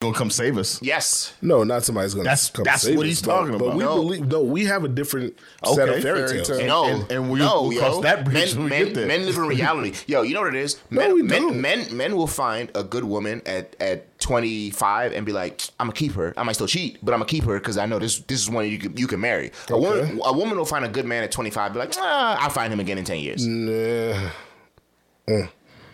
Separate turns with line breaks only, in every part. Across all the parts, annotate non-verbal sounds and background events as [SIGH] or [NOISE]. gonna come save us.
Yes.
No, not somebody's going to
That's-
come
that's
save
what
us,
he's
but-
talking
But
about.
we
No.
believe no, we have a different set
Okay.
of fairy
Fairy
tales.
tales.
And-
No,
and- and we-
no,
we'll
yo.
cross that bridge
men,
when we
men,
get there.
men
[LAUGHS]
live in reality. Yo, you know what it is?
No,
men,
we
men,
don't.
Men, men will find a good woman at at 25 and be like, I'm gonna keep her. I might still cheat, but I'm gonna keep her because I know this this is one you can, you can marry. A woman a woman will find a good man at 25, be like, ah, I'll find him again in 10 years.
Nah.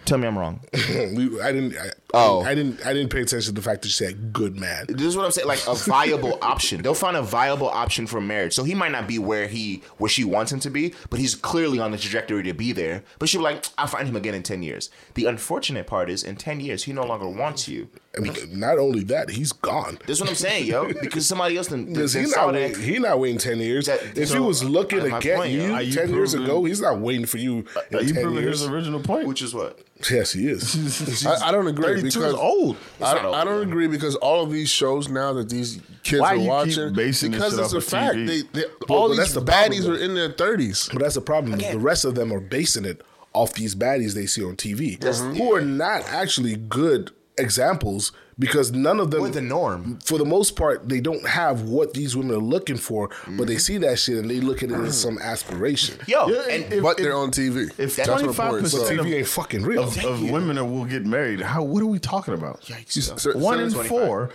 Tell me I'm wrong.
[CLEARS THROAT] We- I didn't. I,
Oh.
I didn't. I didn't pay attention to the fact that she said "good man."
this is what I'm saying, like a viable [LAUGHS] option. They'll find a viable option for marriage. So he might not be where he where she wants him to be, but he's clearly on the trajectory to be there. But she'll be like, I'll find him again in ten years. The unfortunate part is in ten years he no longer wants you.
I mean, not only that, he's gone.
This is what I'm saying,
[LAUGHS]
yo. Because somebody else than
Because he's
saw
not
that.
waiting, he not waiting ten years.
That-
if he
so,
was looking
that's
to
my
get
point,
you
yo.
Are you
ten years
proving-
ago, he's not waiting for you
Are
in
you
ten
proving
years.
his original point?
Which is what?
yes, he
[LAUGHS]
is.
I, I don't agree
32 is
because
old.
I,
not old,
I don't
yeah.
agree because all of these shows now that these kids
Why
are
you keep
watching
basing this
because
shit
it's
off
a
of
fact
TV?
they, they
Well,
all
but
these
that's the
baddies
problem,
are in their thirties.
but that's the problem. is The rest of them are basing it off these baddies they see on TV, who are not actually good examples because none of them
Or the norm.
for the most part, they don't have what these women are looking for, but they see that shit and they look at it as some aspiration.
Mm-hmm. Yo,
Yeah,
and
if-
But
if-
they're on TV.
if
That's what I'm worried.
25%
So,
But
of-
TV ain't fucking real.
of, of women that will get married. How? What are we talking about?
you s- sir-
One
sir-
in
25.
four are-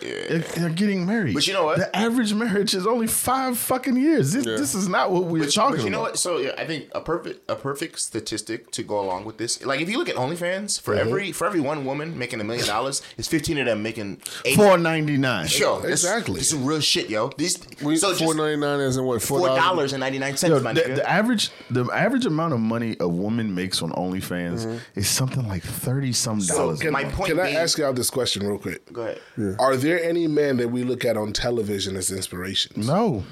they're getting married.
But you know what?
The average marriage is only five fucking years. This, this is not what we're talking
But you know
about.
what? So yeah, I think a perfect a perfect statistic to go along with this, like if you look at OnlyFans, for
Mm-hmm.
every for every one woman making a million dollars, it's fifteen of them making eight.
Four ninety nine.
Yo, this-
Exactly.
This is real shit, yo. These
we,
so just
four ninety nine is in what
four
four
dollars and ninety nine
Yo,
cents, my
the,
nigga.
the average the average amount of money a woman makes on OnlyFans is something like thirty some dollars.
Can,
my point
can I
being-
ask y'all this question real quick?
Go ahead.
Are there any men that we look at on television as inspirations?
no,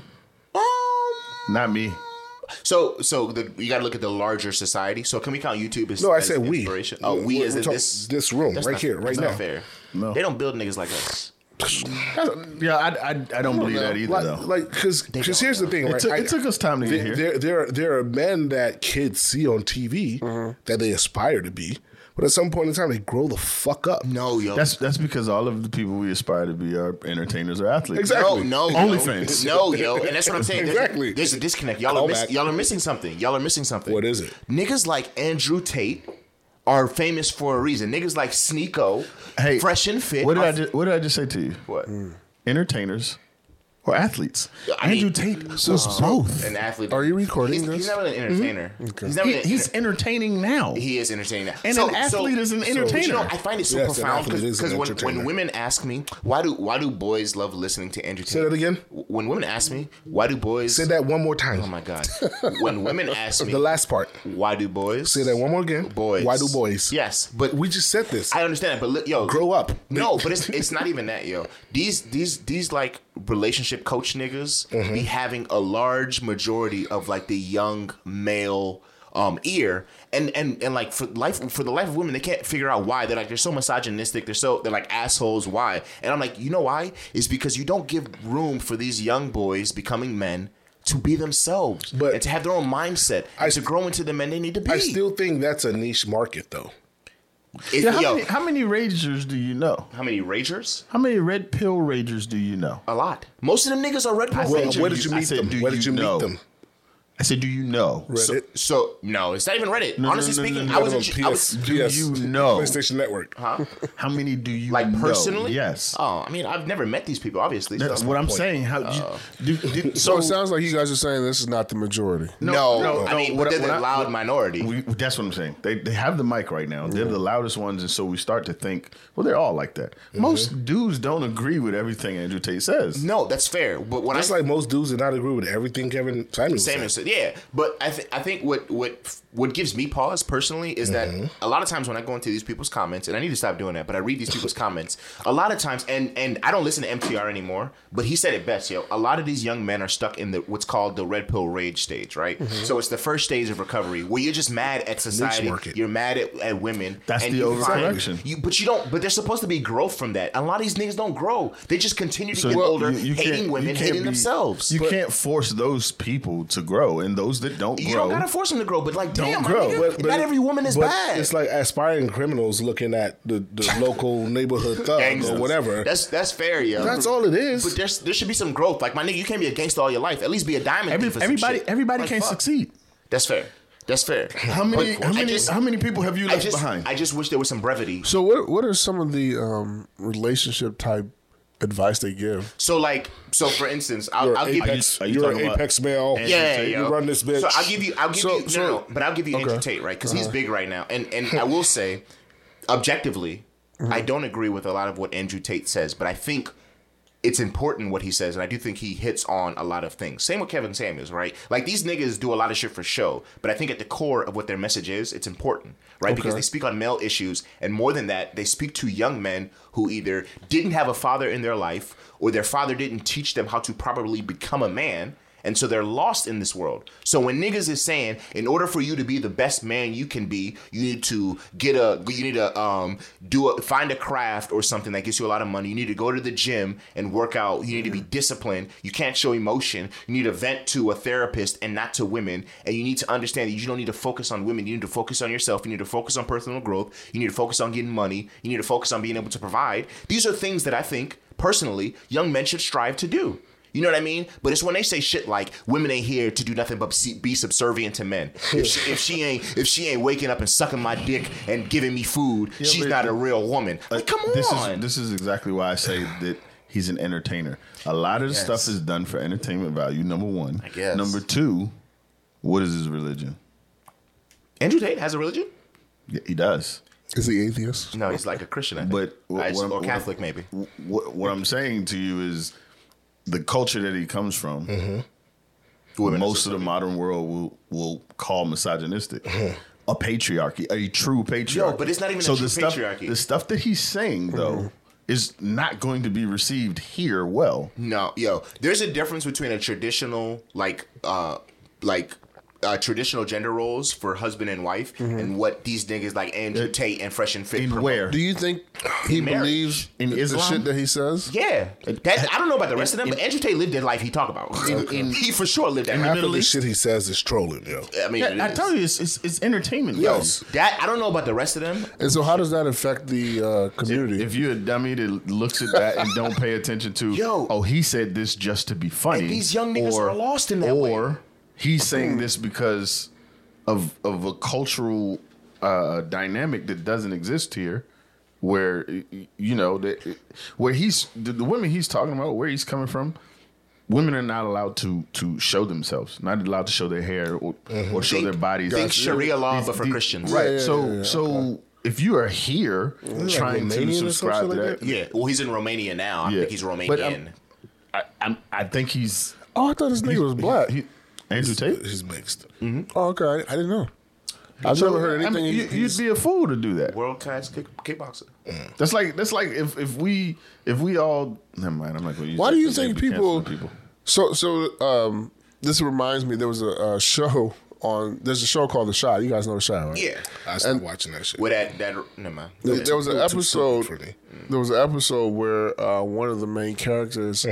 Um,
not me.
so so the, you got to look at the larger society. So can we count YouTube as
No, I
as
said we.
inspiration? Oh,
We're-
we
we're
is in
talking-
this
this room,
that's
right
not-
here, right
that's
now.
Not fair.
No.
They don't build niggas like us.
Yeah, I I, I don't believe that either though.
Like, like, cause, cause here's the thing, right?
it, took,
I-
it took us time to get
there,
here.
there, there, are, there are men that kids see on TV
Mm-hmm.
that they aspire to be, but at some point in time, they grow the fuck up.
No, yo.
That's that's because all of the people we aspire to be are entertainers or athletes.
Exactly.
No, no,
OnlyFans.
No, yo, and that's what I'm saying. There's-
Exactly.
There's a disconnect. Y'all are, miss,
Callback.
y'all are missing something. Y'all are missing something.
What is it?
Niggas like Andrew Tate are famous for a reason. Niggas like Sneeko,
Hey,
Fresh and Fit.
What did
are
I just, what did I just say to you?
What?
Entertainers or athletes?
I mean-
Andrew Tate was both.
An athlete.
Are you recording
He's,
this?
he's not really an entertainer. He's not
He-
really an
he's entertaining now.
he is entertaining now.
And an athlete is an
but you know,
entertainer.
I find it so
Yes, an
profound
athlete is an
because when, when
entertainer.
women ask me why do why do boys love listening to entertainment?
Say that again?
When women ask me why do boys
Say that one more time.
Oh my god! when women ask me
the last part.
why do boys
Say that one more again.
boys
Why do boys?
Yes, but
We just said this.
I understand it, but look, yo,
Grow up.
No, but it's it's
[LAUGHS]
not even that, yo. These these these like relationship coach niggas
Mm-hmm.
be having a large majority of like the young male um ear and and and like for life for the life of women they can't figure out why they're like they're so misogynistic they're so they're like assholes why and I'm like you know why it's because you don't give room for these young boys becoming men to be themselves
But-
and to have their own mindset and to grow into the men they need to be
I still think that's a niche market, though.
It-
Yeah, how,
yo
many, how many ragers do you know?
how many ragers
How many red pill ragers do you know?
A lot. Most of them niggas are red pill.
said
Well,
agents.
you-
where did you
I
meet
said,
them?
do
Where did
you
you
know?
meet them?
I said, do you know?
Reddit.
So no, it's not even Reddit.
no,
Honestly
no, no,
speaking,
no,
I
no,
was,
no,
in, I was
do you know?
PlayStation Network.
How many do you
like
know?
personally.
Yes.
Oh, I mean, I've never met these people. Obviously. so-
That's what I'm saying. How
Uh,
you, do, do,
So
so,
it sounds like you guys are saying this is not the majority.
no,
no,
I
no,
mean,
what I-
but they're
what
the
I-
loud minority.
we, that's what I'm saying. They they have the mic right now. They're the loudest ones, and so we start to think, well, they're all like that. Most dudes don't agree with everything Andrew Tate says.
Mm-hmm. no, that's fair. But when
Just
I
like most dudes did not agree with everything Kevin Samuels
Same
said.
as yeah, but I th- I think what what what gives me pause personally is
Mm-hmm.
that a lot of times when I go into these people's comments and I need to stop doing that, but I read these
[LAUGHS]
people's comments a lot of times and and I don't listen to MTR anymore, but he said it best, yo. A lot of these young men are stuck in the what's called the red pill rage stage, right?
Mm-hmm.
So it's the first stage of recovery where you're just mad at society,
market.
you're mad at, at women.
That's the
you find-
overcorrection.
You, but you don't. But there's supposed to be growth from that. A lot of these niggas don't grow. They just continue to get older, hating women, hating
be-
themselves.
You can't force those people to grow, and those that don't
You
grow.
don't gotta force them to grow, but like,
don't
Damn, my
grow.
nigga.
But-
Not every woman is
but
bad.
It's like aspiring criminals looking at the,
[LAUGHS]
the local neighborhood
oh,
thug or
Gangsters.
whatever.
That's that's fair, yo.
That's all it is.
But there's there should be some growth. Like my nigga, you can't be a gangster all your life. At least be a diamond.
Every,
thief or some
everybody,
shit.
everybody
Like,
can
fuck.
succeed.
That's fair. That's fair.
How many, how many, how many people have you
I
left
just,
behind?
I just wish there was some brevity.
So what what are some of the um, relationship type advice they give?
So like, so for instance, I'll,
You're
I'll give you.
apex.
Are
Are
you
you are an
talking about-
apex male.
Yeah,
Yeah, yeah,
you
yo.
run this bitch.
So I'll give you. I'll give
So-
you. No,
so-
no, no, but I'll give you Andrew Tate, right? Because he's
Uh-huh.
big right now, and and I
[LAUGHS]
will say, objectively, I don't agree with a lot of what Andrew Tate says, but I think it's important what he says, and I do think he hits on a lot of things. Same with Kevin Samuels, right? Like these niggas do a lot of shit for show, but I think at the core of what their message is, it's important, right? Because they speak on male issues, and more than that, they speak to young men who either didn't have a father in their life or their father didn't teach them how to properly become a man. And so they're lost in this world. So when niggas is saying, in order for you to be the best man you can be, you need to get a, you need to um, do a, find a craft or something that gets you a lot of money. You need to go to the gym and work out. You need to be disciplined. You can't show emotion. You need to vent to a therapist and not to women. And you need to understand that you don't need to focus on women. You need to focus on yourself. You need to focus on personal growth. You need to focus on getting money. You need to focus on being able to provide. These are things that I think personally young men should strive to do. You know what I mean? But it's when they say shit like women ain't here to do nothing but see- be subservient to [LAUGHS] men. If she, if she ain't if she ain't waking up and sucking my dick and giving me food, she's
but-
not a real woman. Like, come on.
This is this is exactly why I say that he's an entertainer. A lot of the stuff is done for entertainment value. Number one. I
guess.
Number two, what is his religion?
Andrew Tate has a religion?
Yeah, he does.
Is he atheist?
No, he's like a Christian, I think.
But what-
I-
what I'm-
or
what-
Catholic maybe.
What, what I'm saying to you is, the culture that he comes from, most of the modern world will will call misogynistic. A patriarchy, a true patriarchy.
Yo, but it's not even a true
the stuff,
patriarchy.
The stuff that he's saying though is not going to be received here well.
No, yo, there's a difference between a traditional like uh like uh, traditional gender roles for husband and wife and what these niggas like Andrew Tate and Fresh and Fit
In
promote.
where?
Do you think he
Marriage.
believes
In
the- the,
Islam?
shit that he says?
Yeah, that, I don't know about the rest of them, but Andrew Tate lived that life he talk about. [LAUGHS] he for sure lived that.
Half
life.
of the shit he says is trolling, yo.
I mean,
Yeah, I tell you, it's it's, it's entertainment. value.
Yes.
that I don't know about the rest of them.
And so how does that affect the uh, community?
If you're a dummy that looks at that and don't pay attention to,
Yo.
oh, he said this just to be funny.
And these young niggas are lost in that way.
Or he's saying this because of of a cultural uh, dynamic that doesn't exist here, where y- y- you know that where he's the, the women he's talking about, where he's coming from. Women are not allowed to to show themselves, not allowed to show their hair or, or show
Think-
their bodies.
Mm-hmm. think Sharia law,
These-
but for
these-
Christians.
right?
Yeah, yeah,
so
yeah, yeah,
so if you are here trying
Romanian
to
or
subscribe to
something
that,
like that?
Yeah, well, he's in Romania now. I
Yeah.
think he's
But um, I'm-
Romanian.
I, I'm, I think he's
oh, I thought this nigga was black.
He, Andrew Tate.
He's mixed.
oh, okay. I, I didn't know. I've never heard
I
anything.
mean,
he-
you,
he's-
you'd be a fool to do that.
World class kick, kickboxer.
That's like that's like if, if we if we all never mind. I'm like, well,
Why do you think people, So so um, this reminds me. There was a, a show on. There's a show called The Shot. You guys know The Shot, right?
Yeah,
I stopped watching that shit.
with that that never mind.
There, there was an
Too stupid
episode.
for me.
There was an episode where uh, one of the main characters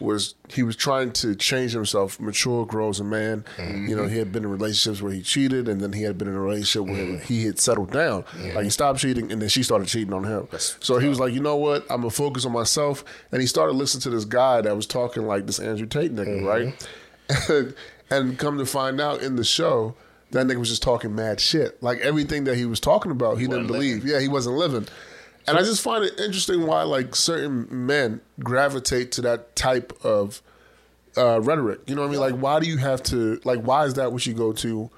was he was trying to change himself, mature, grow as a man. You know, he had been in relationships where he cheated, and then he had been in a relationship where he had settled down. Like he stopped cheating, and then she started cheating on him. so he was like, you know what? I'm gonna focus on myself, and he started listening to this guy that was talking like this Andrew Tate nigga, right? [LAUGHS] and, and come to find out in the show that nigga was just talking mad shit. Like everything that he was talking about, he, didn't believe. Yeah, he wasn't living. And I just find it interesting why like certain men gravitate to that type of uh, rhetoric. You know what I mean? Like, why do you have to? Like, why is that what you go to?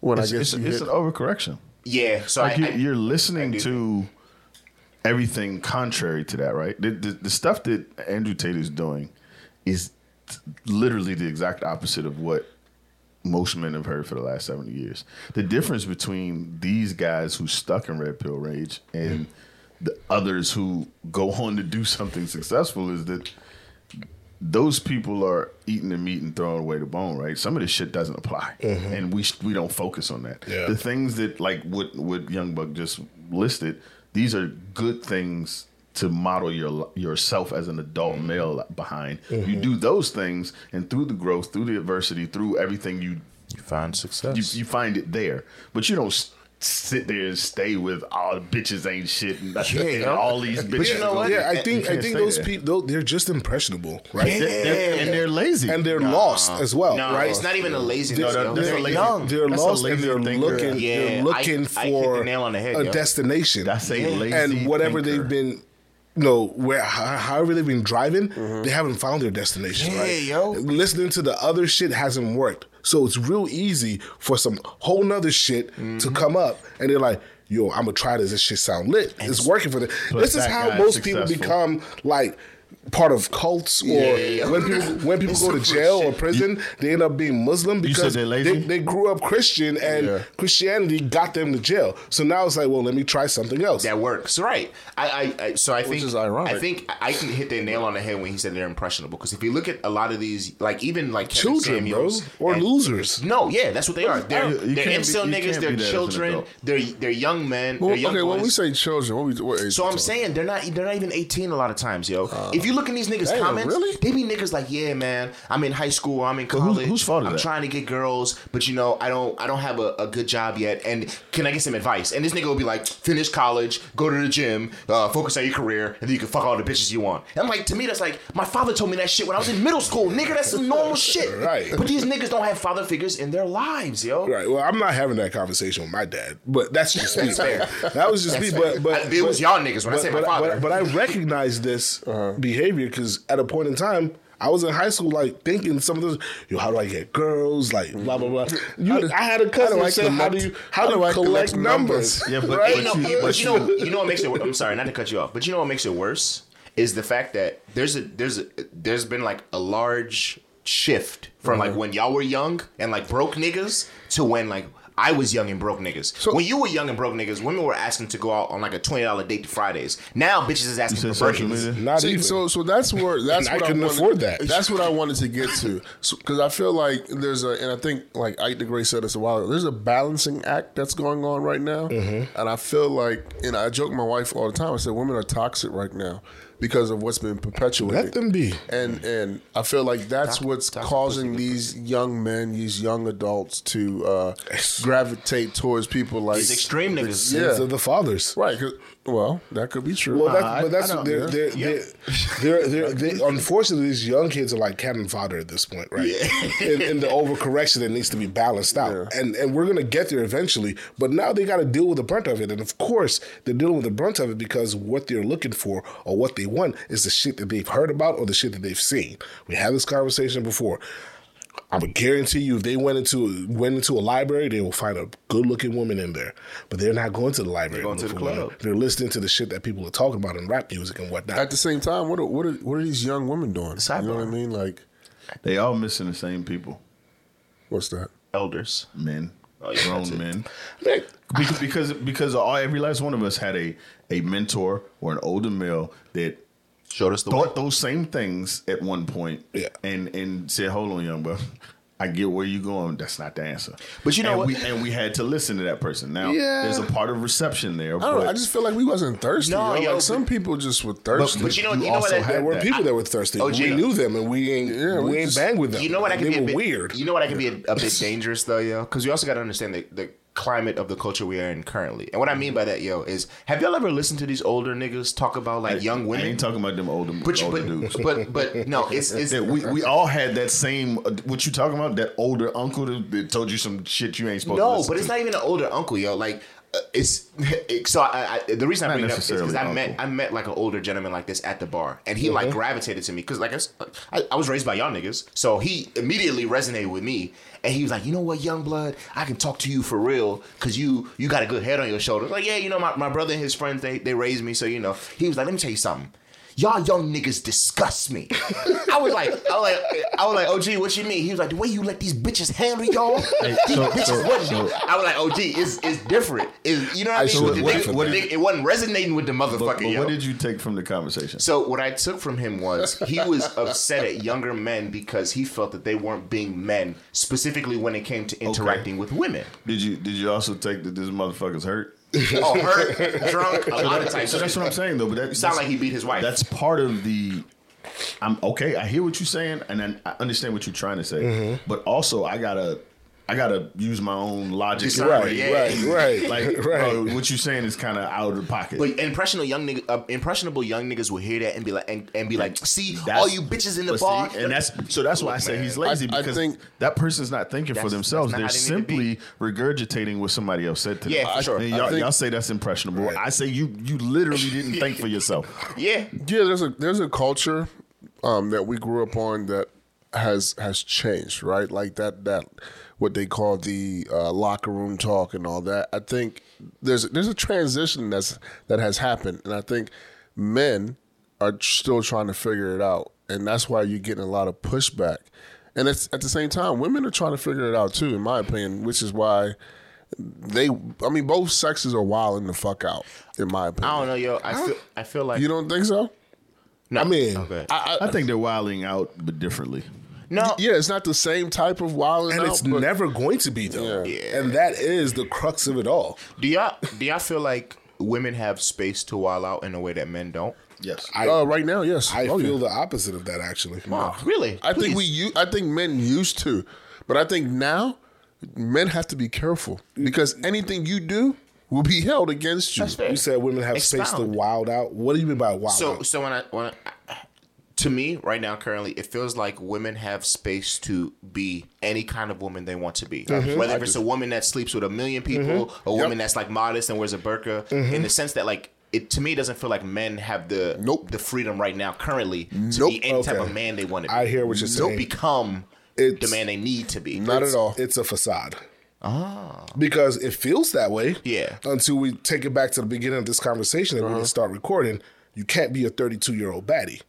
When
It's,
I guess
it's,
you
it's
hit,
an overcorrection.
Yeah, so
Like
I,
you,
I-
you're listening to everything contrary to that, right? The, the, the stuff that Andrew Tate is doing is literally the exact opposite of what most men have heard for the last 70 years. The difference between these guys who stuck in red pill rage and the others who go on to do something successful is that those people are eating the meat and throwing away the bone, right? Some of this shit doesn't apply,
Mm-hmm.
and we sh- we don't focus on that.
Yeah.
The things that like what what Young Buck just listed, these are good things to model your li- yourself as an adult
Mm-hmm.
male behind. You do those things, and through the growth, through the adversity, through everything you
Find success.
You, you find it there, but you don't s- sit there and stay with all the bitches ain't shit and, [LAUGHS] and
yo.
all these bitches.
But you know what?
Yeah,
Yeah, I think I
can't
think
say
those
that.
people they're just impressionable, right?
They're- they're- and they're lazy.
And they're lost as well,
Uh-huh. no,
right?
it's not even a laziness.
No,
yo.
that's
They're
a lazy-
young.
They're
That's a
lost and
lazy
they're
thinker.
looking.
Yeah,
They're
I-
looking
I hit
for
the nail on the head,
a
yo.
destination.
That's a lazy
and whatever
thinker.
they've been you know where ho- however they've been driving
Mm-hmm.
they haven't found their destination
Yeah,
right
yo.
listening to the other shit hasn't worked so it's real easy for some whole nother shit
Mm-hmm.
to come up and they're like yo i'm gonna try this this shit sound lit it's working for them this is
that
how
guy
most
is
people
successful.
become like part of cults or
yeah.
when people when people go to jail or prison they end up being muslim because
they're
they,
lazy?
they grew up christian and christianity got them to jail so now it's like well let me try something else
that works right i i, I so i think
is ironic.
i think i can hit the nail on the head when he said they're impressionable because if you look at a lot of these like even like Kevin
children, bro,
Samuels
or
and-
losers.
no yeah that's what they are they're,
You- you
they're
can't be-
incel
you
niggas
can't
they're
be that as an
children
adult.
they're they're young men
Well,
they're young
okay, when we
boys.
say children, what we what age
so
we
I'm
talking?
saying they're not they're not even 18 a lot of times, yo. if you look in these niggas'
damn,
comments,
really?
they be niggas like, yeah, man, I'm in high school, I'm in
who's-
college,
whose fault is
I'm
that?
trying to get girls, but you know, I don't I don't have a, a good job yet. And can I get some advice? And this nigga will be like, finish college, go to the gym, uh, focus on your career, and then you can fuck all the bitches you want. And I'm like, to me, that's like my father told me that shit when I was in middle school, nigga. That's some normal shit.
Right.
But these niggas don't have father figures in their lives, yo.
Right. Well, I'm not having that conversation with my dad, but that's just me. That was just me. But but
I- it was
but-
y'all niggas when I
but-
said my
but-
father. Uh-huh.
But, but I recognized this behavior because at a point in time. I was in high school, like thinking some of those. Yo, how do I get girls? Like blah blah blah. You, I had a cousin
how do I
who said, "How do
collect-
you how,
how
do
do I
you collect
collect
numbers?"
numbers?
Yeah, but,
You know,
but, you,
but,
but
you
you-
know, you know what makes it. wor- I'm sorry, not to cut you off, but you know what makes it worse is the fact that there's a there's a, there's been like a large shift from
Uh-huh.
like when y'all were young and like broke niggas to when like. I was young and broke niggas. when you were young and broke niggas, women were asking to go out on like a twenty dollar date to Fridays. Now bitches is asking
said
for
social
birthdays.
media?
Not
See,
even.
so so
[LAUGHS]
that's where that's
I
what
couldn't
wanted-
afford that.
[LAUGHS] That's what I wanted to get to because I feel like there's a and I think like Ike the Great said this a while ago. There's a balancing act that's going on right now,
Mm-hmm.
and I feel like and I joke with my wife all the time. I said women are toxic right now because of what's been perpetuated.
Let them be.
And and I feel like that's what's causing these young men, these young adults to uh, gravitate towards people like
These extreme niggas.
Yeah.
Sins of the fathers.
Right. 'cause- Well, that could be true.
Well, that's,
I-
but
I
that's
don't
they're,
know.
they're, they're, they're, they're, they unfortunately these young kids are like cannon fodder at this point, right? in, in the overcorrection that needs to be balanced out, and and we're gonna get there eventually. But now they got to deal with the brunt of it, and of course they're dealing with the brunt of it because what they're looking for or what they want is the shit that they've heard about or the shit that they've seen. We had this conversation before. I would guarantee you, if they went into went into a library, they will find a good looking woman in there. But they're not going to the library.
going to
look
the
for women.
club.
They're listening to the shit that people are talking about in rap music and whatnot.
At the same time, what are, what are, what are these young women doing? You know what I
Sidebar.
mean? Like,
they all missing the same people,
what's that?
Elders.
men,
Oh, yeah, that's
grown
it.
men.
Like,
because because because all, every last one of us had a a mentor or an older male that
Showed us the way.
thought those same things at one point
Yeah.
and and said hold on young bro i get where you're going that's not the answer
But you know
and
what?
we, and we had to listen to that person now
Yeah.
there's a part of reception there
I
Oh,
don't
but
know. I just feel like we wasn't thirsty.
No,
No,
yo,
like
but-
some people just were thirsty.
but you know,
you
you, know what?
also
that-
had
there were
that-
people that were thirsty.
Oh,
we
yeah.
knew them, and we ain't we,
we
ain't
just-
banged with them.
You know what? I can
they
be a
were
bit,
weird.
You know what? I can be a, a bit dangerous though, yo. Because you also got to understand the, the climate of the culture we are in currently. And what I
Mm-hmm.
mean by that, yo, is have y'all ever listened to these older niggas talk about like young
i
women?
ain't talking about them older,
but, you,
older
but, [LAUGHS]
dudes
but but no, it's
[LAUGHS]
it's
that we, we all had that same uh, what you talking about that older uncle that, that told you some shit you ain't supposed to
no,
listen
but it's
to.
not even an older uncle, yo. Like uh, it's [LAUGHS] so. I, I, the reason I
Not
bring it up is because
necessarily
I met
uncle.
I met like an older gentleman like this at the bar, and he like gravitated to me because like I, s- I- I was raised by y'all niggas, so he immediately resonated with me, and he was like, you know what, young blood, I can talk to you for real because you you got a good head on your shoulders. Like yeah, you know my, my brother and his friends they they raised me, so you know he was like, let me tell you something. Y'all young niggas disgust me. I was like, I was like, I was like, oh gee, what you mean? He was like, the way you let these bitches handle y'all, these
so-
bitches
so-
wasn't
so-
I was like, oh, gee, it's, it's different. It's, you know what I mean?
Alright, so what-
The
what-
nigga-
what
the
did-
nigga- it wasn't resonating with the
but,
motherfucker,
but
yo.
what did you take from the conversation
so what I took from him was he was upset at younger men because he felt that they weren't being men, specifically when it came to interacting with women.
did you did you also take that this motherfucker's
[LAUGHS]
hurt
Oh, hurt, drunk, a lot of types.
So that's what I'm saying though. But that
Sound
that's-
like he beat his wife.
That's part of the.
Mm-hmm.
I'm okay. I hear what you're saying, and I, I understand what you're trying to say. But also, I gotta, I gotta use my own logic.
Right,
and brain.
yeah. [LAUGHS]
Right, [LAUGHS] right,
Like,
right.
bro, what you're saying is kind of out of the pocket.
But impressionable young niggas, uh, impressionable young niggas will hear that and be like, and, and be like, see,
That's-
all you bitches in the
but see,
bar,
and that's so that's why I say he's lazy
I- I
because
think-
that person's not thinking for
That's-
themselves.
that's
They're
not how they need
simply regurgitating what somebody else said to them.
Yeah, for I- sure.
And
I
Y'all,
think-
y'all say that's impressionable.
Right.
I say you you literally didn't think
[LAUGHS]
for yourself.
yeah,
Yeah, there's a there's a culture um, that we grew up on that has has changed, right? Like that that what they call the uh, locker room talk and all that. I think there's there's a transition that's that has happened, and I think men are still trying to figure it out, and that's why you're getting a lot of pushback. And it's at the same time, women are trying to figure it out too, in my opinion, which is why they. I mean, both sexes are wilding the fuck out, in my
I
opinion.
don't know, yo, I feel, I feel like
You don't think so?
no,
I mean,
okay.
I,
I think they're wilding out, but differently.
no,
Yeah, it's not the same type of wild
and it's never going to be though.
Yeah.
And that is the crux of it all.
do y'all, do y'all feel like women have space to wild out in a way that men don't?
Yes.
I
uh, right now. Yes,
I
Oh, yeah.
feel the opposite of that actually.
Oh, really?
I think
Please.
we. u- I think men used to, but I think now men have to be careful because anything you do will be held against you.
That's fair.
You said women have space to
Expound.
wild out. What do you mean by wild
So
out?
so when I when I, to me right now currently it feels like women have space to be any kind of woman they want to be.
Mm-hmm.
Whether it's a woman that sleeps with a million people, a woman that's like modest and wears a burqa,
Mm-hmm.
in the sense that like. It, to me, it doesn't feel like men have the
Nope.
the freedom right now currently to
Nope.
be any type
Okay.
of man they want to be.
I hear what you're
Don't
saying.
become the
It's-
man they need to be.
Not at all.
It's a facade. Ah. Because it feels that way.
Yeah.
Until we take it back to the beginning of this conversation and we can start recording, you can't be a 32 year old baddie.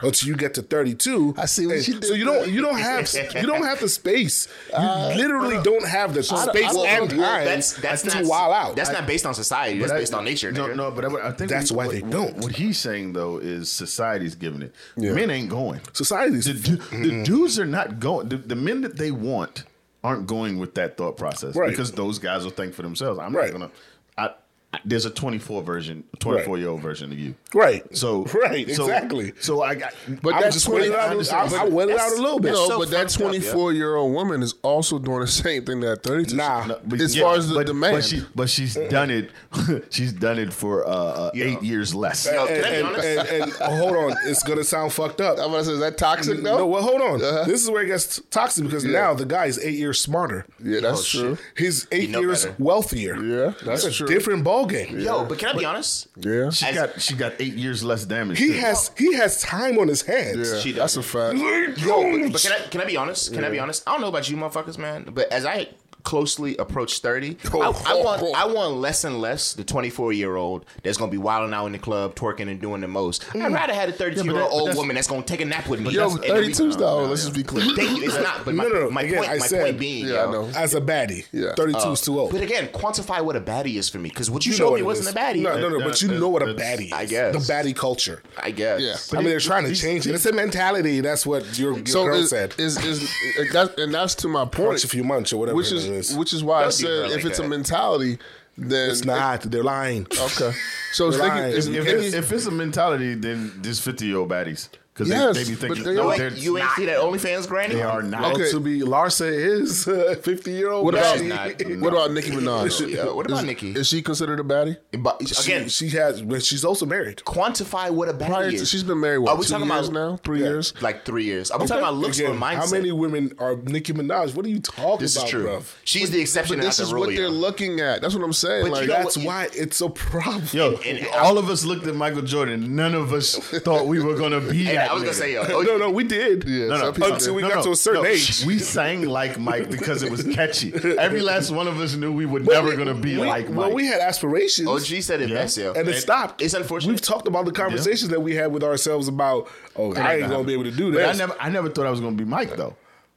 Until you get to 32,
I see what
and-
you did Uh,
So you don't you don't have you don't have the space. You
Uh,
literally don't have the space
Well,
and
well,
time
that's that's
to
not
wild out.
That's not based on society. That's
But I-
based on nature.
No,
nigga.
no, but I, but I think
That's
what-
why they
what-
don't.
What he's saying though is society's giving it. Men ain't going.
Society's
The, du- the dudes are not going. The, the men that they want aren't going with that thought process
Right.
because those guys will think for themselves. I'm
Right.
not gonna. I, I, there's a 24 version, 24 year old version of you.
right.
So
[LAUGHS] right,
so-
exactly.
So I got.
But
I'm
that's
just waiting
twenty-
out. I,
understand.
I wet it out a little bit.
No,
so
but that
fucked up, yeah.
24 year old woman is also doing the same thing that 32.
Nah.
No, but-
as
yeah,
far as the
but,
demand,
but she, but she's done it. [LAUGHS] she's done it for uh, uh, eight years less.
Yo,
and,
can I be
and,
honest?
and, and- oh, hold on, it's gonna sound fucked up.
I'm gonna say is that toxic though.
No, well, hold on.
Uh-huh.
This is where it gets toxic because now the guy is eight years smarter.
yeah, that's
Oh,
true.
shit.
He's eight
know
years
better.
wealthier.
Yeah, that's
It's a
true.
different ballgame.
Yo, but can I be honest?
Yeah,
She
As-
got she got eight years less damage.
He
too.
has he has time on his hands.
yeah
She
that's a fact.
Yo,
But can I can I be honest? Can I be honest? I don't know about you, motherfuckers, man. But as I closely approach thirty, I, I want I want less and less the twenty four year old that's gonna be wilding out in the club, twerking and doing the most. I'd rather have a thirty two year
that-
old
but
old
that's-
woman that's gonna take a nap with me.
Yo,
That's- and we-
32 is the old. Let's just be clear.
Thank you. It's not. But my,
No, no, no.
my
Again,
point
I
my
said-
point being,
Yeah, I
yo,
know.
as a baddie,
Yeah.
thirty two is too old.
But again, quantify what a baddie is for me, because what you,
You know
showed
what
me
it
wasn't
is.
a baddie.
No, no, no.
That-
but you
that-
know what a
that's-
baddie is.
I guess.
the baddie culture.
I guess.
Yeah.
I mean, they're trying to change it. It's a mentality. That's what your, your girl
is,
said.
is is that and that's to my point.
Punch if you munch or whatever
which
it
is,
is.
which is why I
Don't do her
said
like
if it's a
that.
mentality, then
it's not. They're lying.
okay. So it's
You're
thinking,
lying.
it's,
If,
any-
it's, if it's a mentality, then there's 50 year old baddies. Because
Yes,
they, they be
but
thinking,
they
no,
are-
they're,
You ain't see that OnlyFans granny?
they are not.
Okay.
To be Larsa [LAUGHS] is a fifty year old.
what about
she's not.
what about Nicki Minaj?
Yo, what about
is,
Nicki?
Is she considered a baddie?
But
Again,
again,
she, has, but she's also married.
quantify what a baddie
Prior to,
is.
she's been married what?
Are we
two
talking
years
about-
now? Three
Yeah.
years?
like three years. I'm talking about looks
Again,
or mindset.
How many women are Nicki Minaj? What are you talking
This is
about,
true.
bro?
She's the exception
But
and not
this
the
is
rule.
what they're
yo.
looking at. That's what I'm saying.
But you
like
know
That's
what you-
why it's
[LAUGHS]
a problem.
Yo,
and- and-
all of us looked at Michael Jordan. None of us thought we were going to be
And
that
I was gonna
nigga.
say, yo, oh,
no, no, we did.
Yeah,
No, no,
some people
no,
until we
no,
got
no,
to a certain
no.
age.
We sang like Mike because it was
[LAUGHS]
catchy. Every last one of us knew we were never going to be
We-
like Mike.
Well, we had aspirations,
OG said it
Yeah.
best, yo.
and it stopped.
Oh, It's unfortunate.
We've talked about the conversations that we had with ourselves about, oh, I ain't gonna be able to do
but I
that.
never, I never thought I was going to be Mike, though.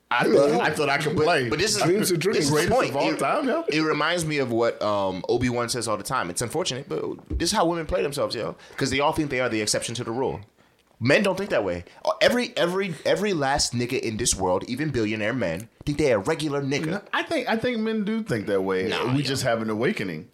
I thought, I, thought I could play.
But this is
Dreams are
this
dreams.
is the
Greatest
point.
of all time, yo.
It reminds me of what um, Obi Wan says all the time. It's unfortunate, but this is how women play themselves, yo, because they all think they are the exception to the rule. Men don't think that way. Uh, Every every every last nigga in this world, even billionaire men, think they a regular nigga.
I think I think men do think that way.
Nah,
we
yo.
just have an awakening.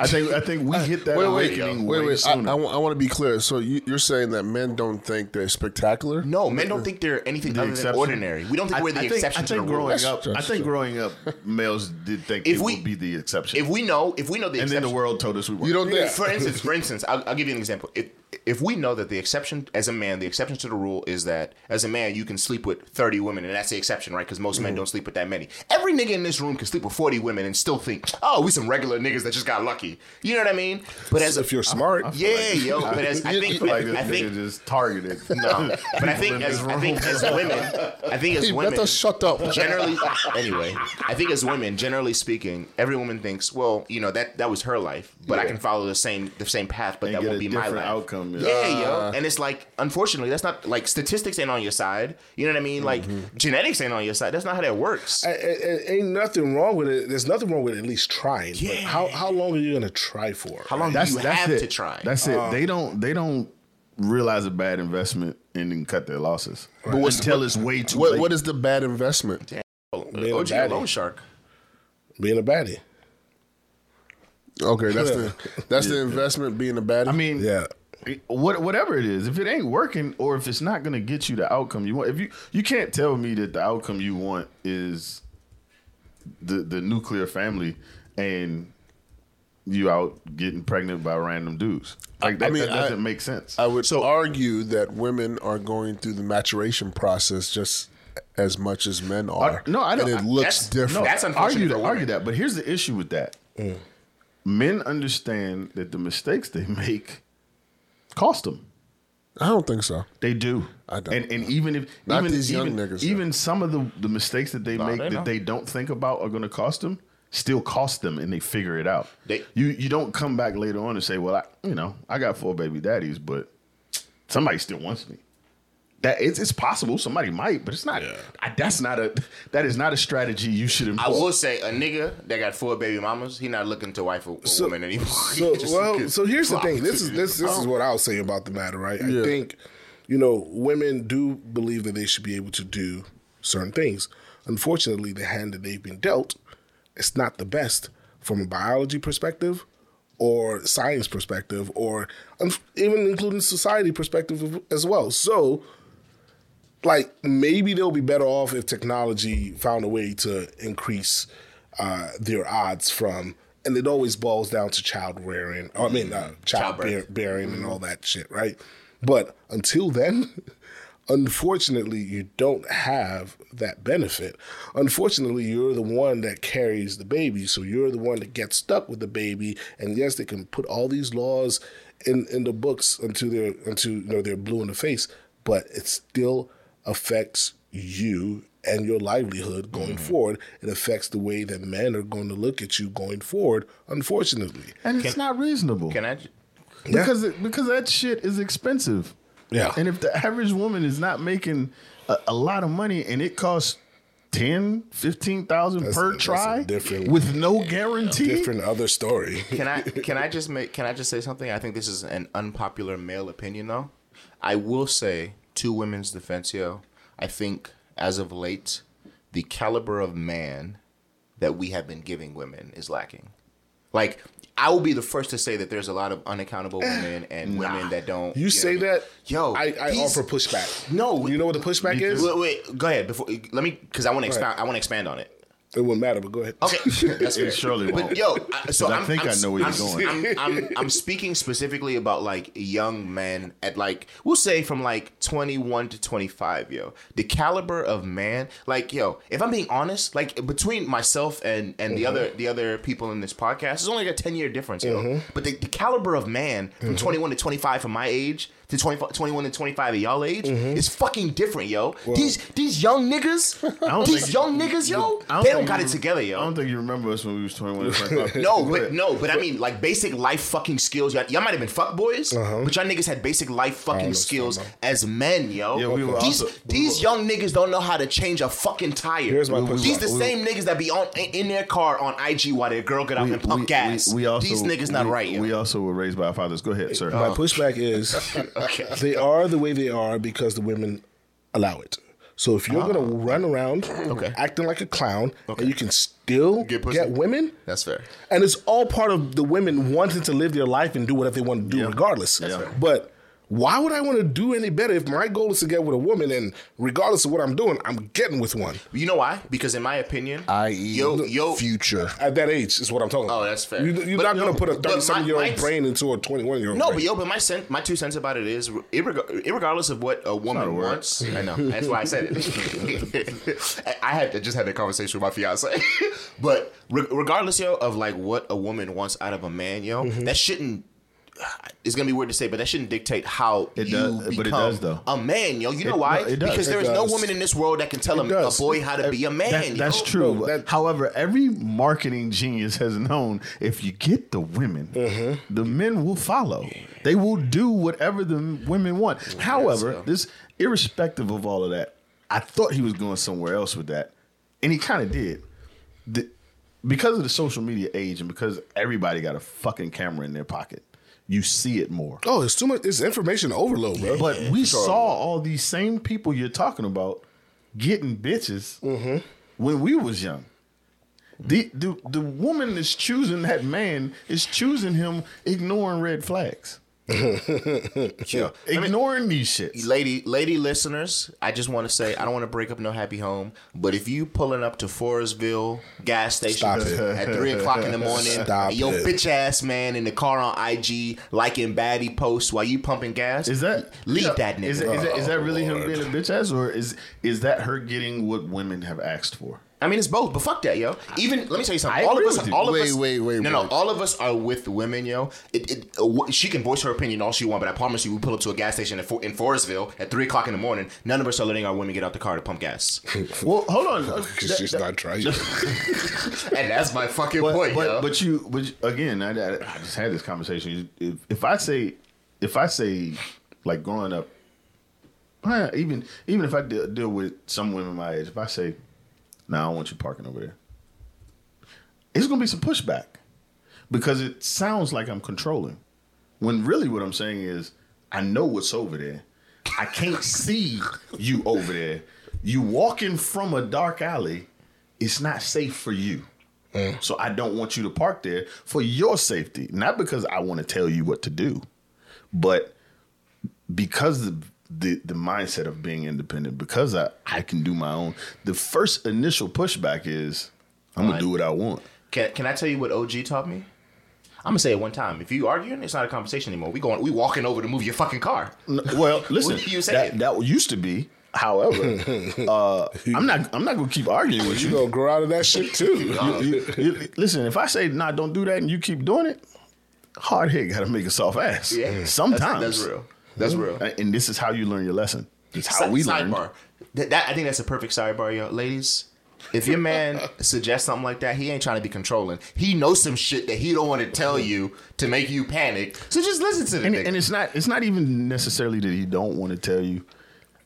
I think I think we
[LAUGHS]
hit that
Wait, wait,
awakening
wait,
way
wait. I,
sooner.
want to be clear. So you, you're saying that men don't think they're spectacular?
No, men don't think they're anything other
exception.
than ordinary. We don't think we're the exception to the rule.
growing up,
That's
I think growing up, males did think
If
it
we-
would be the exception,
If we know, if we know the
and
exception,
then the world told us we weren't.
You don't think?
For instance, for instance, I'll, I'll give you an example. If if we know that the exception, as a man, the exception to the rule is that as a man you can sleep with thirty women, and that's the exception, right? Because most men
Mm.
don't sleep with that many. Every nigga in this room can sleep with forty women and still think, oh, we some regular niggas that just got lucky. You know what I mean? But as a,
if you're smart,
yeah, yo, but as I think,
like this
I think.
nigga just targeted.
[LAUGHS] No,
[LAUGHS]
but I think
in
as
this
I think as women, I think as
Hey,
women,
better shut up.
generally anyway i think as women generally speaking every woman thinks well you know that that was her life but i can follow the same the same path but
And
that
get
won't
a
be my
different
life
outcome,
yeah,
yeah.
yo and it's like unfortunately that's not like statistics ain't on your side you know what i mean like
Mm-hmm.
genetics ain't on your side that's not how that works
A- a- a- ain't nothing wrong with it. There's nothing wrong with at least trying. But
Yeah.
how how long are you gonna try for?
how long
That's
do you
that's
have
it.
to try
That's it. They don't they don't realize a bad investment and then cut their losses. But
what's-
until it's way too
What,
late.
what is the bad investment?
oh,
a
OG
baddie.
loan shark
Being a baddie.
Okay, that's the that's the investment being a bad.
I mean,
Yeah.
What whatever it is, if it ain't working or if it's not going to get you the outcome you want, if you you can't tell me that the outcome you want is the the nuclear family and you out getting pregnant by random dudes. Like that,
mean,
that doesn't
I-
make sense.
I would argue that women are going through the maturation process just as much as men are.
no, I don't-
And it looks
that's-
different.
no, that's unfortunate
argue
for
that,
women.
argue that, but here's the issue with that:
Mm.
men understand that the mistakes they make cost them.
I don't think so.
They do.
I don't.
And, and even if
Not
even,
these young
even,
niggas,
even some of the, the mistakes that they make
they
that
know.
they don't think about are going to cost them still cost them and they figure it out.
They-
you you don't come back later on and say, "Well, I you know, I got four baby daddies, but somebody still wants me." That it's, it's possible somebody might, but it's not. I, that's not a that is not a strategy you should employ.
I will say a nigga that got four baby mamas, he not looking to wife a, a woman anymore. [LAUGHS]
So
He just
well,
looking-
so here's the thing. This is this this is what I'll say about the matter, right? I think, you know, women do believe that they should be able to do certain things. Unfortunately, the hand that they've been dealt, it's not the best from a biology perspective, or science perspective, or um, even including society perspective as well. So, like maybe they'll be better off if technology found a way to increase uh, their odds from and it always boils down to child rearing or i mean uh, child bear,
Childbirth.
bearing and all that shit right but until then [LAUGHS] unfortunately you don't have that benefit unfortunately you're the one that carries the baby so you're the one that gets stuck with the baby and yes they can put all these laws in in the books until they're until you know they're blue in the face but it still affects you and your livelihood going forward. It affects the way that men are going to look at you going forward, unfortunately.
and it's not reasonable.
Can I? j-
because it, because that shit is expensive.
Yeah.
And if the average woman is not making a, a lot of money and it costs 10, 15,000
That's-
per
that's a
try
different-
with no guarantee.
Different other story. [LAUGHS]
Can I? Can I just make? Can I just say something? I think this is an unpopular male opinion, though. I will say to women's defense, yo. I think as of late, the caliber of man that we have been giving women is lacking. Like, I will be the first to say that there's a lot of unaccountable women and women that don't.
Eh, You say
know-
that,
Yo,
I, I
he's-
offer pushback.
No,
you know what the pushback is?
Wait, wait, go ahead. Before let me, because I want to expand. I want to expand on it.
It wouldn't matter, but go ahead.
Okay, [LAUGHS] that's fair.
It surely
But
won't.
yo, I, so
'Cause I
I'm,
think
I'm,
I know where
I'm,
you're going.
I'm, I'm, I'm speaking specifically about like young men at like we'll say from like 21 to 25. Yo, the caliber of man, like yo, if I'm being honest, like between myself and and
Mm-hmm.
the other the other people in this podcast, there's only like a 10 year difference. Yo,
Mm-hmm.
but the, the caliber of man from 21 to 25 from my age to 25, 21 to 25 of y'all age
Mm-hmm.
is fucking different, yo. these these young niggas,
don't
these
think-
young niggas, yo, they don't
think
got
you-
it together, yo.
I don't think you remember us when we was 21. and [LAUGHS] 25.
No,
oh, Go
but
ahead.
no, but I mean like basic life fucking skills. Y'all, y'all might have been fuck boys,
Uh-huh.
but y'all niggas had basic life fucking skills as men, yo.
Yeah, we were
these
also- we
these young niggas don't know how to change a fucking tire.
Here's my
these
pushback.
the same niggas that be on in, in their car on IG while their girl get out and pump gas.
we also-
these niggas not
we-
right, yo.
We also were raised by our fathers. Go ahead, sir.
[LAUGHS]
My pushback is they are the way they are because the women allow it. So if you're gonna
Ah.
run around acting like a clown and you can still
Get
get,
pussy.
women,
That's fair.
and it's all part of the women wanting to live their life and do whatever they want to do, regardless. But why would I want to do any better if my goal is to get with a woman, and regardless of what I'm doing, I'm getting with one
You know why? Because in my opinion,
E
I.e.
yo yo
future.
Oh. at that age? Is what I'm talking about.
Oh, that's fair.
You, you're
But
not
no,
gonna put a
but my-
30 something year
my-
old brain into a 21 year old.
No, but yo, but my sen- my two cents about it is, irreg- irregardless of what a woman
word. [LAUGHS]
wants, I know that's why I said it. [LAUGHS] I- I had to just had that conversation with my fiance, [LAUGHS] but re- regardless, yo, of like what a woman wants out of a man, yo,
Mm-hmm.
that shouldn't. [SIGHS] It's gonna be weird to say, but that shouldn't dictate how
It
you
does,
become
but it does, though.
a man, yo. You know
It-
why?
no, it does.
Because
It
there is no
does.
woman in this world that can tell a, a
does.
boy how to be a man.
That- that's
yo.
true.
no, that-
However, every marketing genius has known if you get the women,
Mm-hmm.
the men will follow. They will do whatever the m- women want.
Mm,
However, this irrespective of all of that, I thought he was going somewhere else with that, and he kind of did. The- because of the social media age, and because everybody got a fucking camera in their pocket, you see it more.
Oh, it's too much. It's information overload, bro.
But we saw all these same people you're talking about getting bitches
Mm-hmm.
when we was young. The, the the woman is choosing that man is choosing him ignoring red
[LAUGHS]
flags,
Yo.
ignoring these shits.
lady lady listeners, I just want to say I don't want to break up no happy home, but if you pulling up to Forestville gas station
Stop it.
at three o'clock in the morning,
Stop
and your
it.
bitch ass man in the car on IG liking baddie posts while you pumping gas,
Is that
leave
yeah,
that nigga?
Is, that- is that, is that really him being a bitch ass, or is is that her getting what women have asked for?
I mean, it's both, but fuck that, yo. Even let me tell you something.
I
all of
agree
us,
with you.
all of
Wait,
us,
wait, wait,
no, no.
wait.
All of us are with women, yo. It, it, uh, wh- she can voice her opinion all she want, but I promise you, we pull up to a gas station at, Fo- in Forestville at three o'clock in the morning. None of us are letting our women get out the car to pump gas,
Well, hold
[LAUGHS]
on.
Because she's not trying.
and that's my fucking
but,
point,
but,
yo.
but you, but you- again, I, I I just had this conversation. If, if I say, if I say, like growing up, I- even even if I deal, deal with some women my age, if I say, "Nah, I don't want you parking over there," it's gonna be some pushback because it sounds like I'm controlling. When really, what I'm saying is, I know what's over there. I can't [LAUGHS] see you over there. You walking from a dark alley. It's not safe for you. So I don't want you to park there for your safety, not because I want to tell you what to do, but because the the, the mindset of being independent, because I, I can do my own. The first initial pushback is I'm gonna do what I want.
Can, can I tell you what OG taught me? I'm gonna say it one time. If you arguing, it's not a conversation anymore. We going, we walking over to move your fucking car.
N- Well, listen,
[LAUGHS] What you
that,
saying?
that used to be.
[LAUGHS]
However, uh, I'm not I'm not gonna keep arguing with
you
you.
gonna grow out of that
[LAUGHS]
shit too.
You- you- listen, if I say nah, don't do that, and you keep doing it, hard head gotta make a soft ass.
That's-
sometimes
that's, real. That's real.
Uh, and this is how you learn your lesson. It's how
Si-
we learn.
sidebar. That, that- I think that's a perfect sidebar, yo, ladies. If your [LAUGHS] man suggests something like that, he ain't trying to be controlling. He knows some shit that he don't want to tell you to make you panic. So just listen to the
And,
nigga.
and it's not it's not even necessarily that he don't want to tell you.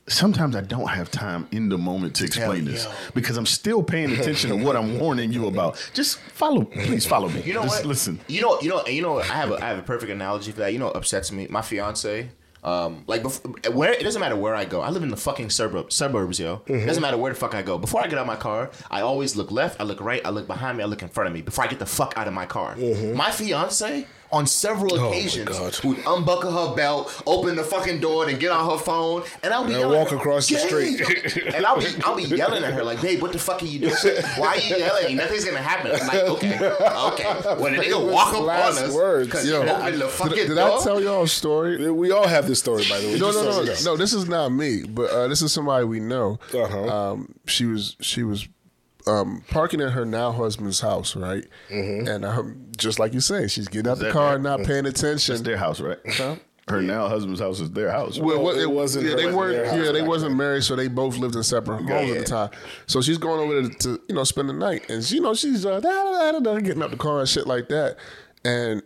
Sometimes I don't have time in the moment to explain this because I'm still paying attention to what I'm warning you about. Just follow, please follow me.
You know
Just
what?
Listen,
You know, you know, and you know. I have a, I have a perfect analogy for that. You know, what upsets me. My fiance. Um, like before, where it doesn't matter where I go. I live in the fucking suburb, suburbs, yo.
Mm-hmm.
It doesn't matter where the fuck I go. Before I get out of my car, I always look left, I look right, I look behind me, I look in front of me. Before I get the fuck out of my car, my fiance on several
Mm-hmm. Oh my
occasions
God.
would unbuckle her belt, open the fucking door, and get on her phone, and I'll be
And
yelling
walk
at her,
across the
"Gay!"
street.
and I'll be I'll be yelling at her like, "Babe, what the fuck are you doing? Why are you yelling? Nothing's gonna happen." I'm like, okay, okay. When a nigga walk up on
Last
us,
words,
cause
yo.
you open the fucking
Did, did
door.
I tell y'all a story?
We all have this story, by the way.
No,
Just
no,
so you
no,
know.
no. This is not me, but uh, this is somebody we know.
Uh-huh.
Um, she was she was um, parking at her now husband's house, right?
Mm-hmm.
And um, just like you say, she's getting out the
that
car
right?
and not paying attention.
it's their house, right? Her now husband's house is their house. right?
Well,
No,
what-
Oh, it wasn't
Yeah,
her-
they
wasn't their
weren't.
house
Yeah, they
back
wasn't married, so they both lived in separate homes at the time. So she's going over to, to you know spend the night, and you know she's uh, da, da, da, da, da, getting up the car and shit like that. And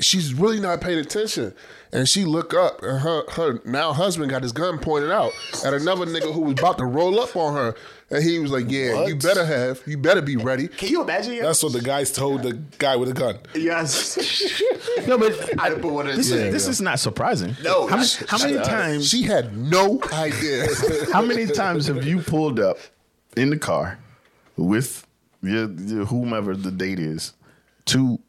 she's really not paying attention, and she look up, and her her now husband got his gun pointed out at another nigga who was about to roll up on her, and he was like, "Yeah, you
What?
better have, you better be ready."
Can you imagine? yo? [LAUGHS]
That's what the guys told the guy with the gun.
yes.
No, but
[LAUGHS] I put one of
this
Yeah,
is this is not surprising.
No,
how, many-
she-
how many
she-
times?
She had no idea.
[LAUGHS]
How many times have you pulled up in the car with your, your whomever the date is to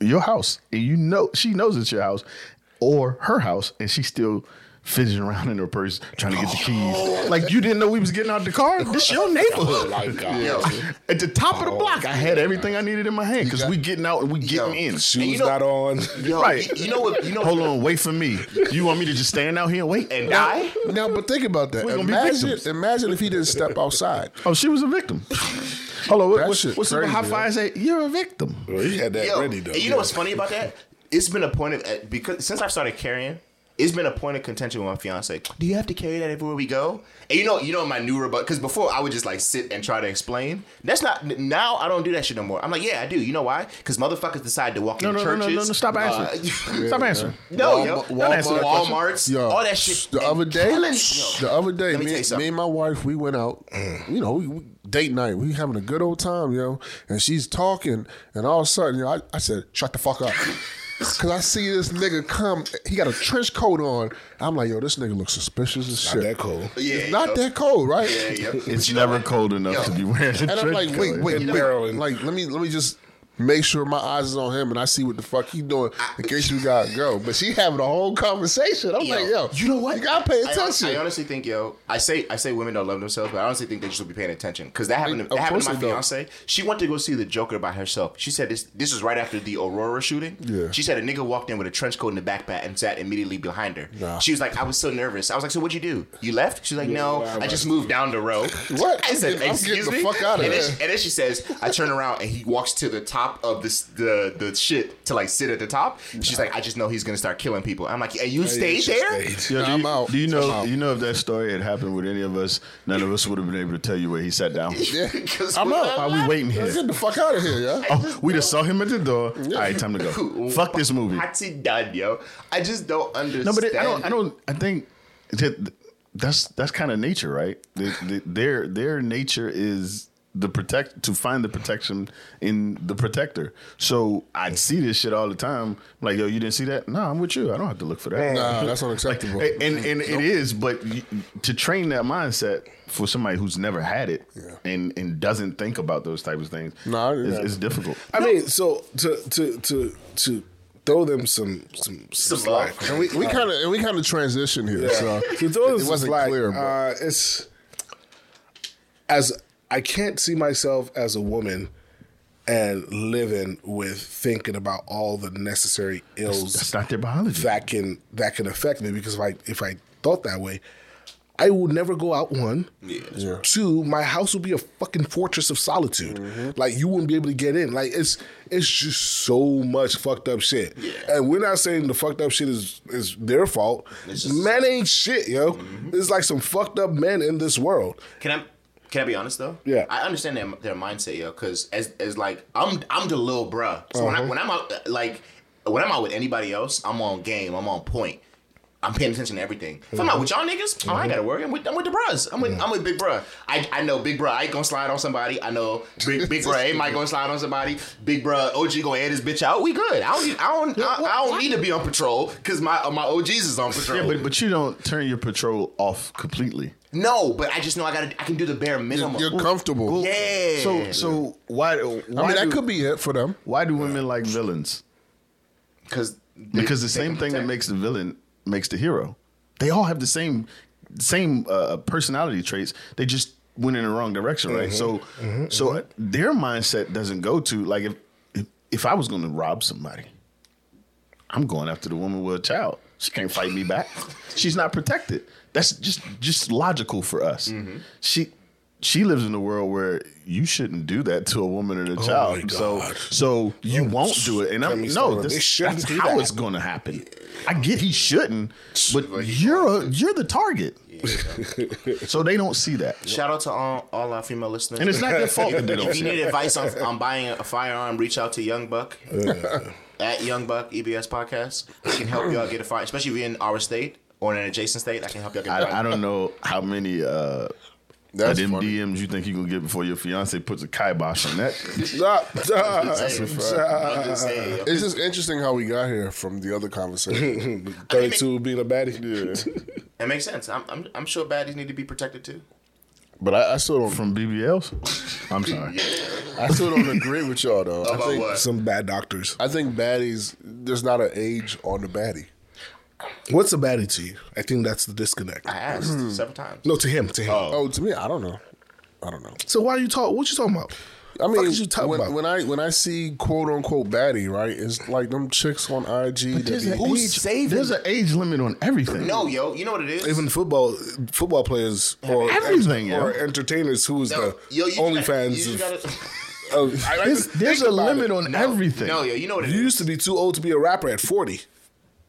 your house, and you know she knows it's your house or her house, and she's still fidgeting around in her purse trying to get the keys? Like you didn't know we was getting out the car. This your [LAUGHS] neighborhood. At the top of the block, I had everything I needed in my hand because we getting out and we getting in.
Shoes
you know- [LAUGHS]
not on.
Yo,
Right.
You, you know what? You know
Hold on, wait for me. You want me to just stand out here and wait?
and die.
now, but think about that.
We're gonna be
Imagine,
victims.
imagine if he didn't step outside.
Oh, she was a victim. Hold on, what,
That
what's,
shit
what's the
crazy,
high
yo.
five say? You're a victim.
Well, he had that
Yo,
ready though.
and you know what's funny about that? It's been a point of uh, because since I've started carrying, it's been a point of contention with my fiance. Do you have to carry that everywhere we go? And you know, you know my new rebut because before I would just like sit and try to explain. That's not n- now. I don't do that shit no more. I'm like, yeah, I do. You know why? Because motherfuckers decide to walk
No,
in
no, no,
churches.
no, no, no, stop answering.
[LAUGHS]
Stop answering.
No,
Walmart-
yo,
Walmart-
Walmart, Walmart's,
Yo,
all that shit.
The
and
other day,
telling-
the other day,
Let me
me,
tell you
me,
something.
and my wife, we went out. You know, we, we- date night. We having a good old time, yo. And she's talking, and all of a sudden, yo, I, I said, "Shut the fuck up." [LAUGHS] Cause I see this nigga come, he got a trench coat on. I'm like, yo, this nigga looks suspicious as shit.
Not that cold.
Yeah,
it's not
yo.
that cold, right?
Yeah,
[LAUGHS]
yo.
It's never cold enough to be wearing a
And I'm like, wait, wait, wait.
Maryland.
Like, let me let me just make sure my eyes is on him and I see what the fuck he doing in case you gotta go. But she having a whole conversation. I'm like, yo,
you know what?
You gotta pay
I-
attention.
I, honestly think, yo, I say I say women don't love themselves, but I honestly think they should be paying attention because that happened. To,
Of
that happened
course
to my
they don't.
fiance. She went to go see the Joker by herself. She said this. This was right after the Aurora shooting.
Yeah.
She said a nigga walked in with a trench coat and a backpack and sat immediately behind her.
Nah.
She was like, I was so nervous. I was like, so what'd you do? You left? She's like, no,
nah,
I just moved down the row.
[LAUGHS] What?
I said,
I'm getting- I'm
excuse
getting
me.
the fuck outta
and, then
here.
she, and then she says, I turn around and he walks to the top of this the the shit to like sit at the top. She's like, I just know he's gonna start killing people. I'm like, and you stayed
just
there?
stayed.
do you,
I'm out.
Do you know?
I'm out.
You know if that story had happened with any of us, none of us would have been able to tell you where he sat down.
Yeah.
[LAUGHS] 'Cause
I'm
we-
out.
Why we waiting
Let's
here?
get the fuck out of here, yeah.
Oh, we just saw him at the door. All right, time to go. Fuck this movie.
What's he done, yo? I just don't understand.
No, but it, I don't. I don't. I think that that's that's kind of nature, right? The, the, their their nature is the protect to find the protection in the protector. So I'd see this shit all the time. Like, yo, you didn't see that? No, I'm with you. I don't have to look for that. [LAUGHS]
Nah, that's unacceptable.
A- and and it is, but you, to train that mindset for somebody who's never had it and and doesn't think about those types of things,
Nah, I-
is, is difficult.
I mean, so to to to to throw them some some, some slack.
and we, we kind of and we kind of transition here, so
[LAUGHS]
to throw them
it
some
wasn't
slack,
clear. But
Uh, it's as I can't see myself as a woman and living with thinking about all the necessary ills
That's not their biology.
that can that can affect me because if I if I thought that way, I will never go out one. Two, my house would be a fucking fortress of solitude.
Mm-hmm.
Like you wouldn't be able to get in. Like it's it's just so much fucked up shit. And we're not saying the fucked up shit is is their fault. men ain't shit, yo.
Mm-hmm.
It's like some fucked up men in this world.
Can I? Can I be honest though?
Yeah.
I understand their, their mindset, yo. Because as as like I'm I'm the little bruh. So when I when I'm out like when I'm out with anybody else, I'm on game. I'm on point. I'm paying attention to everything. If I'm out with y'all niggas, oh, I ain't gotta worry. I'm with, I'm with the bros. I'm with I'm with Big Bruh. I, I know Big Bruh I ain't gonna slide on somebody. I know Big Big Bruh ain't might gonna slide on somebody. Big Bruh OG gonna air this bitch out. We good. I don't need, I don't I, I don't need to be on patrol because my uh, my OGs is on patrol.
Yeah, but but you don't turn your patrol off completely.
No, but I just know I gotta. I can do the bare minimum.
you're comfortable.
yeah.
So so why? why
I mean,
do,
that could be it for
[LAUGHS]
them.
Why do women like villains?
because
Because the same thing that makes the villain makes the hero. They all have the same same uh, personality traits. They just went in the wrong direction,
Mm-hmm.
right? So so their mindset doesn't go to like if if, if I was going to rob somebody, I'm going after the woman with a child. She can't fight me
[LAUGHS]
back. She's not protected. That's just just logical for us.
Mm-hmm.
She she lives in a world where you shouldn't do that to a woman and a child.
Oh my
So
God.
so you won't do it. And
Let
I'm
me
no,
start. They
this,
shouldn't
that's
do
how
that.
it's going to happen. I get he shouldn't, but you're a, you're the target. so they don't see that,
Shout out to all, all our female listeners. [LAUGHS]
and it's not their fault that they don't
if you
see
need
that.
advice on, on buying a firearm, reach out to Young Buck. at Young Buck EBS Podcast. I can help y'all get a fire, especially if you're in our state or in an adjacent state. I can help y'all get a fire.
I, I don't know how many uh,
That's
them
funny.
DMs you think you gonna get before your fiance puts a kibosh on that. [LAUGHS]
That's a I'm just saying, yo.
It's just interesting how we got here from the
[LAUGHS]
other conversation.
Thirty-two being a baddie.
It makes sense. I'm, I'm, I'm sure baddies need to be protected too.
but I, I still don't.
From BBLs? I'm sorry.
I still don't agree with y'all though. I
About
think
what?
Some bad doctors.
I think baddies. There's not an age on the baddie.
What's a baddie to you? I think that's the disconnect.
I asked
Hmm.
several times.
No, to him, to him.
Oh, to me, I don't know. I don't know.
So why are you talking? What you talking about?
I mean,
is you talking
when,
about?
when I when I see quote unquote baddie, right? It's like them chicks on IG. That
There's
be,
an
Who's
age-
saving?
There's an age limit on everything.
No, yo, you know what it is.
Even football, football players or
Everything, yeah.
or entertainers who is
No,
the
yo, you just gotta- you
OnlyFans
just
[LAUGHS] of-
gotta-
of. I like to
There's, there's
think
a
about
limit
it.
on everything.
No, yo, you know what it is.
You used to be too old to be a rapper at forty.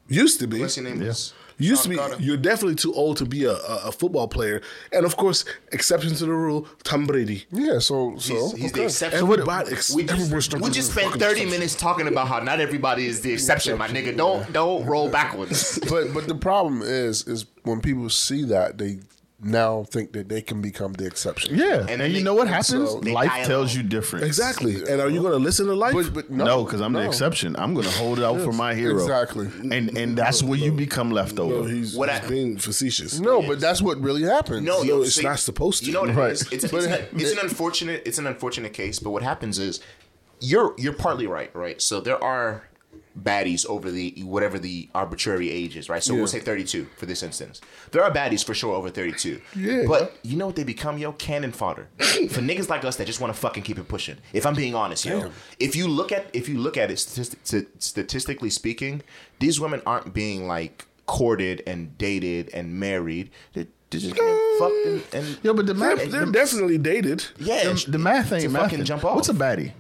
Used to be.
What's your name? is?
You used to be.
Sean Carter.
You're definitely too old to be a, a, a football player. And of course, exception to the rule, Tom Brady.
yeah, so so
He's, he's the
okay.
exception.
So what- Everybody- ex-
we just,
everyone's talking
we just
about
spent
fucking
thirty minutes talking about how not everybody is the exception, my nigga. Don't don't roll backwards.
but but the problem is is when people see that they now think that they can become the exception.
Yeah.
And
And,
then
you
they-
know what happens?
so- They
Life
dial
tells
up.
you different.
Exactly. And are you going to listen to life?
But, but no,
No, because I'm the
no.
exception. I'm gonna hold out for my hero.
Exactly.
And and that's where you become left
Bro,
over.
he's,
What
he's
I-
being facetious.
No, but that's what really happens.
No,
No,
yo,
it's
so
not supposed to.
You know what
Right.
it is? It's, it's,
But
an,
it-
it's an unfortunate. It's an unfortunate case. But what happens is, you're you're partly right, right? So there are baddies over the whatever the arbitrary age is, right? So we'll say 32 for this instance. There are baddies for sure over 32.
Yeah.
But you know what they become, yo? Cannon fodder
[LAUGHS]
for niggas like us that just want to fucking keep it pushing. If I'm being honest, yo, if you look at if you look at it statistic, statistically speaking, these women aren't being like courted and dated and married. They, they're just getting fucked and, and
Yo, but the
They're,
math,
they're
the,
definitely dated.
yeah,
the, the math
to
ain't
fucking
mathin'.
jump off.
What's a baddie?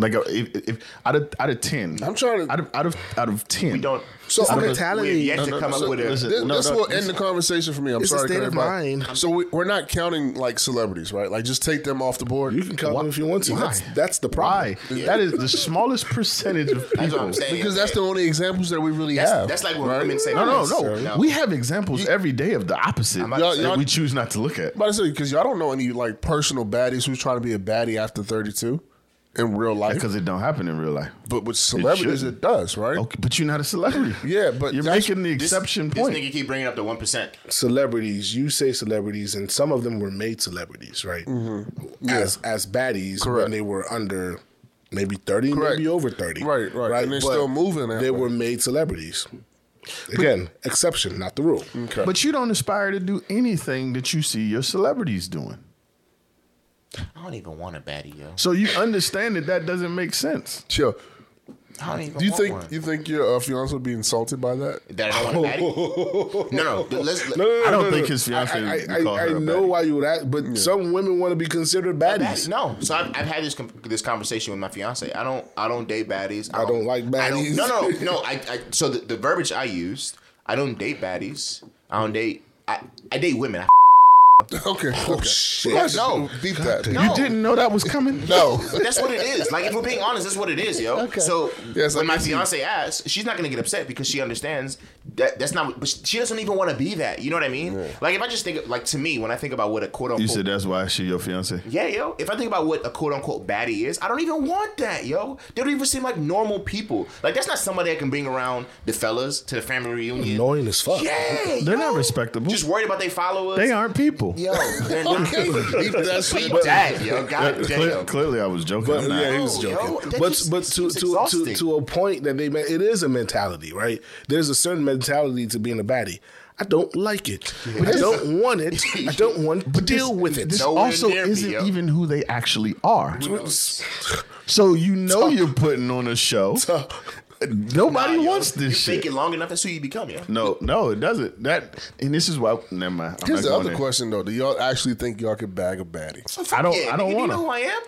Like uh, if, if out of out of ten,
I'm trying to-
out of out of out of ten.
We don't.
So
we're-
our mentality-
We're yet to come
so
up with a.
listen.
This,
No,
this
no,
will
it's-
end the conversation for me. I'm
it's a
sorry,
state of
everybody.
mind.
So we, we're not counting like celebrities, right? Like just take them off the board.
You can count them if you want to.
Why?
That's, that's the problem.
Why? That is the smallest percentage of
[LAUGHS] That's what
people.
I'm saying.
because that's the only examples that we really
That's,
have.
that's like when
right?
women say.
No, no,
necessarily.
no, We have examples every day of the opposite
about to
that
say- Y'all-
we choose not to look at.
I'm about to say because y'all don't know any like personal baddies who's trying to be a baddie after 32 in real life.
Because it don't happen in real life.
But with celebrities, it,
shouldn't.
does, right?
Okay, but you're not a celebrity.
Yeah, but
you're
that's-
making the exception
This
point.
nigga keep bringing up the one percent.
Celebrities, you say celebrities, and some of them were made celebrities, right? As as baddies
Correct.
when they were under maybe thirty,
Correct.
maybe over thirty,
Right, right. And they're still moving that
They
way.
were made celebrities. Again, exception, not the rule.
Okay.
but you don't aspire to do anything that you see your celebrities doing.
I don't even want a baddie, yo.
So you understand that that doesn't make sense.
Chill.
I don't even.
Do you
want
think
one.
you think your uh, fiance would be insulted by that? [LAUGHS]
that I don't want a baddie? no, no. th- Let's.
No, no, no,
I don't
no,
think
no.
his fiancée
I,
would
I,
call
I,
her
I
a
know
baddie.
why you would act, but some women want to be considered baddies.
Baddies. No, so I've, I've had this com- this conversation with my fiance. I don't I don't date baddies.
I don't like
I don't-
baddies.
no, no, no. I, I so the, the verbiage I used. I don't date baddies. I don't date. I, I date women. I
Okay.
Oh,
okay.
shit.
No. Beat that.
No.
You didn't know that was coming?
No.
But that's what it is. Like if we're being honest, that's what it is, yo. So
Yes,
when
I
my
can see.
fiance asks, she's not gonna get upset because she understands that that's not. But she doesn't even want to be that. You know what I mean? Like if I just think, like to me, when I think about what a quote
You
unquote,
said that's why she your fiance.
yeah, yo. If I think about what a quote unquote baddie is, I don't even want that, yo. They don't even seem like normal people. Like that's not somebody I can bring around the fellas to the family reunion.
Annoying as fuck.
Yeah,
They're
yo.
not respectable.
Just worried about their followers.
They aren't people.
Yo, they're not.
Beat that shit.
Beat that, yo. God
Cle-
damn.
clearly, I was joking.
But
I'm not.
yeah, he was
No, Oh, yo,
joking.
that
but
just
but to
seems
to, to
exhausting.
to a point that they ma- it is a mentality, right? There's a certain mentality to being a baddie. I don't like it.
[LAUGHS]
I don't want it. I don't want to deal with it.
This
No one
also
there,
isn't
yo.
even who they actually are. So you know you're putting on a show. Nobody
Nah, yo,
wants
you
this
fake
shit.
it long enough, that's who you become, yo.
No, no, it doesn't. That and this is why. Never mind. I'm
Here's
not
the
going
other
there.
question though. Do y'all actually think y'all could bag a baddie?
I don't.
Yeah,
I
nigga,
don't
do
want
You know who
to.
I am?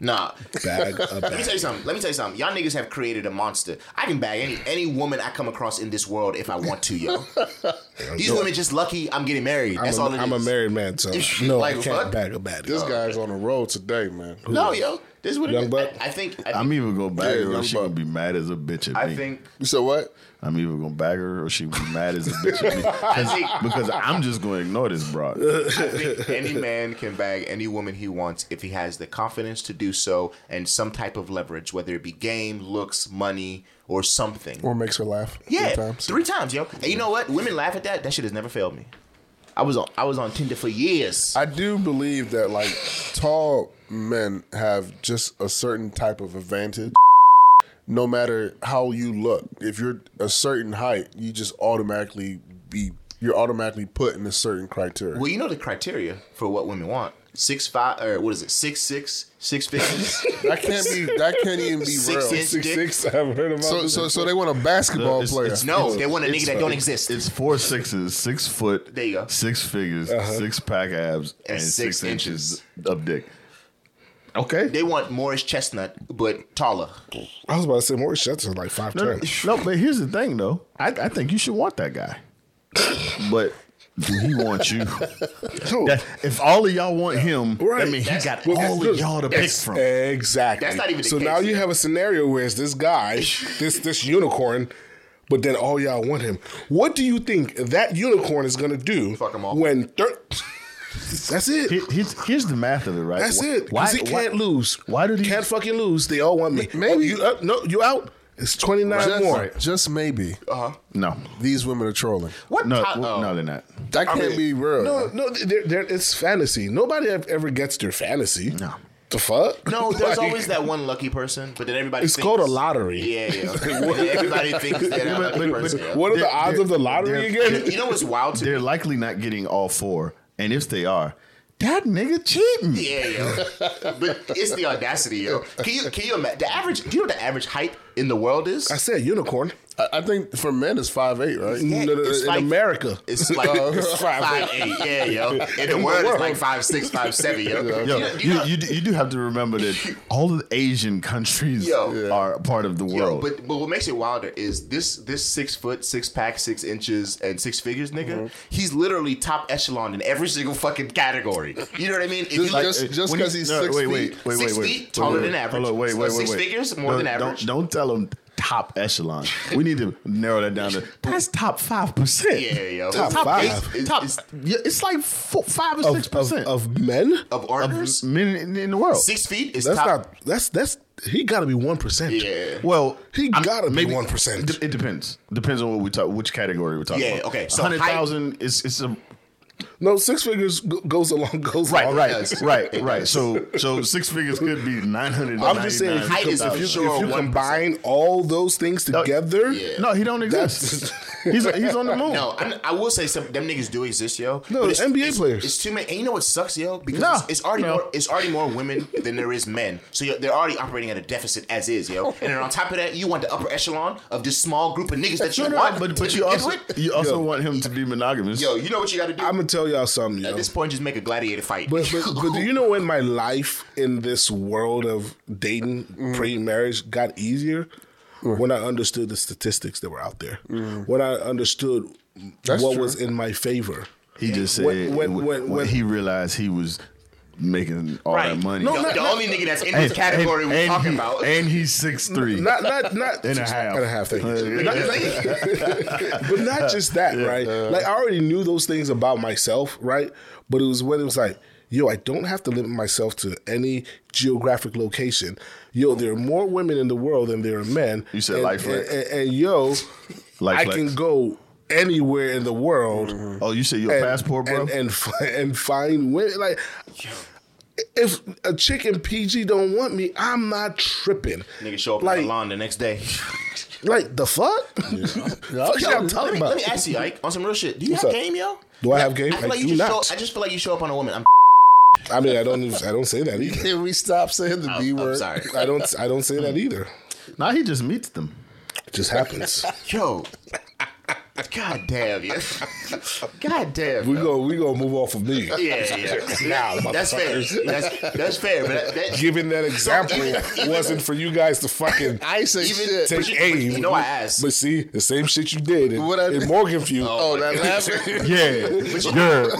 Nah.
Bag of
Let me tell you something. Let me tell you something. Y'all niggas have created a monster. I can bag any any woman I come across in this world if I want
[LAUGHS]
to, yo. These women just lucky I'm getting married.
I'm,
That's
a,
all it is.
I'm a married man, so no,
Like
I
what?
can't bag a baddie.
This guy's on the road today, man.
No, yo. This is what
Young
it is.
Buck?
I, I think. I
I'm
think,
even gonna bag
Yeah,
her,
young
or she
buck.
gonna be mad as a bitch at
I
me.
think.
You said what?
I'm either gonna bag her, or she gonna be mad as a bitch
[LAUGHS]
at me 'Cause-
think-
because I'm just gonna ignore this broad. [LAUGHS]
I think any man can bag any woman he wants if he has the confidence to do so and some type of leverage, whether it be game, looks, money, or something.
Or makes her laugh.
yeah,
sometimes.
three times, yo. And you know what? Women laugh at that. That shit has never failed me. I was on I was on Tinder for years.
I do believe that like tall men have just a certain type of advantage. No matter how you look, if you're a certain height, you just automatically be you're automatically put in a certain criteria.
well, you know the criteria for what women want. Six five or what is it? Six six six figures.
[LAUGHS]
That can't be that can't even be real.
Six inch dick.
Six, I've heard about
So
this.
so so they want a basketball
It's-
player.
it's-
No, they want a
It's-
nigga that don't exist.
It's four sixes, six foot,
There you go.
six figures,
Uh-huh.
six pack abs, and,
six
six,
inches.
inches of dick. Okay.
They want Morris Chestnut, but taller.
I was about to say Morris Shelton's like five
No,
ten.
no, but here's the thing, though. I, I think you should want that guy, but do he want you? That- if all of y'all want him,
Right.
that means he
That's-
got
well,
all
look,
of y'all to pick from.
Exactly.
That's not even the
so
case
now you
yet.
have a scenario where it's
[LAUGHS]
this guy, this this unicorn, but then all y'all want him. What do you think that unicorn is gonna do?
Fuck 'em all.
When thir- [LAUGHS] that's it.
Here- Here's, here's the math of it, right?
that's
Wh-
it. Because he can't lose.
why do these-
can't fucking lose? They all want me. Maybe you up? No, you out. It's twenty nine
just,
more.
just maybe
No,
these women are trolling.
What?
no,
ti- oh.
no, they're not.
That can't be real.
No, no, they're, they're, it's fantasy. Nobody ev- ever gets their fantasy.
No.
The fuck?
No, there's
[LAUGHS] Like,
always that one lucky person, but then everybody.
It's
thinks-
called a lottery.
Yeah,
[LAUGHS]
yeah. everybody thinks they're that lucky person. yeah.
What are the
They're-
odds
they're-
of the lottery
they're-
again?
You know what's wild
[LAUGHS]
to me?
They're likely not getting all four, and if they are, that nigga cheating.
Yeah, yo. but it's the audacity, yo. Can you can you imagine the average? Do you know what the average height in the world is?
I said unicorn.
I, I think for men it's five eight, right?
Yeah,
No, no, no,
it's
in
like-
America.
It's
[LAUGHS]
like
Oh,
it's
five,
five, eight. Yeah, yo. In the world, it's like five six, five seven, yo.
Yo,
You know- you
you,
know-
you, do- you do have to remember
[LAUGHS]
that all of the Asian countries
Yo.
are part of the
Yo,
world.
but but what makes it wilder is this this six foot six pack six inches and six figures nigga. He's literally top echelon in every single fucking category. You know what I mean? If you
Just-
look-
just- just
When you-
'cause he's
no,
six
wait,
feet.
wait, wait,
Six
wait, wait,
feet,
wait,
taller
wait.
than average.
Hold on, wait,
So
wait, wait,
six
wait.
figures, more
Don't-
than
Don't,
average.
don't tell them top
[LAUGHS]
echelon. we need to narrow that down to that's top five percent.
Yeah, yo.
top,
Top
five.
five.
It's, top,
It's-
yeah, it's like four, five or
Of,
six
of,
percent
of men?
of orders,
men in, in the world.
six feet is
That's
top.
not. That's that's. He got to be one percent.
Yeah.
Well,
He gotta be 1%.
It, de- it depends. Depends on what we talk, which category we're talking
Yeah,
about.
okay, so
hundred thousand is it's a
No, six figures go- goes along. [LAUGHS] Goes
right,
along.
right, [LAUGHS] right, right. So, so six figures could be nine hundred.
I'm just saying, if
Height
you,
is
com-
for
if
Oh,
you,
sure
if you
1%.
combine all those things
[LAUGHS]
together,
Yeah.
No, he don't exist. [LAUGHS] he's he's on the moon.
No, I'm, I will say some. Them niggas do exist, yo.
No,
But it's-
NBA
it's-
players.
It's too many. And you know what sucks, yo? Because
Nah,
it's, it's already
no.
more, it's already more women than there is men. So yo, they're already operating at a deficit as is,
[LAUGHS]
yo. And then on top of that, you want the upper echelon of this small group of niggas that you
No, no,
want.
but
to
but you
begin
also
with.
you also want him to be monogamous.
yo, you know what you got to do.
I'm gonna tell y'all something. Yo.
at this point, just make a gladiator fight. [LAUGHS]
But, but, but do you know when my life in this world of dating
Mm.
pre-marriage got easier? When I understood the statistics that were out there,
Mm.
when I understood what
true.
was in my favor.
he just said
When-
when,
when- when- when-
he realized he was making all
right?
that money.
No,
Yo,
the only nigga that's in this
and-
category
and-
we're
and
talking
he-
about.
and he's six three
Not, not, not
and a half.
and a half. Thank you.
Uh, [LAUGHS]
but not just that, right? like I already knew those things about myself, right? But it was when it was like, yo, I don't have to limit myself to any geographic location. Yo, there are more women in the world than there are men.
You said
and,
life
and,
flex.
and, and yo,
Life
I
flex.
can go anywhere in the world.
Oh, you said your
and-
passport, bro.
and and, fi- and find women like. If a chick in PG don't want me, I'm not tripping.
Nigga show up on
like,
the lawn the next
[LAUGHS]
day.
like the fuck? fuck
Yo,
[LAUGHS] y'all
let,
talking
me,
about?
let me ask you, Ike, on some real shit. Do you
What's
have
up?
game, yo?
Do I have game?
I, feel
I
like
do
you just
not.
Show, I just feel like you show up on a woman. I'm
I mean, I don't. even- I don't say that either. [LAUGHS]
Can we stop saying the B
I'm
word?
sorry.
I don't. I don't say that either.
now he just meets them.
It just happens.
Yo. God damn, yes. God damn.
[LAUGHS] We go. We gonna move off of me.
Yeah,
[LAUGHS]
yeah.
Now,
That's fair. That's, that's fair. But that, that,
Giving that example wasn't for you guys to fucking
I ain't say
Even-
shit.
take
but you- but
aim.
you know I asked.
But see, the same shit you did. It,
What I-
it more confused.
oh, that laughing.
[LAUGHS] Yeah.
you,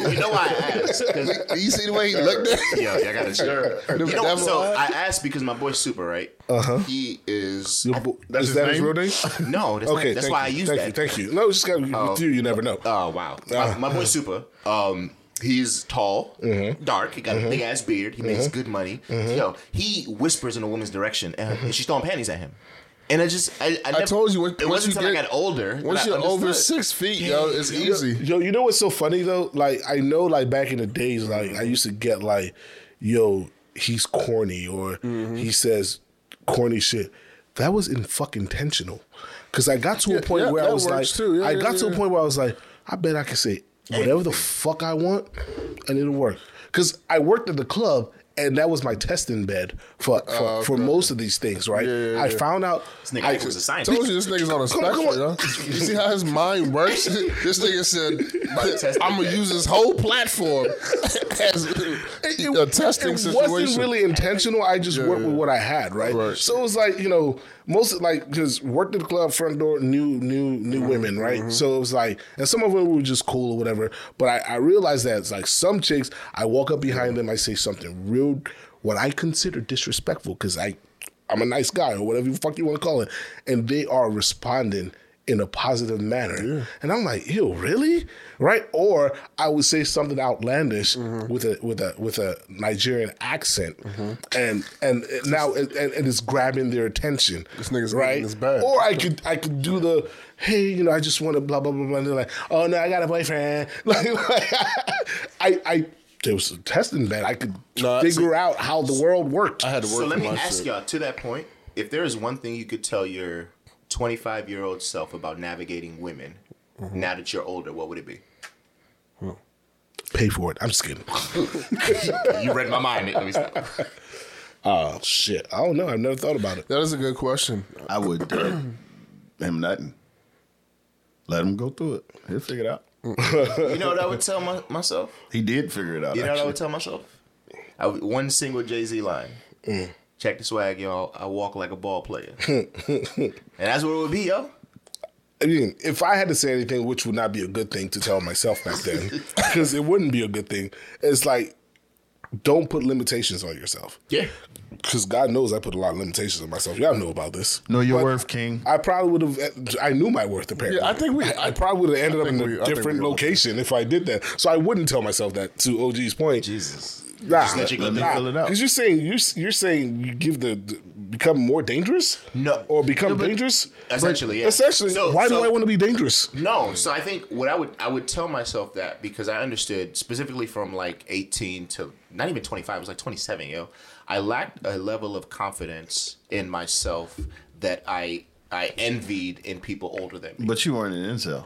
Yeah.
you know why I asked?
[LAUGHS]
'Cause-
you see the way he looked at
Yeah, I got it. You know,
devil
so
eyes.
I asked because my boy Super, right? Uh huh. He is.
Uh-huh. Your bo-
that's
is
his
that his
name?
real name?
No, that's,
Okay,
not, that's
thank
why I
you,
use
thank
that.
You, thank you. No, it's just got with you. You never know.
Oh wow!
Ah.
My, my boy Super, um, he's tall,
Mm-hmm.
dark. He got a big ass beard. He makes good money. Yo, he whispers in a woman's direction, and, and she's throwing panties at him. And I just, I, I, never,
Mm-hmm. told you, when-
it
once
wasn't
you
until I
get-
got older. that
Once
I
you're over
understood.
six feet, yo, it's
Yo-
easy.
Yo, you know what's so funny though? Like I know, like back in the days, like I used to get like, yo, he's corny or
Mm-hmm.
he says corny shit. That was in fucking intentional, because I got to a point
yeah,
where I
that
was like,
works too. Yeah,
I
yeah,
got to a
yeah.
point where I was like, I bet I can say whatever the fuck I want, and it'll work. Because I worked at the club. And that was my testing bed for for,
Oh,
for most of these things, right? I found out
This nigga
I-
was a
I
scientist.
told you this nigga's on a
Come on,
spectrum,
come
yo. You see how his
[LAUGHS]
mind works? This nigga said,
testing
I'm going to use this whole platform [LAUGHS] as a testing
it wasn't
situation.
really intentional. I just worked with what I had, right?
Right.
So it was like you know, most like because worked at the club front door, new new new
Mm-hmm.
women, right? So it was like, and some of them were just cool or whatever. But I, I realized that it's like some chicks, I walk up behind them, I say something real, what I consider disrespectful, because I, I'm a nice guy or whatever you fuck you want to call it, and they are responding in a positive manner. And I'm like, ew, really? Right? Or I would say something outlandish
Mm-hmm.
with a with a with a Nigerian accent, and and it- now it, and, and it's grabbing their attention. This
nigga's
right.
eating his bag.
Or I could I could do the hey, you know, I just want to blah blah blah blah. And they're like, oh no, I got a boyfriend. [LAUGHS] Like, like, I I. There was a testing that I could
No, I-
figure out how the world worked.
I had to work
So let
for
me
my
ask
shit.
y'all to that point: if there is one thing you could tell your 25 year old self about navigating women,
Mm-hmm.
now that you're older, what would it be?
Pay for it. I'm just kidding.
You read my mind. Let me stop.
Oh shit! I don't know. I've never thought about it.
That is a good question.
I would uh, [CLEARS THROAT] him nothing. Let him go through it. He'll figure it out.
You know what I would tell my, myself?
He did figure it out.
You know what I
actually.
would tell myself? Mm. I would- one single Jay Z line. Check the swag, y'all. I walk like a ball [LAUGHS] player, and that's what it would be, yo.
I mean, if I had to say anything, which would not be a good thing to tell myself back then,
[LAUGHS]
because it wouldn't be a good thing. It's like, don't put limitations on yourself.
Yeah.
Because God knows I put a lot of limitations on myself. Y'all know about this.
Know your worth, King.
I probably would have. I knew my worth apparently.
Yeah, I think we-
I, probably would have ended up in
think
a
we- I think
different
we all-
location if I did that. So I wouldn't tell myself that. To OG's point,
Jesus.
nah,
let you go
there. Fill it out.
Because you're saying you're you're saying you give the, the- become more dangerous.
No.
or become dangerous.
Essentially, yeah.
Essentially,
So-
why
so-
do I want to be dangerous?
No, so I think what I would I would tell myself that because I understood specifically from like 18 to not even 25, it was like 27, yo. I lacked a level of confidence in myself that I I envied in people older than me.
But you weren't an incel.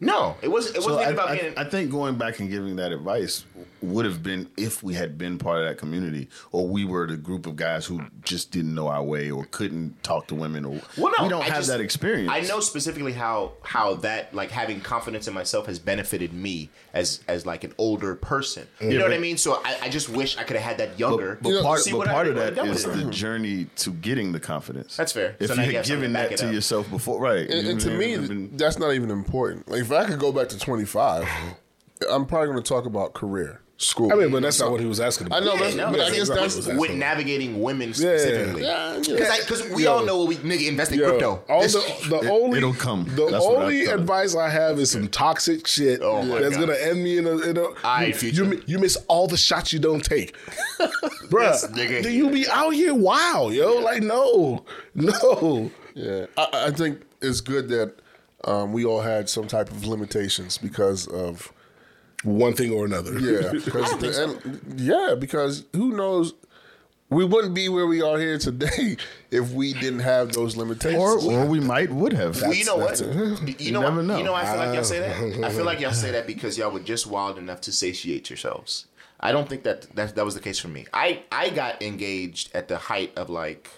No, it wasn't it
So
wasn't
I,
even about
I-
being
I think going back and giving that advice would have been if we had been part of that community, or we were the group of guys who just didn't know our way, or couldn't talk to women, or
Well, no,
we don't
I
have
just-
that experience.
I know specifically how how that like having confidence in myself has benefited me as as like an older person. You know what I mean? So I, I just wish I could have had that younger.
Mm-hmm. But part,
See
but
what I-
part of
what I
that
done with
is
it.
the journey to getting the confidence.
That's fair.
If
So now
you had
you have something
given
to back
that
it
to
up.
yourself before, right?
And,
you
and
know
to
what I
me,
mean? It would've been-
that's not even important. Like, if I could go back to 25, I'm probably going to talk about career, school.
I mean, but that's not what he was asking. About.
I know, that's-
Yeah, no,
but I guess
exactly
that's.
what
with navigating women specifically.
Yeah, yeah.
Because we all know what we nigga invest in
Yo,
crypto.
All
This- [LAUGHS]
the, the
It-
only
it'll come.
The
That's what I'm
only
telling you.
advice I have is some toxic shit
Oh my
that's
God.
gonna end me in a. In a
Aye,
you,
future.
you mi- you miss all the shots you don't take, bruh.
nigga.
Do you be out here? Wow, yo, like no, no.
Yeah, I, I think it's good that um, we all had some type of limitations because of
One thing or
[LAUGHS]
another.
[LAUGHS] yeah, because and, yeah, because who knows. We wouldn't be where we are here today [LAUGHS] if we didn't have those limitations.
or or we might would have.
Well, you know what?
[LAUGHS]
You know,
never
what-
know.
you know, why I feel like y'all say that. I feel like y'all say that because y'all were just wild enough to satiate yourselves. I don't think that that, that was the case for me. I, I got engaged at the height of like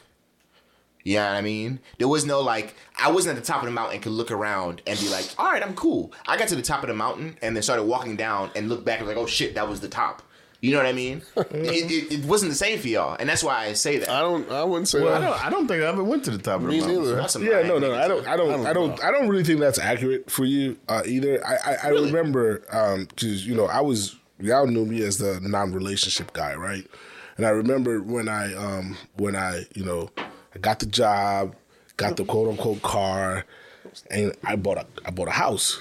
You know what I mean? There was no like I wasn't at the top of the mountain could look around and be like, all right, I'm cool. I got to the top of the mountain and then started walking down and looked back and was like, oh shit, that was the top. You know what I
[LAUGHS]
mean? it, it, it wasn't the same for y'all, and that's why I say that.
I don't. I wouldn't say
Well, I
that.
don't. I don't think I ever went to the top of
Me
the mountain.
neither.
That's a
Yeah,
mind
no, no, I don't, I don't, I don't, I
don't
don't, really think that's accurate for you uh, either. I, I, I remember
um,
because you know I was y'all knew me as the non-relationship guy, right? And I remember when I, um, when I, you know, I got the job, got the quote unquote car, and I bought a, I bought a house.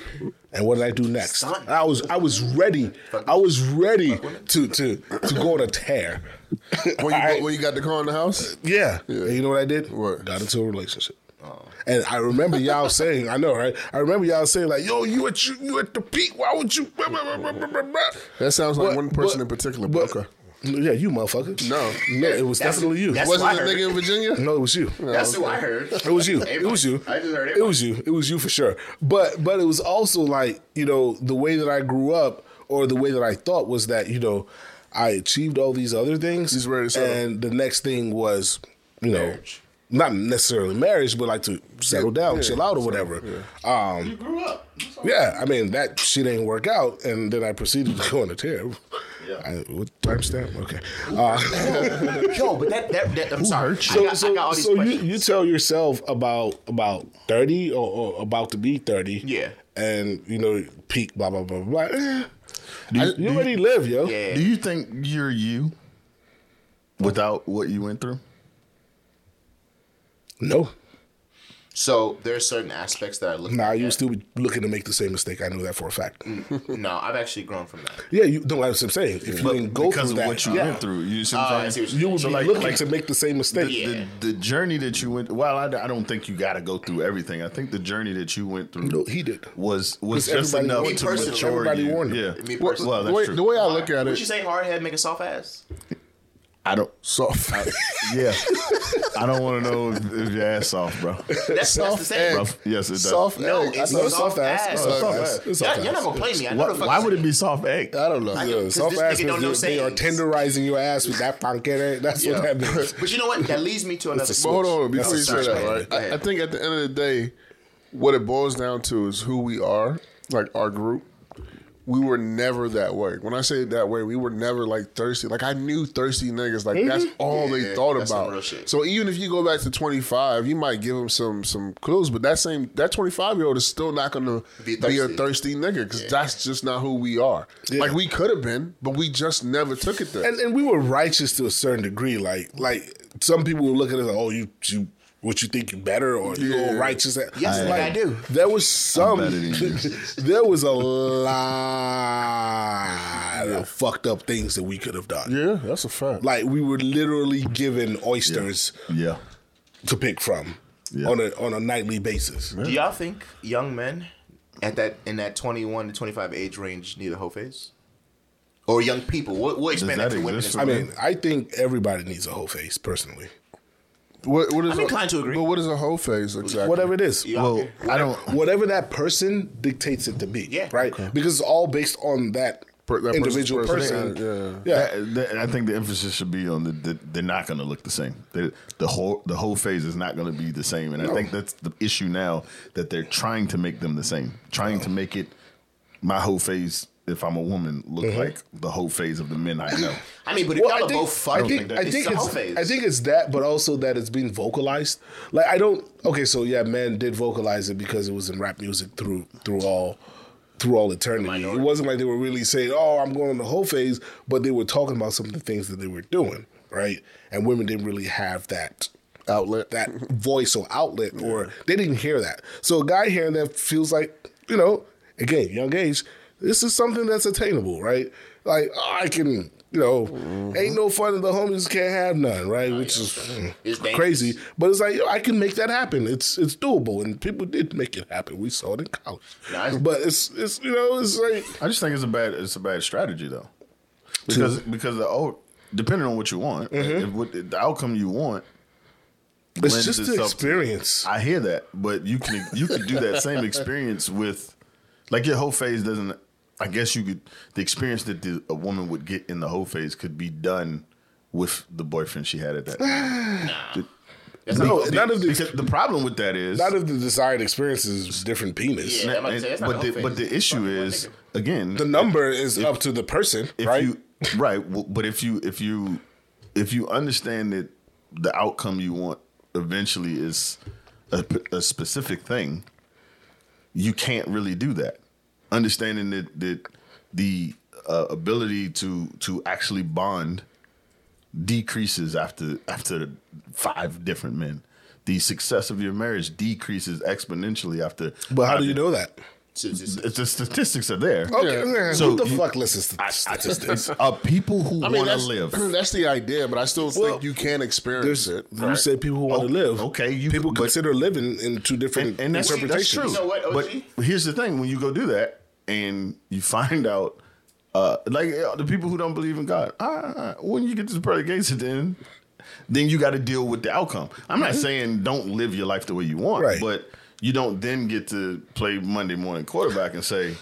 And what did I do next?
Son.
I was, I was ready, I was ready to to to go on a tear.
[LAUGHS]
[LAUGHS]
When you,
I-
when you got the car in the house,
yeah. And you know what I did?
What? Oh.
Got into a relationship. And I remember y'all saying, I know, right? I remember y'all saying like, "Yo, you at you, you at the peak? Why would you?" Blah, blah, blah, blah, blah, blah.
that sounds like
But-
one person
but-
in particular. But,
But,
okay.
Yeah, you motherfucker.
No.
no, it was
That's-
definitely you.
that's
Wasn't-
why-
Wasn't it nigga in Virginia?
no, it was you.
That's who I heard.
It was you. It was you.
I just heard it.
It was you. It was you for sure. But but it was also like you know the way that I grew up or the way that I thought was that you know I achieved all these other things.
He's ready to settle.
and the next thing was you know
Marriage.
not necessarily marriage, but like to settle down, chill out, or whatever. Um,
You grew up.
yeah, I mean that shit ain't work out, and then I proceeded to go on a tear. I, what timestamp? Okay.
[LAUGHS]
Uh,
Yo, but that that, that I'm sorry.
hurt you?
I
so
got, I got all
so,
these
so you,
questions.
you tell yourself about about thirty or, or about to be thirty.
Yeah.
And you know peak blah blah blah blah. Eh, I- you already live, yo.
Yeah.
Do you think you're you without what you went through?
No.
So there are certain aspects that I look.
Nah, you still be looking to make the same mistake. I know that for a fact.
No, I've actually grown from that.
[LAUGHS] Yeah, you don't what I'm saying. If you didn't go
Because
through
of
that,
what you
yeah,
went through. You see
Oh,
what
I
I'm
see what
saying?
you're
you would be
So, like-
looking
like-
to make the same
The,
mistake.
the, the journey that you went well I, I don't think you got to go through everything i think the journey that you went through
No, he did.
was was
Because
just
everybody
enough
warned
to
him. Me personally,
mature
everybody
you.
warned him.
yeah
Me
well,
personally.
well,
the
that's
way,
true.
the way I look at
Would you
it,
say hard head make a soft ass?
i don't
[LAUGHS] soft.
yeah i don't want to know if, if your ass off bro
That's, that's the same.
Rough. yes it does
soft
No,
egg.
it's
I know
soft, ass.
It's
soft
soft
ass.
ass. It's soft
Y'all, y'all
ass.
not gonna play me. I know
Why-
the fuck
why would it be soft egg
I don't know.
I-
Yeah,
'cause
soft
this
ass
nigga
means
don't know
they, they are
sayings.
tenderizing your ass with that pancake. That's what that
[LAUGHS]
means.
But you know what? That leads me to another.
a
But hold on,
That's
before
a
you say
search,
that,
man.
right?
Go ahead.
I, I think at the end of the day, what it boils down to is who we are, like our group. We were never that way. When I say that way, we were never like thirsty. Like I knew thirsty niggas. Like that's all
Yeah,
they thought
that's some real
about.
shit.
So even if you go back to twenty five, you might give them some some clues. But that same that twenty five year old is still not going to
Be
be, a
thirsty.
thirsty nigga because that's just not who we are. Like we could have been, but we just never took it there.
And and we were righteous to a certain degree. Like like some people would look at us like, oh, you you what you think you better or you're all righteous. at-"
Yes, I-
like,
I do.
There was some.
better than you.
[LAUGHS] there was a lot of fucked up things that we could have done.
yeah, that's a fact.
Like we were literally given oysters
yeah
to pick from
Yeah.
on a on a nightly basis.
Do y'all think young men at that in that twenty one to twenty five age range need a whole face? Or young people? What will expand that,
that
to women?
exist
as
for
I
well.
mean, I think everybody needs a whole face, personally.
What, what is
I'm
a-
inclined to agree.
But what is a whole phase exactly?
Whatever it is.
Yeah.
well i don't
whatever that person dictates it to be.
Yeah.
Right? Because it's all based on that,
Per- that person's
individual person.
personality, yeah.
Yeah.
That- that- I think the emphasis should be on the, the they're not going to look the same. They, the whole the whole phase is not going to be the same, and I think that's the issue now that they're trying to make them the same, trying to make it my whole phase. If I'm a woman, look like the whole phase of the men I know.
Mm-hmm. I mean, but if
Well,
y'all
I
are
think,
both
I
fucking,
think, I think
it's a whole
it's,
phase.
I think it's that, but also that it's being vocalized. Like I don't. Okay, so yeah, man did vocalize it because it was in rap music through through all through all eternity. It wasn't like they were really saying, "Oh, I'm going on the whole phase," but they were talking about some of the things that they were doing, right? And women didn't really have that
Outlet.
that voice or outlet, or they didn't hear that. So a guy hearing that feels like, you know, again, young age, this is something that's attainable, right? Like oh, I can, you know,
Mm-hmm.
ain't no fun if the homies can't have none, right?
Oh,
Which is mm,
It's dangerous.
crazy, but it's like yo, I can make that happen. It's it's doable, and people did make it happen. We saw it in college,
Nah, it's-
but it's it's you know it's like
I just think it's a bad it's a bad strategy though, because because the old depending on what you want, if what, if the outcome you want.
Mm-hmm. it's
lends
just the
itself to-
experience.
I hear that, but you can you could do that same experience with like your whole phase doesn't. I guess you could the experience that the, a woman would get
[SIGHS]
in the whole phase could be done with the boyfriend she had at that. time.
That's
No,
not,
none of the-
because the problem with that is
Not if the desired experience is different penis.
Yeah. I'm about to say, that's not
but
the
the,
whole
but
thing.
the issue is again
The number is up to the person,
if
right?
you right w- but if you if you if you understand that the outcome you want eventually is a, p- a specific thing you can't really do that understanding that that the uh, ability to to actually bond decreases after after five different men the success of your marriage decreases exponentially after
but how do you know that?
it's- it's-
the, the statistics are there
Okay, man,
So
who the
you-
fuck listens to
[LAUGHS]
statistics?
are people who
I
want to
mean, that's,
live
[CLEARS THROAT] that's the idea, but I still
Well,
think you can experience
There's,
it.
You say people who want to live.
okay, you-
people
but-
consider living in two different
and, and that's, that's
interpretations.
true.
You know what, OG?
But here's the thing: when you go do that, and you find out, uh, like uh, the people who don't believe in God, uh, when you get to the pearly gates, then then you got to deal with the outcome. I'm not saying don't live your life the way you want,
Right.
but you don't then get to play Monday morning quarterback and say,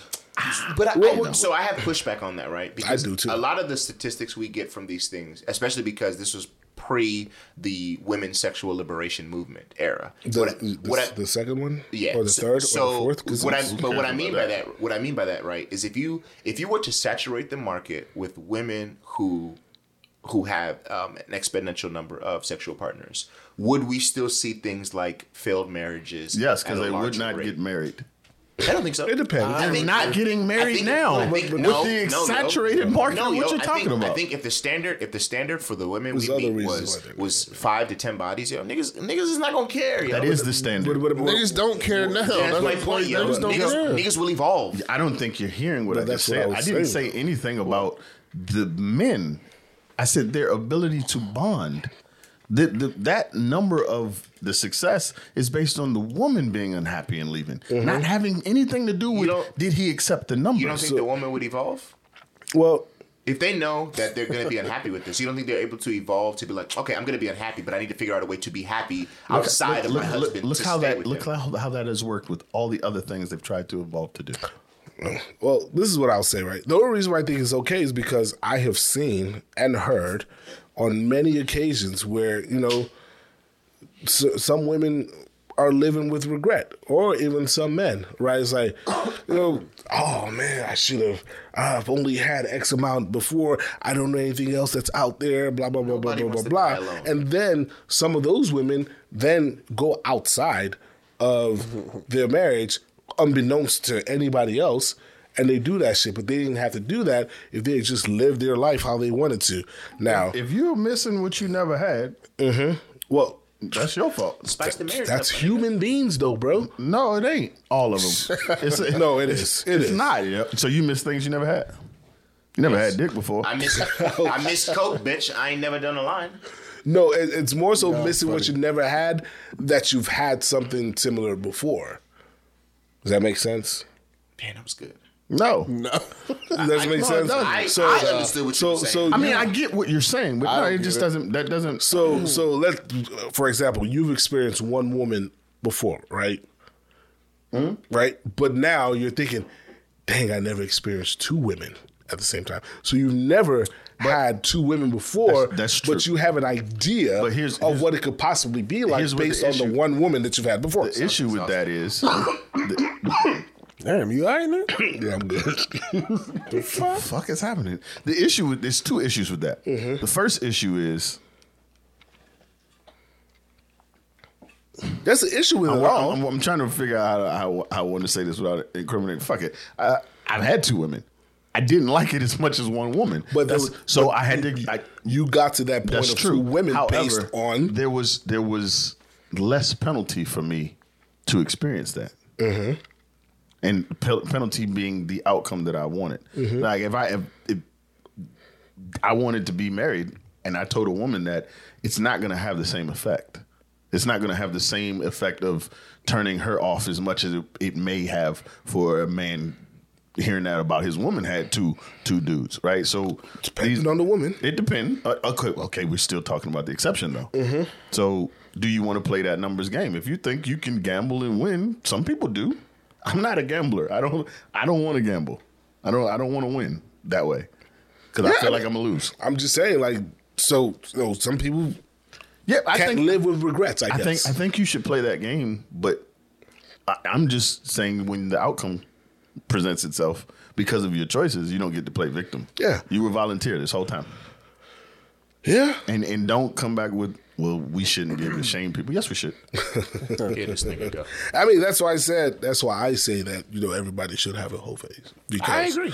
But I, I- so I have pushback on that, right? Because
do, too.
A lot of the statistics we get from these things, especially because this was pre the women's sexual liberation movement era.
The,
What I-
the,
what I-
the second one,
yeah,
or the
so-
third,
so
or the fourth. 'Cause
what I,
it's-
but what I mean by
about
that, what I mean by that, right, is if you if you were to saturate the market with women who who have um, an exponential number of sexual partners, would we still see things like failed marriages?
"Yes,"
at
because
a
they would
larger
not
rate?
get married.
I don't think so.
It depends.
I
They're
think-
not
I-
getting
I
married
think-
now.
I think-
With
no,
the
no, yo.
saturated market,
No,
what
yo,
you're
I
talking
think- I
about.
think if the standard, if the standard for the women we
There's other
meet
reasons
was
why they-
was five to ten bodies, yo, niggas, niggas is not gonna care. Yo.
That is the standard.
but- but- but-
They just don't care now.
Yeah, that's
That's
my
the
point.
They
yo.
just don't
Niggas,
care.
niggas will evolve.
I don't think you're hearing what I
that's
just
what I
said. I,
was
didn't
saying.
say anything about the men. I said their ability to bond. The, the, that number of the success is based on the woman being unhappy and leaving, not having anything to do with
don't-
did he accept the number.
You don't think the woman would evolve?
well,
If they know that they're going to be unhappy with this, you don't think they're able to evolve to be like, okay, I'm going to be unhappy, but I need to figure out a way to be happy outside of my husband.
look
to
how
stay
that
with
look
him.
how, how that has worked with all the other things they've tried to evolve to do.
[CLEARS THROAT] well, this is what I'll say. Right, the only reason why I think it's okay is because I have seen and heard on many occasions where you know s some women are living with regret, or even some men. Right, it's like [CLEARS THROAT] you know, oh man, I should have. I've only had X amount before. I don't know anything else that's out there. Blah blah blah
Nobody
blah
wants
blah
to die
blah blah.
alone.
And and then some of those women then go outside of their marriage, unbeknownst to anybody else, and they do that shit. But they didn't have to do that if they had just lived their life how they wanted to. Now,
If you're missing what you never had,
well,
Mm-hmm. that's your fault.
Spice the marriage.
that's
up.
human beings, though, bro.
No, it ain't all of [LAUGHS] them. It's,
No, it is. It
it's
is
not. yeah. So you miss things you never had. You never had dick before.
I
[LAUGHS]
miss I miss coke, bitch. I ain't never done a line.
No, it, it's more so missing what you never had that you've had something similar before. Does that make sense?
Man, that was good.
no.
[LAUGHS]
Does that make
no, it
sense?
doesn't.
I,
So,
I
uh,
understood what you
so-
were saying.
so
I mean, I get what you're saying, but no,
don't
it
get
just
it.
doesn't. That doesn't.
So so let for example, you've experienced one woman before, right?
Mm-hmm.
Right? But now you're thinking, dang, I never experienced two women at the same time. So you've never had two women before,
That's- that's
but
true.
you have an idea
But here's-
of
here's-
what it could possibly be like
here's what the
based on the
issue-
one woman that you've had before.
the issue with that is, the,
Damn, you all right now?
[CLEARS THROAT] yeah, I'm good.
what [LAUGHS] the fuck is happening? The issue with there's two issues with that. The first issue is
That's the issue with it
I'm,
all.
I'm, I'm trying to figure out how, how, how I want to say this without incriminating. Fuck it. I, I've had two women. I didn't like it as much as one woman.
But
that's
there was-
so
but
I had to. I,
you got to that point
That's
of
true.
two women based on
there was there was less penalty for me to experience that, mm-hmm. and pe- penalty being the outcome that I wanted.
Mm-hmm.
Like if I if, if I wanted to be married, and I told a woman that it's not going to have the same effect. It's not going to have the same effect of turning her off as much as it, it may have for a man hearing that about his woman had two two dudes, right? So
depending on the woman.
it depends. Uh, okay, okay, we're still talking about the exception though. So, do you want to play that numbers game? If you think you can gamble and win, some people do. I'm not a gambler. I don't. I don't want to gamble. I don't. I don't want to win that way because I
Yeah.
feel like I'm gonna lose.
I'm just saying, like, so, so some people
Yeah, I
can't
think-
live with regrets. I,
I
guess.
think I think you should play that game, but I, I'm just saying when the outcome presents itself because of your choices, you don't get to play victim.
Yeah.
you were volunteer this whole time,
yeah.
and and don't come back with well, we shouldn't be able to shame people. Yes, we should.
Here this nigga go.
I mean, that's why I said. That's why I say that you know everybody should have a whole face. Because
I agree.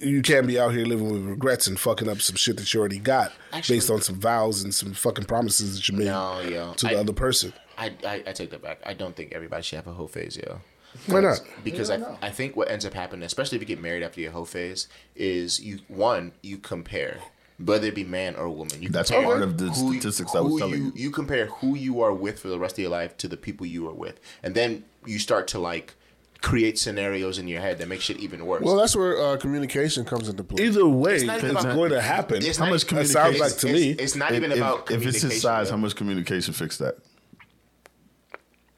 You can't be out here living with regrets and fucking up some shit that you already got based on some vows and some fucking promises that you made
No, yo.
to
I-
the other person.
[LAUGHS] I, I, I take that back. I don't think everybody should have a whole phase, yo.
Why not?
Because I, I think what ends up happening, especially if you get married after your whole phase, is you one you compare whether it be man or woman. You
That's
compare
part of the
who you-
statistics I was
who
telling you.
You compare who you are with for the rest of your life to the people you are with, and then you start to like create scenarios in your head that make shit even worse.
[COUGHS] Well, that's where uh, communication comes into play.
Either way,
not
it's,
even about-
going to happen.
It's
How
not
much
even-
It sounds
communication-
like to
it's-
me.
it's not even
If-
about
if, it's his
communication,
size,
yo.
how much communication fix that?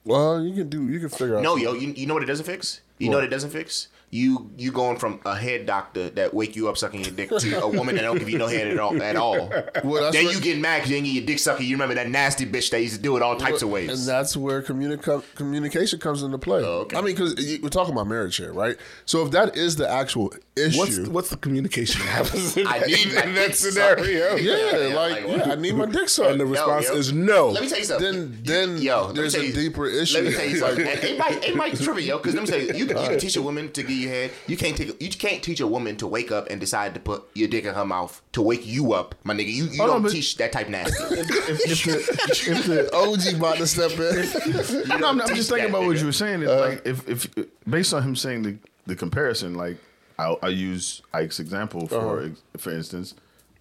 Well, you can do. You can figure out.
No, yo, you, you know what it doesn't fix? You know what it doesn't fix? You you going from a head doctor that wake you up sucking your dick
[LAUGHS]
to a woman that don't give you no head at all. At all.
Well, that's
then
what-
you get mad because you ain't get your dick sucking. You remember that nasty bitch that used to do it all types of
And
ways.
that's where communi- communication comes into play.
Oh, okay.
I mean, because we're talking about marriage here, right? So if that is the actual issue,
What's what's
[LAUGHS]
the communication that happens in,
I
[LAUGHS]
need
that- in
my
that
dick
scenario?
sucked.
yeah,
yeah,
like,
like,
yeah, I need my dick sucked.
And the response
yo.
is no.
Let me tell you something.
Then- then
let me
there's
tell
a
you-
deeper issue.
Let me tell you something. And it might, it might trip you, yo. Because let me tell you, you, you can teach a woman to give you head. You can't take, you can't teach a woman to wake up and decide to put your dick in her mouth to wake you up, my nigga. You, you
Hold on,
don't
but-
teach that type nasty.
If the, [LAUGHS] if the,
OG about to
[LAUGHS]
step in.
I know, I'm, I'm just
Teach
thinking
that
about what
nigga.
you were saying. It's like if, if based on him saying the, the comparison, like I'll, i use Ike's example for ex for instance,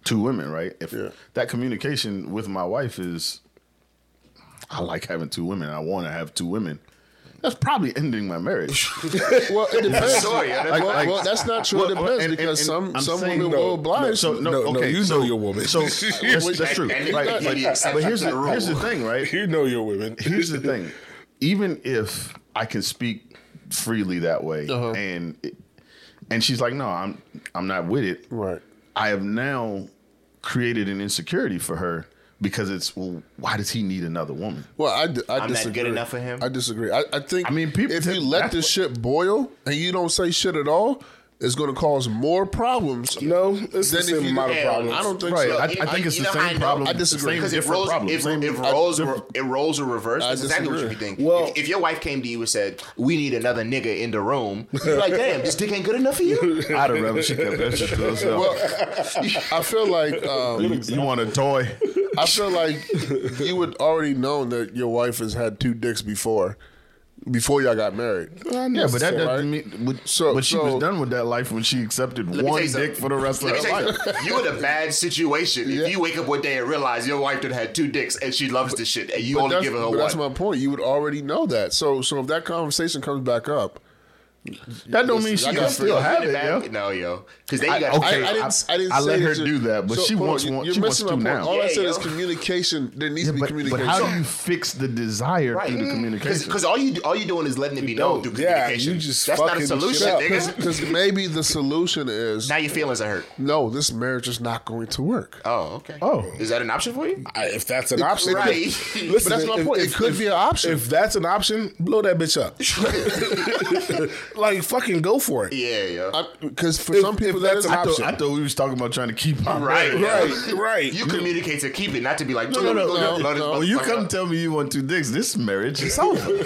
two women, right? If
Yeah.
that communication with my wife is, I like having two women. I want to have two women. That's probably ending my [LAUGHS] marriage.
well, it depends.
Sorry, yeah, that's
well,
like-
well, that's not true. it
Well,
depends
and-
because
and-
some
and I'm
some
saying
women
no.
will oblige.
So no,
no,
okay,
you
so-
know your woman.
[LAUGHS]
So that's, that's true,
And- and-
right?
and-
But, but here's the here's the thing, right?
[LAUGHS]
You know your women.
[LAUGHS] here's the thing even if i can speak freely that way
Uh-huh.
and it, and she's like no i'm i'm not with it
Right.
i have now created an insecurity for her because it's well why does he need another woman
Well, I, d- I
I'm not good
disagree.
enough for him.
I disagree. I, I think.
I mean, people-
if you let
that's
this shit boil and you don't say shit at all, it's going to cause more problems.
No, it's the
Then if
same
you-
amount of
Yeah,
problems.
I don't think
right
so.
I, I
you-
think
you-
it's
you
the
know how I
same
know?
problem
I disagree.
same
Because if
different
roles,
problem
if,
same
if roles were
different-
if roles were reversed,
I
that's exactly what you
disagree.
would think.
Well-
if, if your wife came to you and said, "We need another nigga in the room," you're like, "Damn, this dick ain't good enough
[LAUGHS]
for you."
I'd have rather she kept that shit to herself.
Well, I feel like um,
you, you want a toy?
I feel like you would already known that your wife has had two dicks before, before y'all got married.
Yeah, but that
so,
doesn't
right?
mean. But,
So-
but she
so-
was done with that life when she accepted
Let me
one
tell you
dick
something.
for the rest of
Let me
her
tell you
life.
something. You in a bad situation if you wake up one day and realize your wife done had two dicks and she loves this shit and you
But
only
that's,
give her
but
one.
that's my point. You would already know that. So, so if that conversation comes back up,
That don't mean
Listen, I
she
got
can still
free-
have
In
it,
a bad-
yo.
No, yo, because then you got
okay.
I, I
I-
didn't. I didn't.
I let
say that
her
you-
do that, but she
hold
wants
you-
one-
You're
she wants
missing my
two
point.
now.
All I
Yeah,
said
yo.
is communication. There needs to be
But, but
communication.
how do you fix the desire
Right, Mm.
through the communication?
Because all you do- all you doing is letting it be known through
don't. Yeah,
communication.
you just
that's not
fucking
a
shit
solution,
up.
nigga.
Because maybe the solution is
Now your feelings are hurt.
no. This marriage is not going to work.
Oh, okay.
Oh.
is that an option for you?
I, if that's an option,
right.
Listen,
But that's my
if-
point.
if-
it could
if-
be an option.
If that's an option, blow that bitch up. [LAUGHS] like fucking go for it.
Yeah, yeah.
Because for
If-
some people,
if
that
that's an
is
I,
option.
thought, I thought we was talking about trying to keep on
Right,
Right, right.
You communicate to keep it, not to be like,
No, no, no, no.
no, no,
When you come tell me you want two dicks, this marriage is over.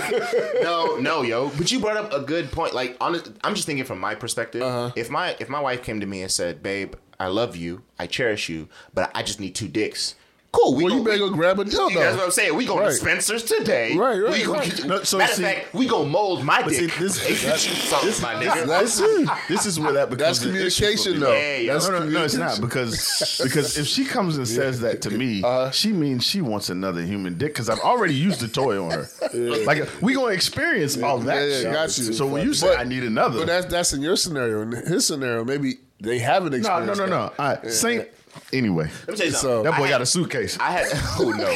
no, no, yo. But you brought up a good point. Like, honest, I'm just thinking from my perspective.
Uh-huh.
If my if my wife came to me and said, "Babe, I love you, I cherish you, but I just need two dicks." Cool. We
well, you
gonna-
better go grab a dildo.
That's what I'm saying. We going
Right.
to Spencer's today.
Right, right,
We gonna
right.
get-
No, so
matter
see-
of fact, we gonna mold my dick.
see, this-
[LAUGHS] Hey,
that-
you suck, my nigga.
This is, this is where that becomes
That's
an issue for
communication,
me.
though.
Yeah, yeah.
That's
No, no, no, it's not
communication.
because [LAUGHS] because if she comes and says that to me,
Uh-huh.
she means she wants another human dick because I've already used the toy on
[LAUGHS]
her. Like we gonna experience all that.
Yeah, yeah,
shit.
got you.
So when you say
But-
I need another,
But that's that's in your scenario. In his scenario, maybe they haven't
no, no,
experienced.
no, no. All
that.
right, same. Anyway,
Let me tell you
So-
something.
that boy
I
got
had- [LAUGHS]
a suitcase.
I had oh no,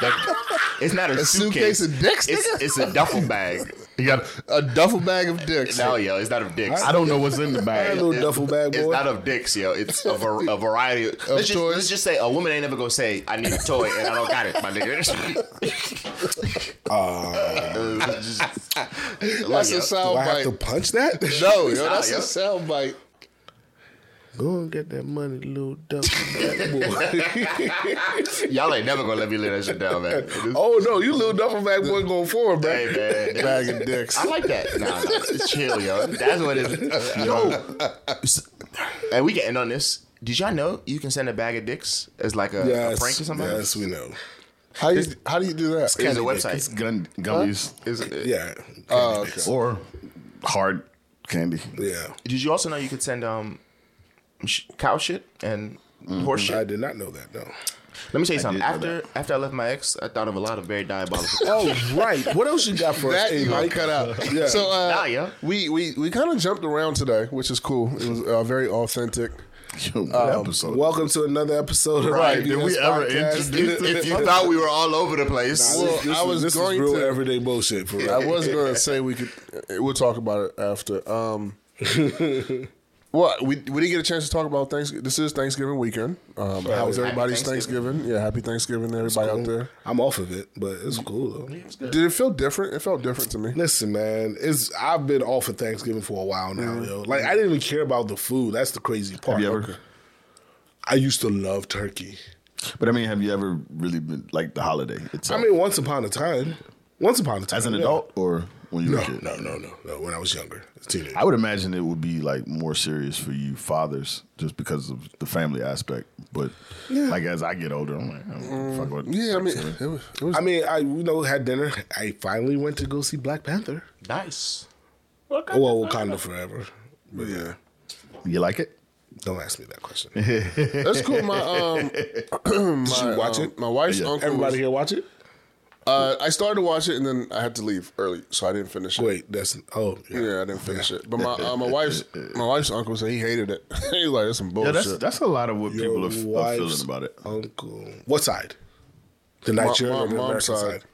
That- it's not a,
suitcase
suitcase.
of dicks,
It's,
nigga? [LAUGHS]
it's a duffel bag.
He got a duffel bag of dicks.
No, yo, it's not of dicks.
I don't know what's in the
That
bag.
little duffel bag
It's
boy.
not of dicks, yo. It's a, var- a variety of let's just,
toys?
Let's just say a woman ain't never gonna say, "I need a toy and I don't got it, my [LAUGHS] nigga." Uh, just- look,
That's
yo.
Do
a sound
I have
bite.
to punch that?
[LAUGHS]
No, yo, that's
yo.
a sound bite.
Go and get that money, little duffel bag boy.
Y'all ain't never gonna let me lay that shit down, man.
oh no, you little duffel bag boy going forward, bro.
Hey, man.
Bag of dicks.
I like that. Nah, nah, it's chill, yo. That's what it is. Yo, s- and we can end on this. Did y'all know you can send a bag of dicks as like a, a
Yes,
prank or something?
yes, we know.
How you how do you do that?
There's a
It's
website.
gun gummies
Is it-
Yeah,
Oh, okay.
or hard candy. [LAUGHS]
yeah.
Did you also know you could send um sh- cow shit and horse shit?
I did not know that. No.
Let me tell you
did
something.
know
After after I left my ex, I thought of a lot of very diabolical.
Oh
All Oh, right. What else you got for us?
That
Hey,
you gonna
Mike?
cut
[LAUGHS]
out.
Yeah.
So uh,
Nah, yeah.
we we we kind of jumped around today, which is cool. It was uh, very authentic.
Yo, what
Um,
episode?
Welcome to another episode of
Oh. Right,
IBS
did we ever
Podcast.
introduce
if you thought we were all over the place,
Well,
this, this
I
is-
was
this
going
is real
to-
everyday bullshit for real.
I was gonna say we could. uh, We'll talk about it after.
[LAUGHS]
Um, what we we didn't get a chance to talk about Thanksgiving. This is Thanksgiving weekend. Um, how was
Happy
everybody's
Thanksgiving.
Thanksgiving. Yeah, happy Thanksgiving to everybody out there.
I'm off of it, but it's cool though.
Did it feel different? It felt different to me.
Listen, man, it's I've been off of Thanksgiving for a while now, yo. Like I didn't even care about the food. That's the crazy part.
Mm-hmm. Have you ever?
Okay. I used to love turkey.
But I mean, have you ever really been like the holiday? It's
I mean, once upon a time, once upon a time,
Oh. as an
yeah.
adult or when you were
No,
a kid?
no, no, no, no. When I was younger, a teenager.
I would imagine it would be like more serious for you fathers just because of the family aspect. But like as I get older, I'm like, I don't fuck with
Yeah, I mean,
Thanksgiving.
it was, it was
I mean, I you know had dinner. I finally went to go see Black Panther.
nice.
Well, Wakanda forever. But yeah,
you like it?
don't ask me
[LAUGHS]
that question.
that's cool. My
[LAUGHS]
um, [CLEARS THROAT]
Did you watch it?
my wife's uncle.
Everybody here watch it?
Uh, I started to watch it and then I had to leave early, so I didn't finish it.
Wait, that's oh
Yeah, I didn't finish it. But
[LAUGHS]
my uh, my wife's my wife's uncle said he hated it. [LAUGHS] He's like, "That's some
Yeah,
bullshit."
that's that's a lot of what people are,
Your
are
wife's
feeling about it.
Uncle, what side? The Nigerian
my
or the
mom's
American
side.
side?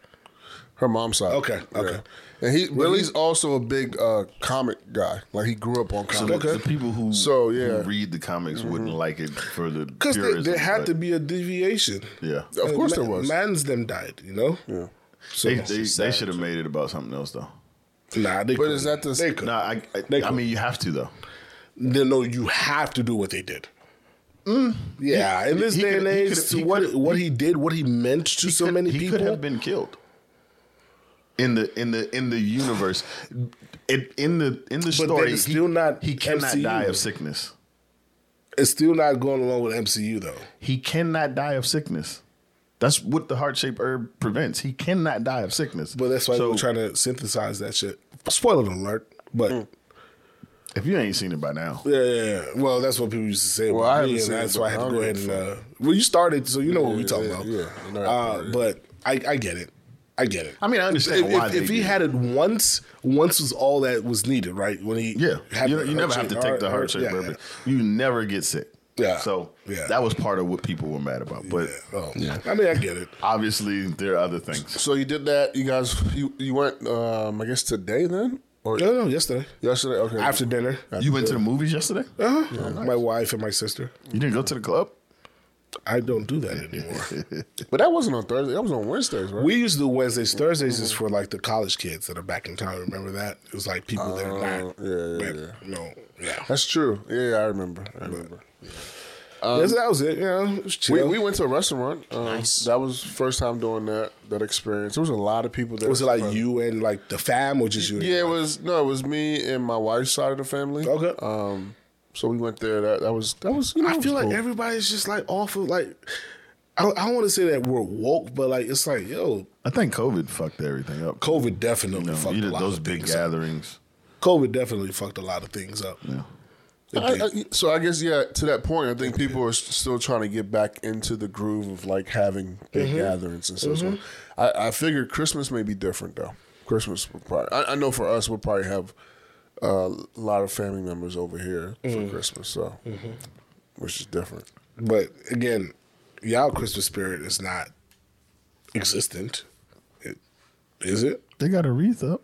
Her mom's side.
Okay, okay.
And he Willie's also a big uh, comic guy. Like he grew up on
So
comics.
the, the people who
So, yeah.
who read the comics wouldn't like it for the
Because there,
purism,
there had
but-
to be a deviation.
Yeah,
Of course
Ma-
there was.
Man's them died, you know. Yeah. So
they they, they should have made it about something else though.
nah, they.
But is that the
they could?
No, I I, I
could.
mean you have to though.
They- no, you have to do what they did. yeah, in this
Mm. he
day and
could- he
age,
could've- he
what
could've-
what he did, what he meant to so
could-
many
he
people.
could have been killed in the in the in the universe it, in the in the
then
story
it's
he-
still not
he cannot
MCU.
die of sickness
it's still not going along with MCU though.
he cannot die of sickness that's what the heart-shaped herb prevents he cannot die of sickness
But that's why
so
we're trying to synthesize that shit. Spoiler alert, but.
Mm. if you ain't seen it by now
Yeah, yeah, yeah. Well, that's what people used to say. Well,
I
about
haven't
me, and
seen it,
that's
but
why I had
I
to
don't
go ahead and. Uh, well, you started, so you know what we talking
yeah,
about.
yeah. I know that
Uh, but I, I get it. I get it.
i mean i
If,
understand
if,
why
if
they
he
did
had it once, once was all that was needed, right? When he
Yeah,
had
you,
the
you never have to
heart-shaped-
take the heart shaped
yeah,
herb. You never get sick.
Yeah.
So
Yeah.
that was part of what people were mad about. But
Yeah. Oh, I mean, I get it.
obviously, there are other things.
so you did that. You guys, you you went. Um, I guess today then or
No, no, yesterday
yesterday. Okay.
after dinner,
You went to the movies yesterday.
my wife and my sister.
You didn't go to the club.
I don't do that anymore.
but that wasn't on Thursday. That was on Wednesdays, right?
We used to do Wednesdays.
Mm-hmm.
Thursdays is for like the college kids that are back in town. Remember that? It was like people that are not.
Oh, yeah, yeah,
back- No, yeah.
That's true. Yeah, I remember. I remember.
Yes, that was it. Yeah, it was
Um, We,
chill.
we went to a restaurant. Um, That was first time doing that that experience. There was a lot of people there.
was it like you and like the fam or just you? and
Yeah,
your
it
wife?
was no, it was me and my wife's side of the family.
Okay.
Um, so we went there. That that was that was. You know,
I feel like
cool.
everybody's just like off of like. I don't, I don't want to say that we're woke, but like it's like yo,
I think COVID fucked everything up.
COVID definitely
You know,
fucked
you
a
did
lot
those
of
big
things. up.
gatherings.
COVID definitely fucked a lot of things up. Yeah.
I- I- so I guess yeah. To that point, I think people are s- still trying to get back into the groove of like having big
Mm-hmm.
gatherings and so. so I, I figure Christmas may be different though. Christmas will probably. I, I know for us, we'll probably have uh, a lot of family members over here
Mm-hmm.
for Christmas, so which is different.
But again, y'all Christmas spirit is not existent. It, is it?
They got a wreath up.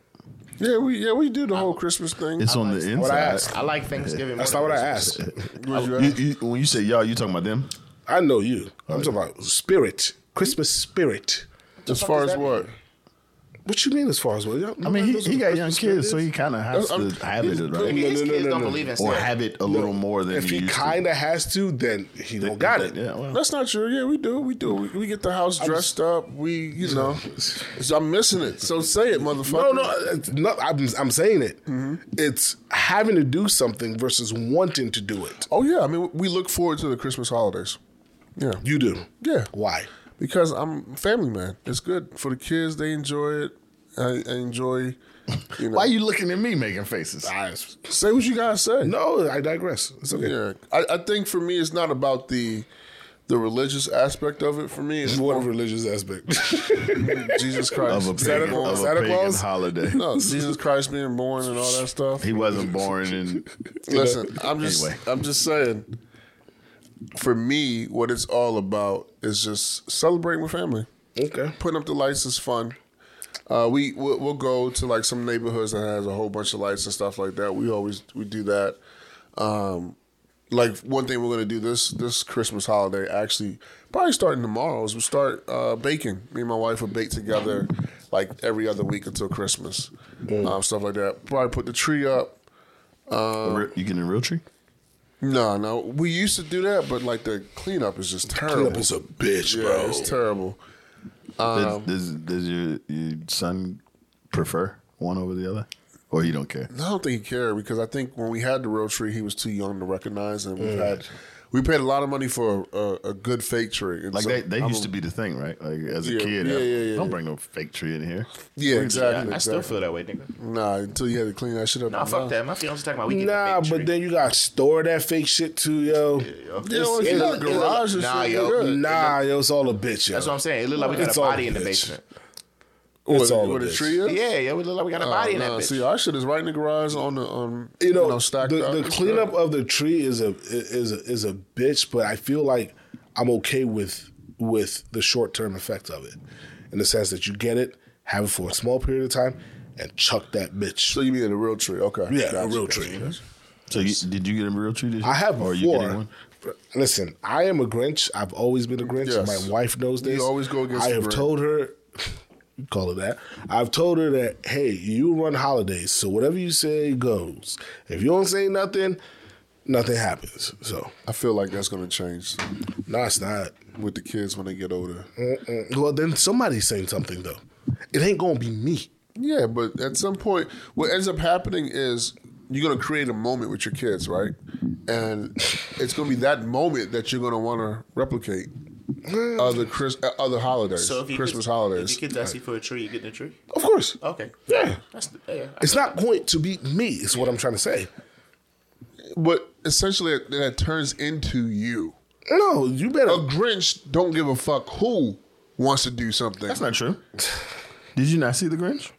Yeah, we yeah we do the whole Christmas thing.
It's on the inside.
What I asked.
I like Thanksgiving.
That's not
more
what
than
I
Christmas.
asked.
Where'd you
You-
at?
you- when you say y'all, you talking about them?
I know you. I'm talking about spirit, Christmas spirit.
As far as what?
What you mean as far as what? Y'all-
I mean, he,
those
he
are
got
Christmas
young
spirit
kids, so
is?
he kind of has
I'm-
to have it,
I
right?
mean,
No,
his
no, no,
kids
no,
don't
no.
believe in
Or
Santa.
have it a little more than
if
he
he
used to.
kind of has to, then he don't got it.
Yeah, well,
That's not true. Yeah, we do. We do. We, we get the house dressed up. We, you know, So I'm missing it. So say it,
No,
motherfucker.
no, it's not, I'm, I'm saying it. It's having to do something versus wanting to do it.
Oh yeah. I mean, we look forward to the Christmas holidays. Yeah.
You do.
Yeah.
Why?
Because I'm family man. It's good for the kids. They enjoy it. I, I enjoy. You know,
why you looking at me making faces?
I,
say what you guys say.
no, I digress. It's okay.
Yeah, I, I think for me, it's not about the the religious aspect of it. For me, it's
What a religious aspect.
[LAUGHS] Jesus Christ.
Of a
Santa
pagan,
Claus-
of a
Santa
pagan [LAUGHS]
Claus?
holiday.
No, Jesus Christ being born and all that stuff.
He wasn't born [LAUGHS] in
Listen, I'm just
Anyway.
I'm just saying. For me, what it's all about is just celebrating with family.
okay.
Putting up the lights is fun. Uh, we we'll, we'll go to like some neighborhoods that has a whole bunch of lights and stuff like that. We always we do that. Um, like one thing we're gonna do this this Christmas holiday actually probably starting tomorrow is we start uh, baking. Me and my wife will bake together like every other week until Christmas, um, stuff like that. Probably put the tree up.
you getting a real tree?
No, no, we used to do that, but like the cleanup is just terrible.
Cleanup is a bitch,
yeah,
bro.
it's terrible.
does, does, does your, your son prefer one over the other, or you don't care?
I don't think he cared because I think when we had the real tree, he was too young to recognize, and we
Mm.
had we paid a lot of money for a, a, a good fake tree. And
Like
so
they, they
I'm
used to be the thing, right? Like as a
Yeah,
kid,
yeah,
I-
yeah, yeah,
don't
yeah.
bring no fake tree in here.
yeah, exactly.
I, I still feel
exactly.
that way, nigga.
nah until you had to clean that shit up.
Nah, fuck that. My fiance talking about we get
Nah, but then you got to store that fake shit too, yo.
You know, if you got a
it's-
garage and
nah,
shit,
yo.
you're good.
Nah, yo, it's all a bitch, yo.
That's what I'm saying. It looked like we got
It's
a
all
body in the
bitch.
basement.
it's
Where-
all
where
a
the
bitch.
tree is.
Yeah, yeah, we look like we got a
Nah,
body in that
nah,
bitch.
Oh, see, our shit is right in the garage on the on
you know,
stacked
the,
up.
the
It's
cleanup
good.
of the tree is a is a, is a bitch, but I feel like I'm okay with with the short term effect of it, in the sense that you get it, have it for a small period of time, and chuck that bitch.
So you mean a real tree? Okay,
yeah, a
Gotcha,
real
gotcha,
tree.
gotcha.
So you, did you get a real tree? This
I have
Or
before.
are you getting one?
Listen, I am a Grinch. I've always been a Grinch.
Yes.
My wife knows this.
always go against
I
the
have
grain.
told her. [LAUGHS] you Call it that. I've told her that hey, you run holidays, so whatever you say goes. If you don't say nothing, nothing happens. So
I feel like that's gonna change
No, it's not.
with the kids when they get older.
Mm-mm. Well, then somebody's saying something though. It ain't gonna be me.
Yeah, but at some point, what ends up happening is you're gonna create a moment with your kids, right? And it's gonna be that moment that you're gonna want to replicate other Chris, uh, other holidays,
so if you
Christmas
could,
holidays.
If you could Oh. dusty for a tree, you get the tree.
Of course,
Okay.
Yeah.
That's the, yeah.
it's not going to be me. Is what I'm trying to say.
but essentially, it- that turns into you.
No, you
A
better.
Grinch don't give a fuck who wants to do something.
That's not true. did you [LAUGHS] not see the Grinch?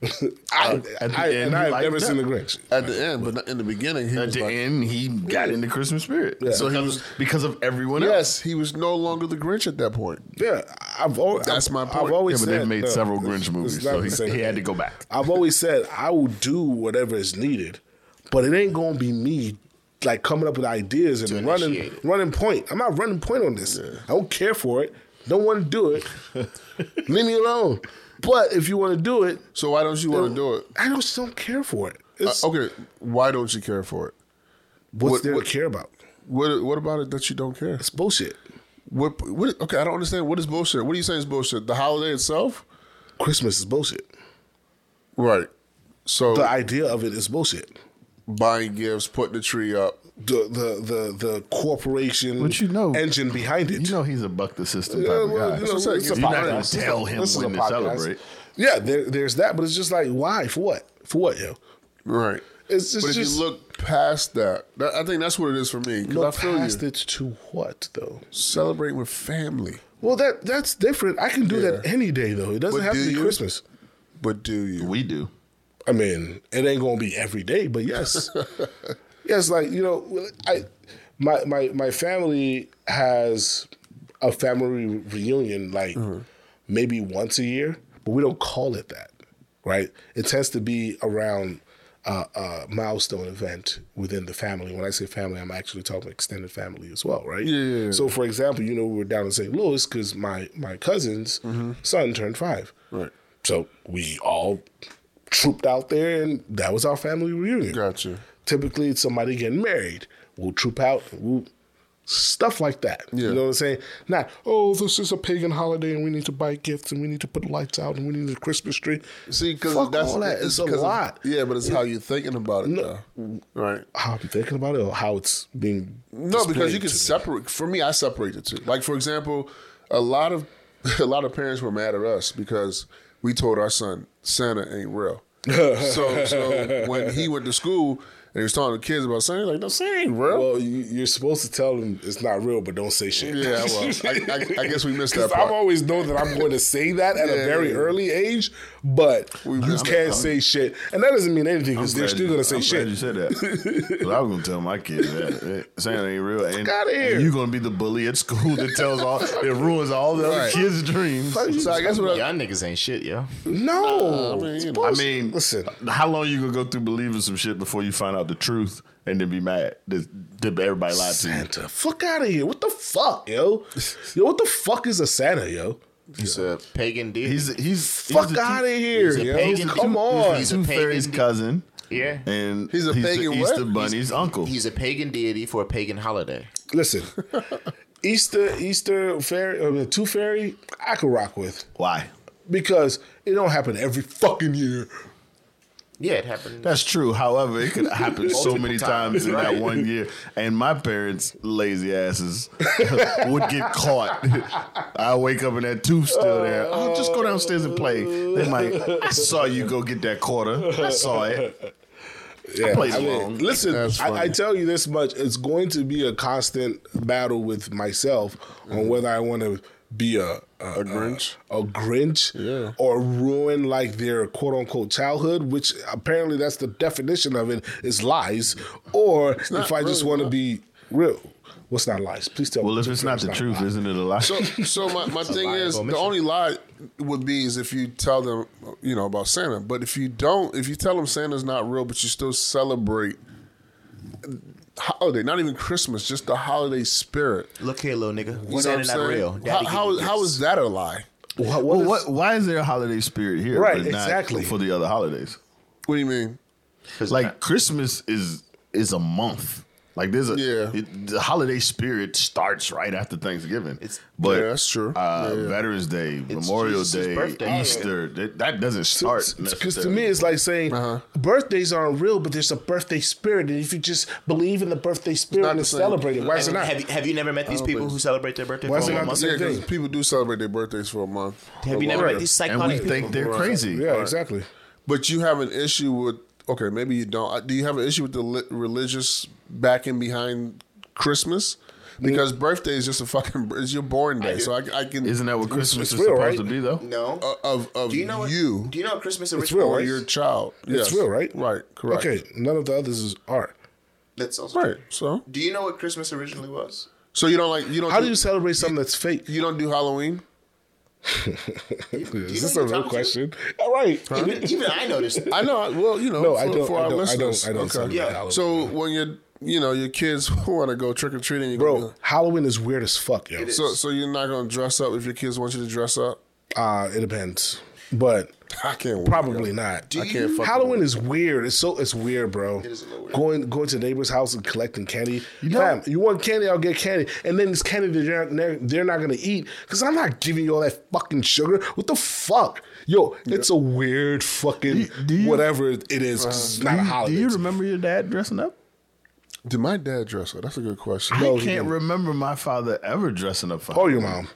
I, I,
at the end,
and
you
I've
like
never
that.
seen the Grinch.
at the end, but not in the beginning, he
At
was
the
like,
end, he got in the Christmas spirit. So he was because of everyone else.
yes, he was no longer the Grinch at that point.
Yeah, I've always.
That's my
I've
point.
Yeah,
always
but
said,
they've made
no,
several
it's-
Grinch
it's
movies,
not
so
the
he, [LAUGHS]
same
he had to
thing.
go back.
[LAUGHS] I've always said I will do whatever is needed, but it ain't gonna be me. Like coming up with ideas and running,
initiate it.
running point. I'm not running point on this. I don't care for it. Don't want to
[LAUGHS]
do it. Leave me alone. But if you want to do it,
So why don't you want to do it? Uh,
I don't just don't care for it.
Uh,
It's,
Okay, why don't you care for it?
what's
what-
there
what-
to care about?
What What about it that you don't care?
It's bullshit.
What? What? Okay, I don't understand. What is bullshit? What are you saying is bullshit? The holiday itself,
Christmas is bullshit.
right? So
The idea of it is bullshit.
buying gifts, putting the tree up.
The the the the corporation
But you know-
engine behind it.
You know he's a buck the system type
Yeah,
of
well,
guy.
you know,
That's what I'm
it's
saying.
a
You're
not gonna
podcast.
tell
This
him
is a
when to
podcast.
celebrate.
Yeah, there, there's that, but it's just like, why? For what? For what, yo?
Right.
It's just,
but if
just-
you look past that, that, I think that's what it is for me. 'cause
Look
I feel
past
you.
it to what though?
Celebrating with family,
Well, that that's different. I can do that
Yeah.
any day though. It doesn't
But
have to
do
be
you?
Christmas.
but do you?
We do.
I mean, it ain't gonna be every day, but
[LAUGHS]
yes, yes. Like you know, I my my my family has a
Mm-hmm.
family reunion like maybe once a year, but we don't call it that. right? It tends to be around uh, a milestone event within the family. When I say family, I'm actually talking extended family as well, right?
Yeah, yeah, yeah.
So, for example, you know, we were down in St. Louis because my my cousin's son turned five.
Mm-hmm. Right.
So we all trooped out there, and that was our family reunion.
Gotcha.
Typically, it's somebody getting married. We'll troop out. We'll stuff like that.
Yeah.
You know what I'm saying? Not oh, this is a pagan holiday, and we need to buy gifts, and we need to put lights out, and we need a Christmas tree.
See, because
Fuck
that's
all that. It's a
'cause of-
lot.
yeah, but it's how you're thinking about it, though. right?
How I'm thinking about it, or how it's being
No, because you
displayed
can
to me.
separate. For me, I separate the two. Like for example, a lot of [LAUGHS] a lot of parents were mad at us because we told our son Santa
[LAUGHS]
ain't real. so so when he went to school and he was talking to kids about Santa, like no Santa ain't real.
Well, you, you're supposed to tell them it's not real, but don't say shit.
yeah, well, I,
[LAUGHS]
I, I guess we missed
'Cause
that
I've
part.
always known that I'm going to say that at a
Yeah,
very
yeah.
early age, but you
missed
can't say shit, and that doesn't mean anything because they're
glad
still
you-
going to say
I'm Glad you
shit.
said that. [LAUGHS] 'Cause I was gonna tell my kid that eh, Santa ain't real, and,
outta here.
and you gonna be the bully at school that tells all that ruins all the other
Right.
kids' dreams.
so
[LAUGHS]
I guess what I,
Y'all niggas ain't shit, yo.
No,
mean,
It's
you know.
I
bullshit.
mean,
listen,
how long you gonna go through believing some shit before you find out the truth and then be mad that, that everybody lied to you?
Santa, fuck out of here! What the fuck,
[LAUGHS]
yo? Yo, what the fuck is a Santa, yo?
He's a pagan dude.
He's he's he's
Fuck
the two-
out of here,
he's a
yo!
pagan-
Come
two-
on,
He's a
He's a
fairy's
pagan.
cousin.
Yeah.
and
He's a
the
pagan what?
Easter Bunny's uncle.
He's a pagan deity for a pagan holiday.
[LAUGHS]
listen, Easter, Easter fairy, or the Tooth Fairy, I could rock with
Why?
because it don't happen every fucking year.
Yeah, it happened.
That's true. However, it could happen so many times in that one year. And my parents, lazy asses, [LAUGHS] would get caught. I wake up and that tooth still there. Oh, just go downstairs and play. They might. I saw you go get that quarter. I saw it. I played
I mean,
along.
listen,
That's
I, I
funny.
tell you this much: it's going to be a constant battle with myself
Mm-hmm.
on whether I want to be a a, a
Grinch?
a, Grinch,
Yeah.
or ruin like their quote unquote childhood, which apparently that's the definition of it is lies, or if I just
really
want to be real. What's not lies? Please tell me.
Well, if it's not the truth, isn't it a lie?
So, so
[LAUGHS]
my, my thing is, the
omission.
only lie would be is if you tell them, you know, about Santa. But if you don't, if you tell them Santa's not real, but you still celebrate holiday, not even Christmas, just the holiday spirit.
Look here, little nigga.
You
Santa
know what I'm
not
saying?
real.
How,
Daddy
how,
gave you
how
gifts.
is that a lie?
What,
well,
is-
what, why is there a holiday spirit here?
Right,
but not
exactly.
For the other holidays.
What do you mean?
'Cause
like Christmas is is a month. Like there's a
Yeah.
it- the holiday spirit starts right after Thanksgiving.
It's-
but
Yeah, that's true.
Uh, Veterans Day, Memorial
Jesus'
Day,
Oh,
birthday.
Easter. That, that doesn't start
Because to me, it's like saying
Uh-huh.
birthdays aren't real, but there's a birthday spirit, and if you just believe in the birthday spirit
the
and
same.
celebrate it, why is it
And
not?
have, you, have you never met these people who celebrate their birthday
Why
for
is it
a
not
month?
the
Yeah,
same
because
thing.
people do celebrate their birthdays for a month.
Have you never met these
and we
psychotic people?
think they're crazy.
Yeah, exactly.
But you have an issue with okay, maybe you don't. Uh, Do you have an issue with the li- religious backing behind Christmas? Because birthday is just a fucking [LAUGHS] it's your born day, so I, I can
Isn't that what Christmas is
real,
supposed
right?
to be though?
no.
uh, of of
do you know what,
you
Do you know what Christmas
real,
original
or
right?
your child?
It's
Yes.
real, right?
Right, correct.
Okay, none of the others is art.
That's also
right. So
Do you know what Christmas originally was?
so you don't like you don't
How do you celebrate something that's fake? [LAUGHS]
you don't do Halloween?
Is
know what you're talking
All right.
Even, even I noticed.
I know. I- Well, you know,
No,
for,
I don't.
for
I
our
don't, I
listeners.
don't. I don't.
Okay.
celebrate
Yeah.
Halloween.
So when you you know your kids [LAUGHS] want to go trick or treating, you go.
bro, Halloween is weird as fuck, yo.
is.
So so you're not gonna dress up if your kids want you to dress up. [LAUGHS]
Uh, it depends, but
I can't. wait,
probably
yo.
not.
I can't. Fuck
Halloween is weird. It's so it's weird, bro.
is a little weird.
Going going to neighbor's house and collecting candy. Fam, you want candy? I'll get candy. And then it's candy that they're, they're, they're not gonna eat because I'm not giving you all that fucking sugar. What the fuck, yo? It's a weird fucking
do you-
whatever it is. 'cause it's not a holiday.
Do you remember your dad dressing up?
Did my dad dress up? That's a good question.
I can't remember my father ever dressing up for.
oh, your mom.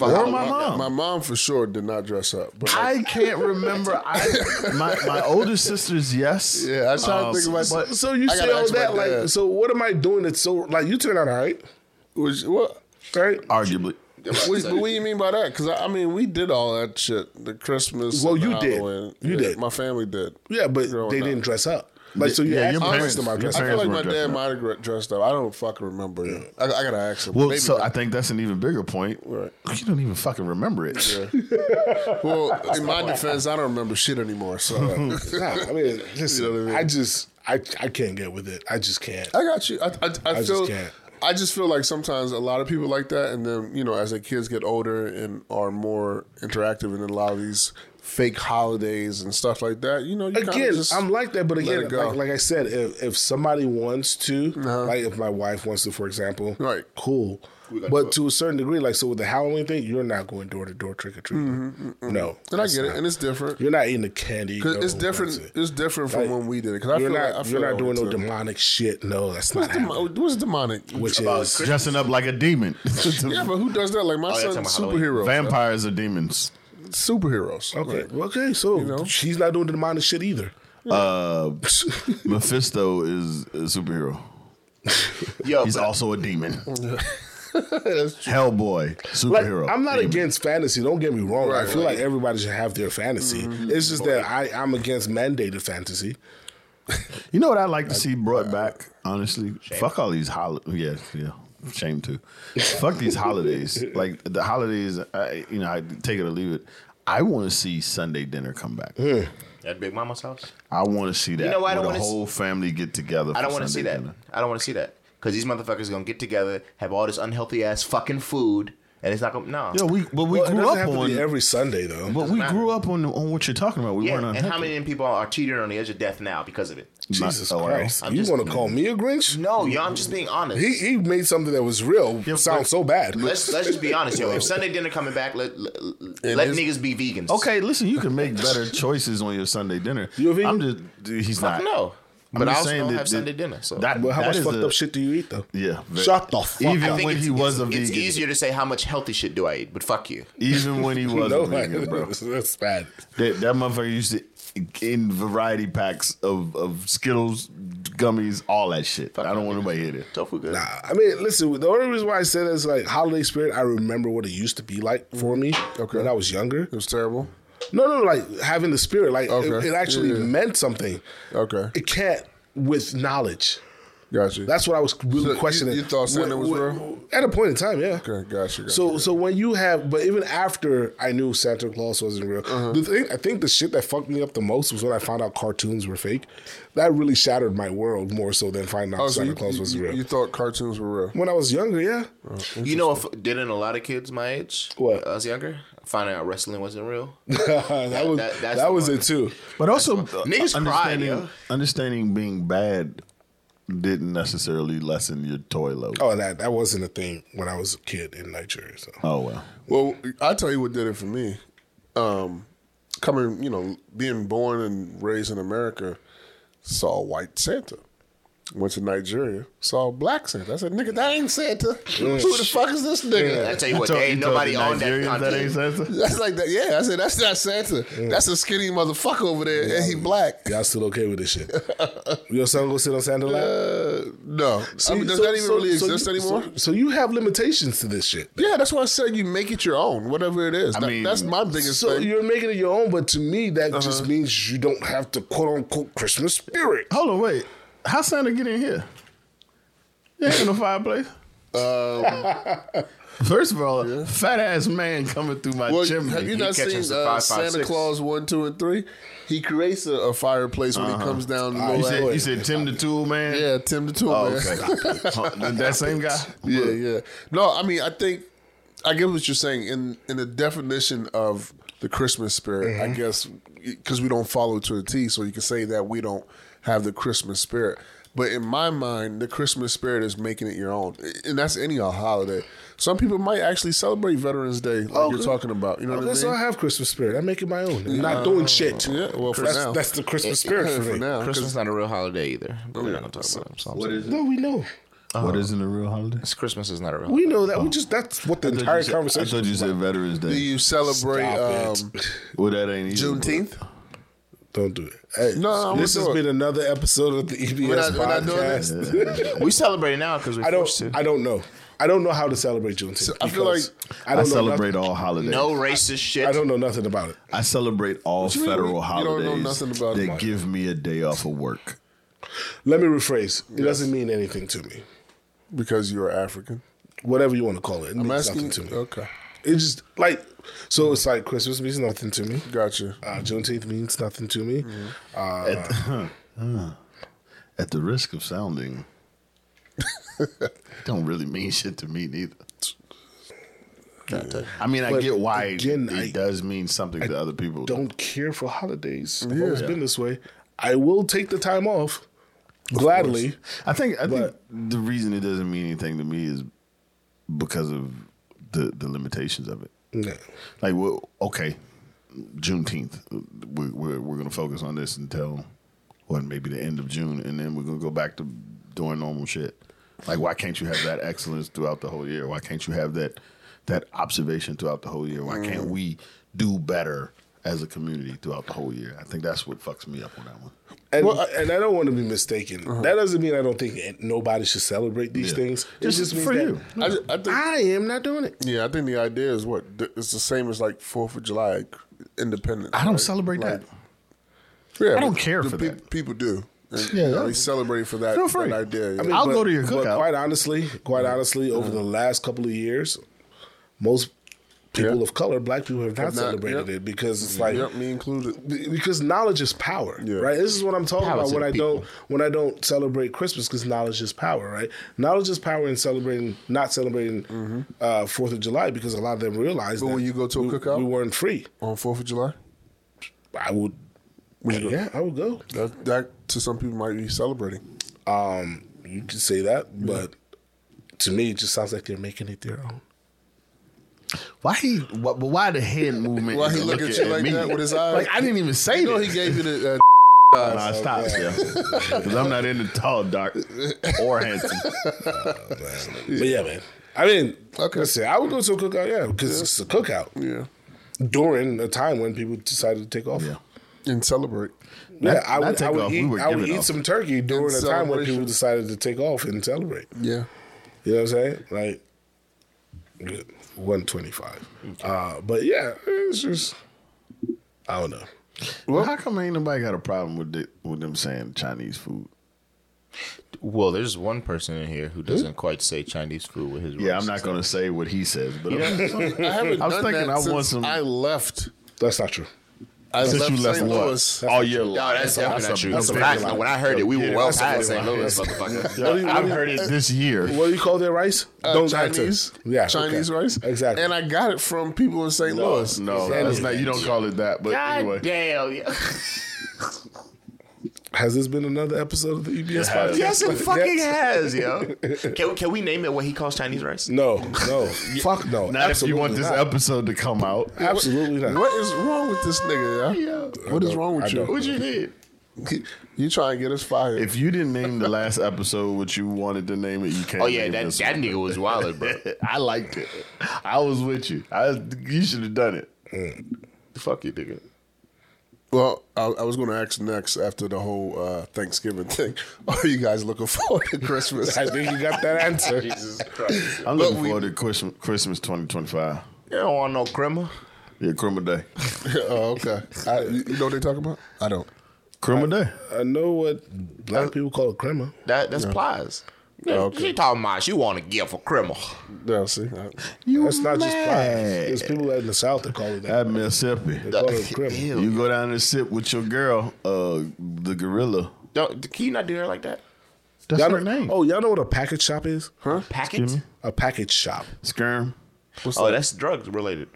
or my mom.
My mom for sure did not dress up. But
I can't
[LAUGHS]
remember. I, my my older sisters, yes. Um,
yeah, I tried to think of myself.
So you
I
say
gotta
all
ask my
that like
dad.
so what am I doing that's so like you turn out all right.
Which, what?
Right?
arguably.
Which, but what do you mean by that? Because I, I mean, we did all that shit. The Christmas.
Well,
and the
you did.
Halloween.
You
Yeah,
did.
My family did.
Yeah, but
Growing
they
up.
didn't dress up. Like, so you
Yeah,
asked
your
my
parents-
them about
your
dress.
I feel
parents
like
were
my
dressed
dad
up.
might have gre- dressed up. I don't fucking remember. I, I gotta ask him.
Well,
Maybe
so
not.
I think that's an even bigger point.
Right.
You don't even fucking remember it.
[LAUGHS]
well, in my defense, I don't remember shit anymore. So uh,
Nah, I mean, listen,
[LAUGHS] You know what I mean?
I just, I, I can't get with it. I just can't.
I got you. I, I, I,
just
feel.
can't.
I just feel like sometimes a lot of people like that, and then you know, as their kids get older and are more interactive, and then a lot of these fake holidays and stuff like that, you know, you kinda
again,
just-
I'm like that, but
let
again,
it go. Uh-huh.
like, like I said, if, if somebody wants to, like if my wife wants to, for example,
Right.
cool. But to a certain degree, like so with the Halloween thing, you're not going door to door trick or treating. No,
Mm-hmm, and I
that's
get
not-
it, and it's different.
You're not eating the candy.
Cause
no,
it's
that's
different.
it.
It's different from
Like,
when we did it. Because I
You're
feel like I
not.
feel
You're
like
not
I
doing no
went to-
demonic shit. No, that's not.
What's demo-
happening.
What's demonic?
Which [LAUGHS]
About
is
Christmas?
[LAUGHS] Dressing up like a demon. [LAUGHS]
yeah, but who does that? Like my
that's
son's
on my Halloween.
superheroes.
Vampires are demons.
Superheroes.
okay.
Like,
Okay, so
know?
she's not doing the demonic shit either.
Uh, Mephisto is a superhero.
Yo,
He's
but-
also a demon. Hellboy,
Like,
superhero.
I'm not
demon.
against fantasy. Don't get me wrong. I
Right,
feel
right.
like everybody should have their fantasy.
Mm-hmm.
It's just that I, I'm against mandated fantasy.
You know what I'd like to see brought back, honestly? Fuck all these holidays. Yeah, yeah. Shame too. Fuck these holidays. Like the holidays, I, you know, I take it or leave it. I want to see Sunday dinner come back.
at Big Mama's house.
I want to see that. You
know why I don't
the
wanna s-
whole family get together.
I don't
for
want to see
Sunday
that.
dinner.
I don't want to see that because these motherfuckers gonna get together, have all this unhealthy ass fucking food, and it's not gonna. No.
Yeah, we but we
Well, it
grew
doesn't
up
have to
on
be every Sunday though.
but we
matter.
grew up on on what you're talking about. We
yeah,
weren't
and
on
how many people are cheating on the edge of death now because of it?
Jesus
Not- oh, well.
Christ!
I'm
you
just-
want to call me a Grinch?
No, yo, I'm just being honest.
He he made something that was real sound
but-
so bad.
let's let's just be honest, yo. If Sunday dinner coming back, let let, let
is-
niggas be vegans.
Okay, listen, you can make better choices on your Sunday dinner.
You a vegan?
I'm just dude, he's not.
no.
I'm
But
just
I also
saying
don't
that-
have
that-
Sunday dinner, so-
that,
But how
that
much
is
fucked
a-
up shit do you eat though?
Yeah, very-
Shut the fuck
even
up.
I think
when
it's-
he was a
it's-
vegan,
It's easier to say how much healthy shit do I eat, but fuck you.
[LAUGHS] even when he was
No,
a
[LAUGHS]
vegan, bro,
that's- that's bad.
that, that motherfucker used to in variety packs of, of Skittles, gummies, all that shit. I don't want nobody to hear that.
Tofu good.
Nah, I mean, listen. The only reason why I say that is like holiday spirit. I remember what it used to be like
Mm-hmm.
for me when I was younger.
It was terrible.
No, no, like having the spirit, like
Okay.
it, it actually
Yeah, yeah.
meant something.
Okay.
It can't with knowledge.
Got you.
That's what I was
So
really
you-
questioning.
you thought Santa
Wh-
was
wh-
real?
At a point in time, yeah.
okay. Got you. Got
So,
you.
so when you have, but even after I knew Santa Claus wasn't real,
Uh-huh.
the thing I think the shit that fucked me up the most was when I found out cartoons were fake. That really shattered my world more so than finding out
Oh, so
Santa
you,
Claus
you-
wasn't
you-
real.
you Oh. thought cartoons were real.
when I was younger, yeah,
You know, if didn't a lot of kids my age,
What?
when I was younger, finding out wrestling wasn't
[LAUGHS]
real.
[LAUGHS] that was
that-
that,
that's the
was
one.
it too.
But also,
Niggas cry,
understanding,
yo.
understanding being bad didn't necessarily lessen your toy load.
Oh, that that wasn't a thing when I was a kid in Nigeria. So.
oh well.
Well, I tell you what did it for me. Um, coming, you know, being born and raised in America, saw white Santa. Went to Nigeria, saw black Santa. I said, "Nigga, that ain't Santa. Who the fuck is this nigga?"
I tell you what,
So
there ain't
you told
nobody
the
on that
Nigerians
continent.
ain't Santa?
That's like that. Yeah, I said that's not Santa. That's a skinny motherfucker over there, and he black.
Y'all still okay with this shit? Your son go sit on Santa lap?
Uh, no, I mean, does
So-
that even
so-
really
so
exist
you-
anymore?
So, so you have limitations to this shit.
yeah, that's why I said you make it your own, whatever it is. That-
mean,
that's my biggest
So
thing.
you're making it your own, but to me that
Uh-huh.
just means you don't have to quote unquote Christmas spirit.
Hold on, wait. How Santa get in here? There ain't no fireplace. [LAUGHS] First of all, fat ass man coming through my
Well,
chimney.
have you
He
not
catching
seen
some-
uh,
five, five,
Santa
six.
Claus one, two, and three? He creates a, a fireplace when he comes down.
you,
The
said,
said,
you said Tim the Tool Man.
yeah, Tim the Tool
Oh,
Man. [LAUGHS]
okay. [LAUGHS] Huh, that same guy.
yeah, yeah. No, I mean, I think I get what you're saying in in the definition of the Christmas spirit. I guess because we don't follow to a T, so you can say that we don't have the Christmas spirit. But in my mind, the Christmas spirit is making it your own, and that's any holiday. Some people might actually celebrate Veterans Day, like you're
good.
talking about. You know what I
Okay,
mean?
so I have Christmas spirit. I make it my own. I'm not
Oh.
doing shit.
yeah, well, for
that's,
now.
that's the
[LAUGHS]
Christmas spirit for, me.
Eh, now. 'cause-
Christmas is not a real holiday either. But we're not gonna talk about it. So I'm saying.
is
No, we know.
What isn't a real holiday?
Christmas is not a real.
We know that. We just that's what the entire
I
conversation.
thought you said Veterans
Do
Day.
you celebrate
Stop
um,
Well, that ain't either, but-
Juneteenth?
Don't do it. Hey,
No, I'm
this has
gonna do it.
been another episode of the EBS
We're not- we're not doing
podcast. [LAUGHS]
We celebrate now because we're
I
forced
don't.
to.
I don't know. I don't know how to celebrate Juneteenth.
I feel
because I
I,
don't know
celebrate
nothing-
all holidays.
no racist shit.
I don't know nothing about it.
I celebrate all
you mean
federal
we- you don't know
holidays
nothing about
that
Martin?
give me a day off of work.
Let me rephrase. It doesn't mean anything to me.
because you're African.
Whatever you want to call it, it
I'm
means
asking.
nothing to me.
Okay,
It's just like so. It's like Christmas means nothing to me.
gotcha. Mm-hmm.
Uh, Juneteenth means nothing to me.
At the risk of sounding, don't really mean shit to me neither. I mean, I
But
get why
again,
it
I-
does mean something to other people.
Don't care for holidays. I've always been this way. I will take the time off gladly.
I think I think the reason it doesn't mean anything to me is because of the the limitations of it.
Yeah.
Like, well, okay, Juneteenth, we, we're we're gonna focus on this until what maybe the end of June, and then we're gonna go back to doing normal shit. Like, why can't you have that excellence throughout the whole year? Why can't you have that that observation throughout the whole year? Why
Mm.
can't we do better as a community throughout the whole year? I think that's what fucks me up on that one.
And, and I don't want to be mistaken. That doesn't mean I don't think it- nobody should celebrate these
Yeah.
things. It
Just
just, means
for
that
you.
I, ju- I think.
I am not doing it.
Yeah, I think the idea is what th- it's the same as like Fourth of July, like, Independence.
I don't celebrate that.
that. Yeah,
I don't
but
care
the
for
pe-
that.
People do. And,
Yeah,
you know,
that-
they celebrate for that,
Feel free.
that idea. yeah.
I mean, I'll go to your cookout.
But quite honestly, quite honestly, over the last couple of years, most people
Yeah.
of color, black people, have not,
Have not,
celebrated
yep.
it because it's like
Yep, me included.
be- because knowledge is power,
Yeah.
right? This is what I'm talking
Power
about
to
when
the
I
people.
don't when I don't celebrate Christmas because knowledge is power, right? Knowledge is power in celebrating, not celebrating uh, Fourth of July because a lot of them realize
Mm-hmm. But
that
when you go to a
we,
cookout?
we weren't free.
on Fourth of July.
I would, yeah, I would go.
That, that to some people might be celebrating.
Um, you could say that, but to me, it just sounds like they're making it their own.
Why he? Why, but why the hand movement?
[LAUGHS] Why
is
he look at you
looking
like
me?
that with his eyes?
Like I didn't even say
You know,
that.
he gave you the. Uh,
Nah, stop, yeah. [LAUGHS] Because I'm not into tall, dark, or handsome.
But yeah, man. I mean,
Okay.
okay. I would go to a cookout, yeah, because it's a cookout
yeah,
during a time when people decided to take off.
Yeah.
Yeah,
and celebrate.
I
not
would,
take
I would
off. We
eat,
were
I would
giving
eat
off.
some turkey during a time when
celebration.
people decided to take off and celebrate.
Yeah,
You know what I'm saying? Like, one twenty five. Uh, but yeah, it's just I don't know.
Well, how come ain't nobody got a problem with it, with them saying Chinese food?
Well, there's one person in here who doesn't quite say Chinese food with his.
Yeah,
rice.
I'm not going to say what he says, but
I haven't.
[LAUGHS] I was
done
thinking
that
I
since
want some-
I left.
That's not true.
I
since you left
St.
what?
Louis.
All year
No,
long.
that's definitely not true.
that's a
In
big
fact,
lie.
when I heard it, we were well
that's a big
past St.
lie.
[LAUGHS]
Louis, motherfucker.
I've heard it this year.
What do you call their rice?
Uh,
answer.
Chinese,
Yeah,
Chinese
okay.
rice,
Exactly.
And I got it from people in St. Louis.
No, that's not. You don't call it that. But anyway,
damn. yeah.
Has this been another episode of the
has.
EBS podcast?
Yes, it
Like
fucking
that?
has, yo. Can, can we name it what he calls Chinese rice?
No,
[LAUGHS]
no, fuck no.
not if you want this
not.
episode to come out.
Absolutely
[LAUGHS]
not.
What is wrong with this nigga? Yeah? What is wrong
I
with
don't.
you?
you did?
[LAUGHS] You trying to get us fired?
If you didn't name the last episode what you wanted to name it, you can't.
Oh yeah,
name
that
this
that nigga was wild, bro.
[LAUGHS] I liked it. I was with you. I you should have done it. Mm.
Fuck you, nigga.
well, I, I was going to ask next after the whole uh, Thanksgiving [LAUGHS] thing. Are you guys looking forward to
[LAUGHS]
Christmas?
I think you got that answer.
Jesus Christ.
I'm looking forward to Christmas, Christmas 2025.
You don't want no crema.
Yeah, Criminal Day.
[LAUGHS] oh, okay. I, you know what they talking about? I don't.
Criminal Day.
I know what
Uh,
black people call a crema.
That that's plies.
Oh, Okay.
She talking about she want to give a crema.
No, see, I,
You
That's not just pies. There's people out in the south that call it
At
that.
Mississippi.
They
[LAUGHS]
call it a crema.
Ew.
You go down and sip with your girl, uh, the gorilla.
Don't, can you not do her like that?
That's
Y'all
her
know-
name.
Oh, y'all know what a package shop is?
Packet?
A package shop.
Skirm.
Oh, that's drugs related.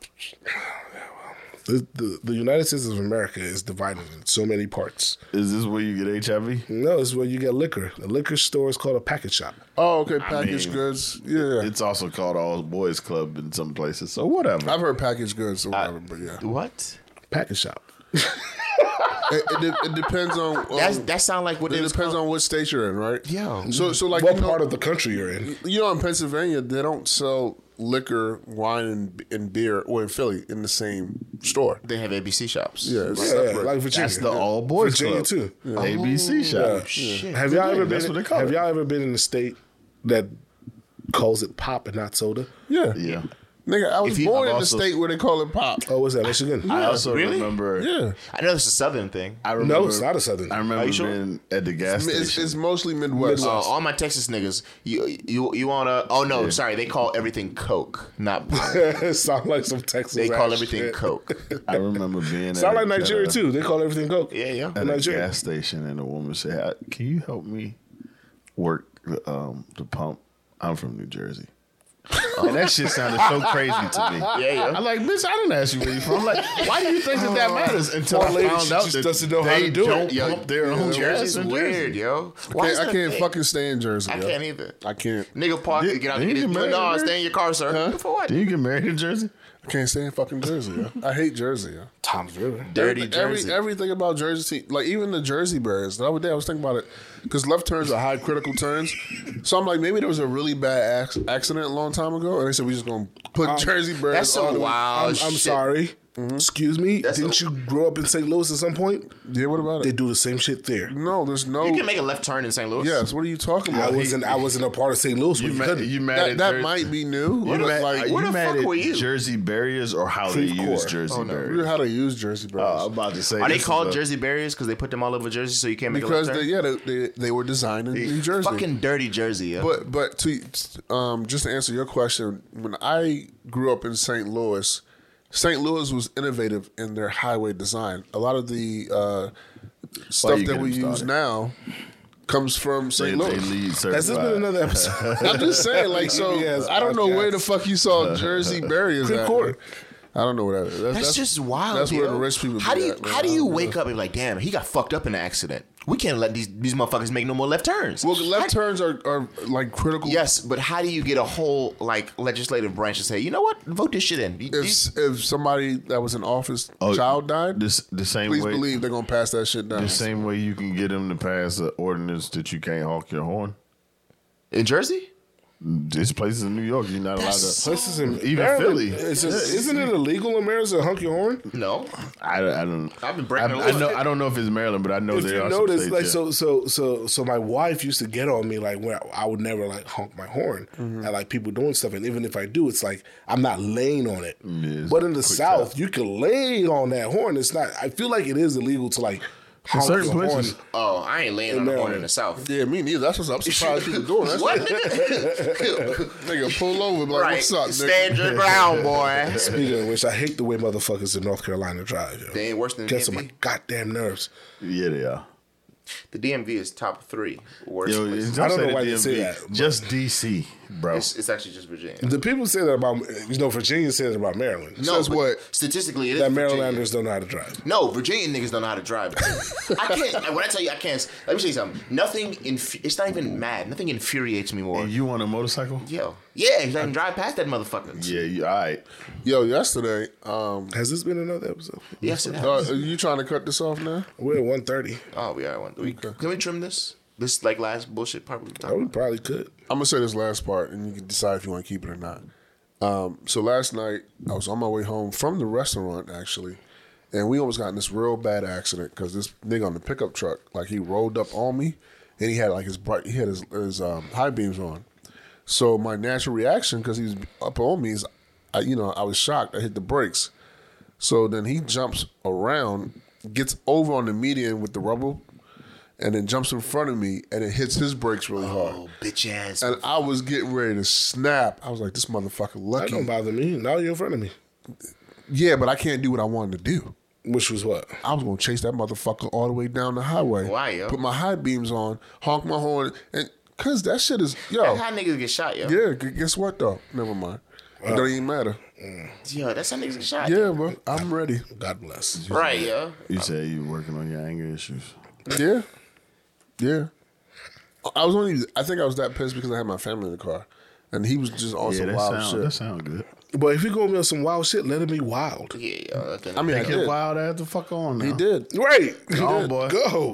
The, the, the United States of America is divided in so many parts.
Is this where you get HIV?
No, it's where you get liquor. A liquor store is called a package shop.
oh, okay. Packaged
mean,
goods. Yeah,
It's also called All Boys Club in some places. So whatever.
I've heard packaged goods or whatever, but yeah,
What?
Package shop.
it, it, de- it depends on. um,
That's that sound like what
it
it is.
depends on what state you're in, right?
Yeah.
So, so like
What
you know-
part of the country you're in?
You know, in Pennsylvania, they don't sell liquor, wine, and, and beer, or in Philly, in the same store.
They have ABC shops.
Yeah, it's
Yeah,
separate.
like Virginia.
That's the All Boys
Virginia
Club.
too.
ABC shop.
Shit.
Have y'all ever
That's
been?
what they call
have
it.
y'all ever been in a state that calls it pop and not soda?
yeah.
Yeah.
Nigga, I was
If he- I've
born in the
also-
state where they call
[LAUGHS]
it pop.
Oh, what's that? Michigan.
I also
Really?
remember.
Yeah.
I know it's a southern thing.
I remember.
No, it's not a Southern.
I remember
you sure?
being at the gas
It's,
station.
it's mostly Midwest.
Uh, all my Texas niggas, you you you wanna? Oh no, sorry, they call everything Coke, not [LAUGHS] pop.
[LAUGHS] Sound like some Texas.
They call
ass
everything
shit. [LAUGHS]
Coke.
I remember being.
Sound
at
like
a-
Nigeria
at a-
too. They call everything coke.
Yeah, yeah.
At a
Nigeria.
gas station, and a woman said, "I- "Can you help me work the, um, the pump? I'm from New Jersey." And that shit sounded so crazy to me. Yeah,
yeah.
I'm like, bitch, I didn't ask you where you from.
[LAUGHS]
Like, why do you think that that matters? Until I
Poor lady,
found
she
out
just
that
doesn't know how
they
to do it.
don't
Yo,
pump their own gas
Jersey's
in
weird,
Jersey.
yo. Why
I
is
can't, I
that
can't
thing?
fucking stay in Jersey.
I
yo.
can't either.
I can't.
Nigga, park.
Did-
you get out
didn't
and get
you
his
marry
No,
her?
stay in your car, sir. For what?
Do you get married in Jersey?
I can't stay in fucking Jersey. Yo. I hate Jersey. Yo.
Tom's River.
Dirty
Every, everything about Jersey, like even the Jersey Bears. The other day I was thinking about it because left turns are high critical turns. So I'm like, maybe there was a really bad ac- accident a long time ago, and they said we're just gonna put
Um,
Jersey Bears.
that's so
all the way-
wild.
I'm, I'm
shit.
sorry. Excuse me.
That's
Didn't
a-
you grow up in St. Louis at some point?
Yeah, what about
They
it?
do the same shit there.
No, there's no.
You can make a left turn in St. Louis.
yes, what are you talking
I
about?
wasn't. I wasn't a part of St. Louis.
You
when You
mad,
couldn't.
you mad
that
at
that
Jer-
might be new.
You
but,
mad,
like,
you
the
mad
fuck
at
were you?
Jersey barriers or how they
Proof
use
core.
Jersey
Oh,
we knew
barriers?
how to use Jersey Bears.
Uh, I'm about to say
Are they
this is
called
a-
Jersey barriers because they put them all over Jersey so you can't make
because
a left
they,
turn?
yeah, they, they, they were designed in New Jersey.
Fucking dirty Jersey, yo.
But but to um, just to answer your question, when I grew up in St. Louis, St. Louis was innovative in their highway design. A lot of the uh, stuff
you
that
get
we
him
use
started?
now comes from
They,
St.
they
Louis.
lead
Has this been another episode? [LAUGHS]
I'm just saying,
[LAUGHS]
like, so
Yes,
I don't know where the
podcast.
fuck you saw Jersey barriers
Good
at.
court.
I don't know where that is. That's,
that's, just wild.
That's where
yo.
the rich people.
How
be
do you
at, man.
how do
I
you
don't know.
wake up and be like, damn, he got fucked up in an accident. We can't let these these motherfuckers make no more left turns.
Well, left turns are, are like critical.
Yes, but how do you get a whole like legislative branch to say, you know what, vote this shit in? You- you-
If if somebody that was in office child died,
Oh, This, the same
please
way.
believe they're gonna pass that shit down.
The same way you can get them to pass an ordinance that you can't honk your horn.
in Jersey?
This place is in New York. You're not allowed
That's
to.
This is in
Even Philly.
It's [LAUGHS] just- isn't it illegal in Maryland to honk your horn?
No.
I, I don't.
I've been breaking
I,
the
I
law.
know. I don't know if it's Maryland, but I know
if
there
you
are
notice,
some
like
states,
so, so, so, so, my wife used to get on me like when I, I would never like honk my horn
Mm-hmm.
at like people doing stuff, and even if I do, it's like I'm not laying on it.
it's
but in the
quick
South, you can lay on that horn. It's not. I feel like it is illegal to like honk
certain
your
places.
horn.
Oh, I ain't laying on the horn in the south.
Yeah, me neither. That's what
[LAUGHS]
I'm surprised people doing. That's
What? [LAUGHS] nigga?
nigga pull over, be like
right.
what's up, nigga?
Stand your ground,
[LAUGHS]
boy.
Speaking of which, I hate the way motherfuckers in North Carolina drive. Yo.
They ain't worse than the
Gets on my
DMV.
goddamn nerves.
yeah. yeah, they are.
The DMV is top three worst.
Yo,
places.
don't
I don't
say
know
the
why they
DMV.
say that, but-
Just DC, bro.
It's, it's actually just Virginia.
The people say that about you know Virginia says about Maryland.
Says
but
what?
Statistically, it is
that
Virginia.
Marylanders don't know how to drive.
No, Virginia niggas don't know how to drive. I can't. When I tell you, I can't. Let me tell you something. Nothing. Inf- it's not even mad. Nothing infuriates me more.
you on a motorcycle?
Yo, yeah, you can drive past that motherfucker.
Yeah. You, all right.
Yo, yesterday, um,
Has this been another episode?
Yes, it
uh,
has.
are you trying to cut this off now?
We're at one thirty.
Oh, we are one. We, Can we trim this? This like last bullshit part we were
I
Oh,
talking
would
about.
Oh, probably could.
I'm gonna say this last part, and you can decide if you want to keep it or not. Um, so last night, I was on my way home from the restaurant actually, and we almost got in this real bad accident because this nigga on the pickup truck, like he rolled up on me, and he had like his bright, he had his, his um, high beams on. So my natural reaction, because he was up on me, is, I, you know, I was shocked. I hit the brakes. So then he jumps around, gets over on the median with the rubble, and then jumps in front of me, and it hits his brakes really hard.
Oh, bitch ass.
And I was getting ready to snap. I was like, this motherfucker
That don't
lucky.
bother me. Now you're in front of me.
Yeah, but I can't do what I wanted to do.
Which was what?
I was gonna chase that motherfucker all the way down the highway.
Why, yo?
Put my high beams on, honk my horn, and cause that shit is yo.
That's how niggas get shot, yo.
Yeah, gu- guess what though? Never mind. It don't even matter.
Uh, Yo, that's how niggas get shot.
Yeah, bro, I'm ready.
God bless.
Right, yo.
Uh,
You say you working on your anger issues.
Yeah, yeah. I was only. I think I was that pissed because I had my family in the car, and he was just on
Yeah,
some
that
wild
sound
shit.
that sound good.
But if you're gonna be on some wild shit, let it be wild.
Yeah, yo. That thing-
I mean, I
Get
did.
wild ass the fuck on. Now.
He did.
Right.
Go,
[LAUGHS]
boy.
Go.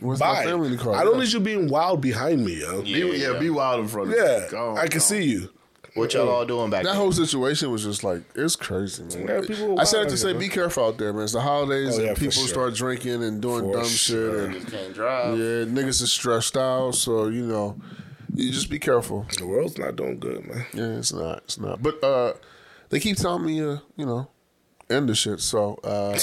Where's my
Bye.
family in the car?
I don't
Yeah.
need you being wild behind me, yo.
Be, yeah, be wild in front of.
Yeah.
me. Go on,
I can
go on.
see you.
what y'all all doing back
That
there?
whole situation was just like it's crazy, man.
Yeah, people were
I said it
wild
to
out
say,
here,
be careful out there, man. It's the holidays,
Oh, yeah,
and
for
people
sure.
start drinking and doing
For
dumb
sure.
shit,
Niggas can't drive.
and yeah, niggas is stressed out. So you know, you just be careful.
The world's not doing good, man.
Yeah, it's not, it's not. But uh, they keep telling me, uh, you know, end the shit. So uh,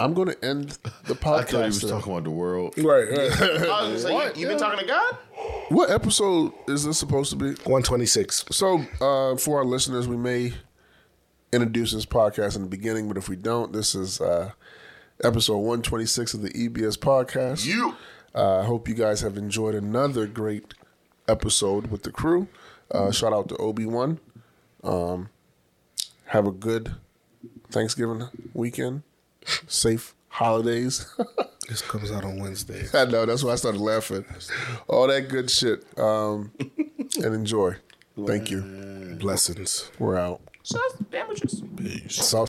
I'm going to end
[LAUGHS]
the podcast.
I thought he was talking about the world.
Right, right. [LAUGHS]
I was like, Oh, you, you been talking to God?
what episode is this supposed to be?
126.
So, uh, for our listeners, we may introduce this podcast in the beginning, but if we don't, this is uh, episode 126 of the EBS podcast.
You.
Uh, I hope you guys have enjoyed another great episode with the crew. Uh, shout out to Obi Wan. Um, have a good Thanksgiving weekend. Safe holidays. [LAUGHS]
This comes out on Wednesday.
I know that's why I started laughing. All that good shit. Um, and enjoy. Thank you.
Blessings.
We're out.
So damages.
Salt-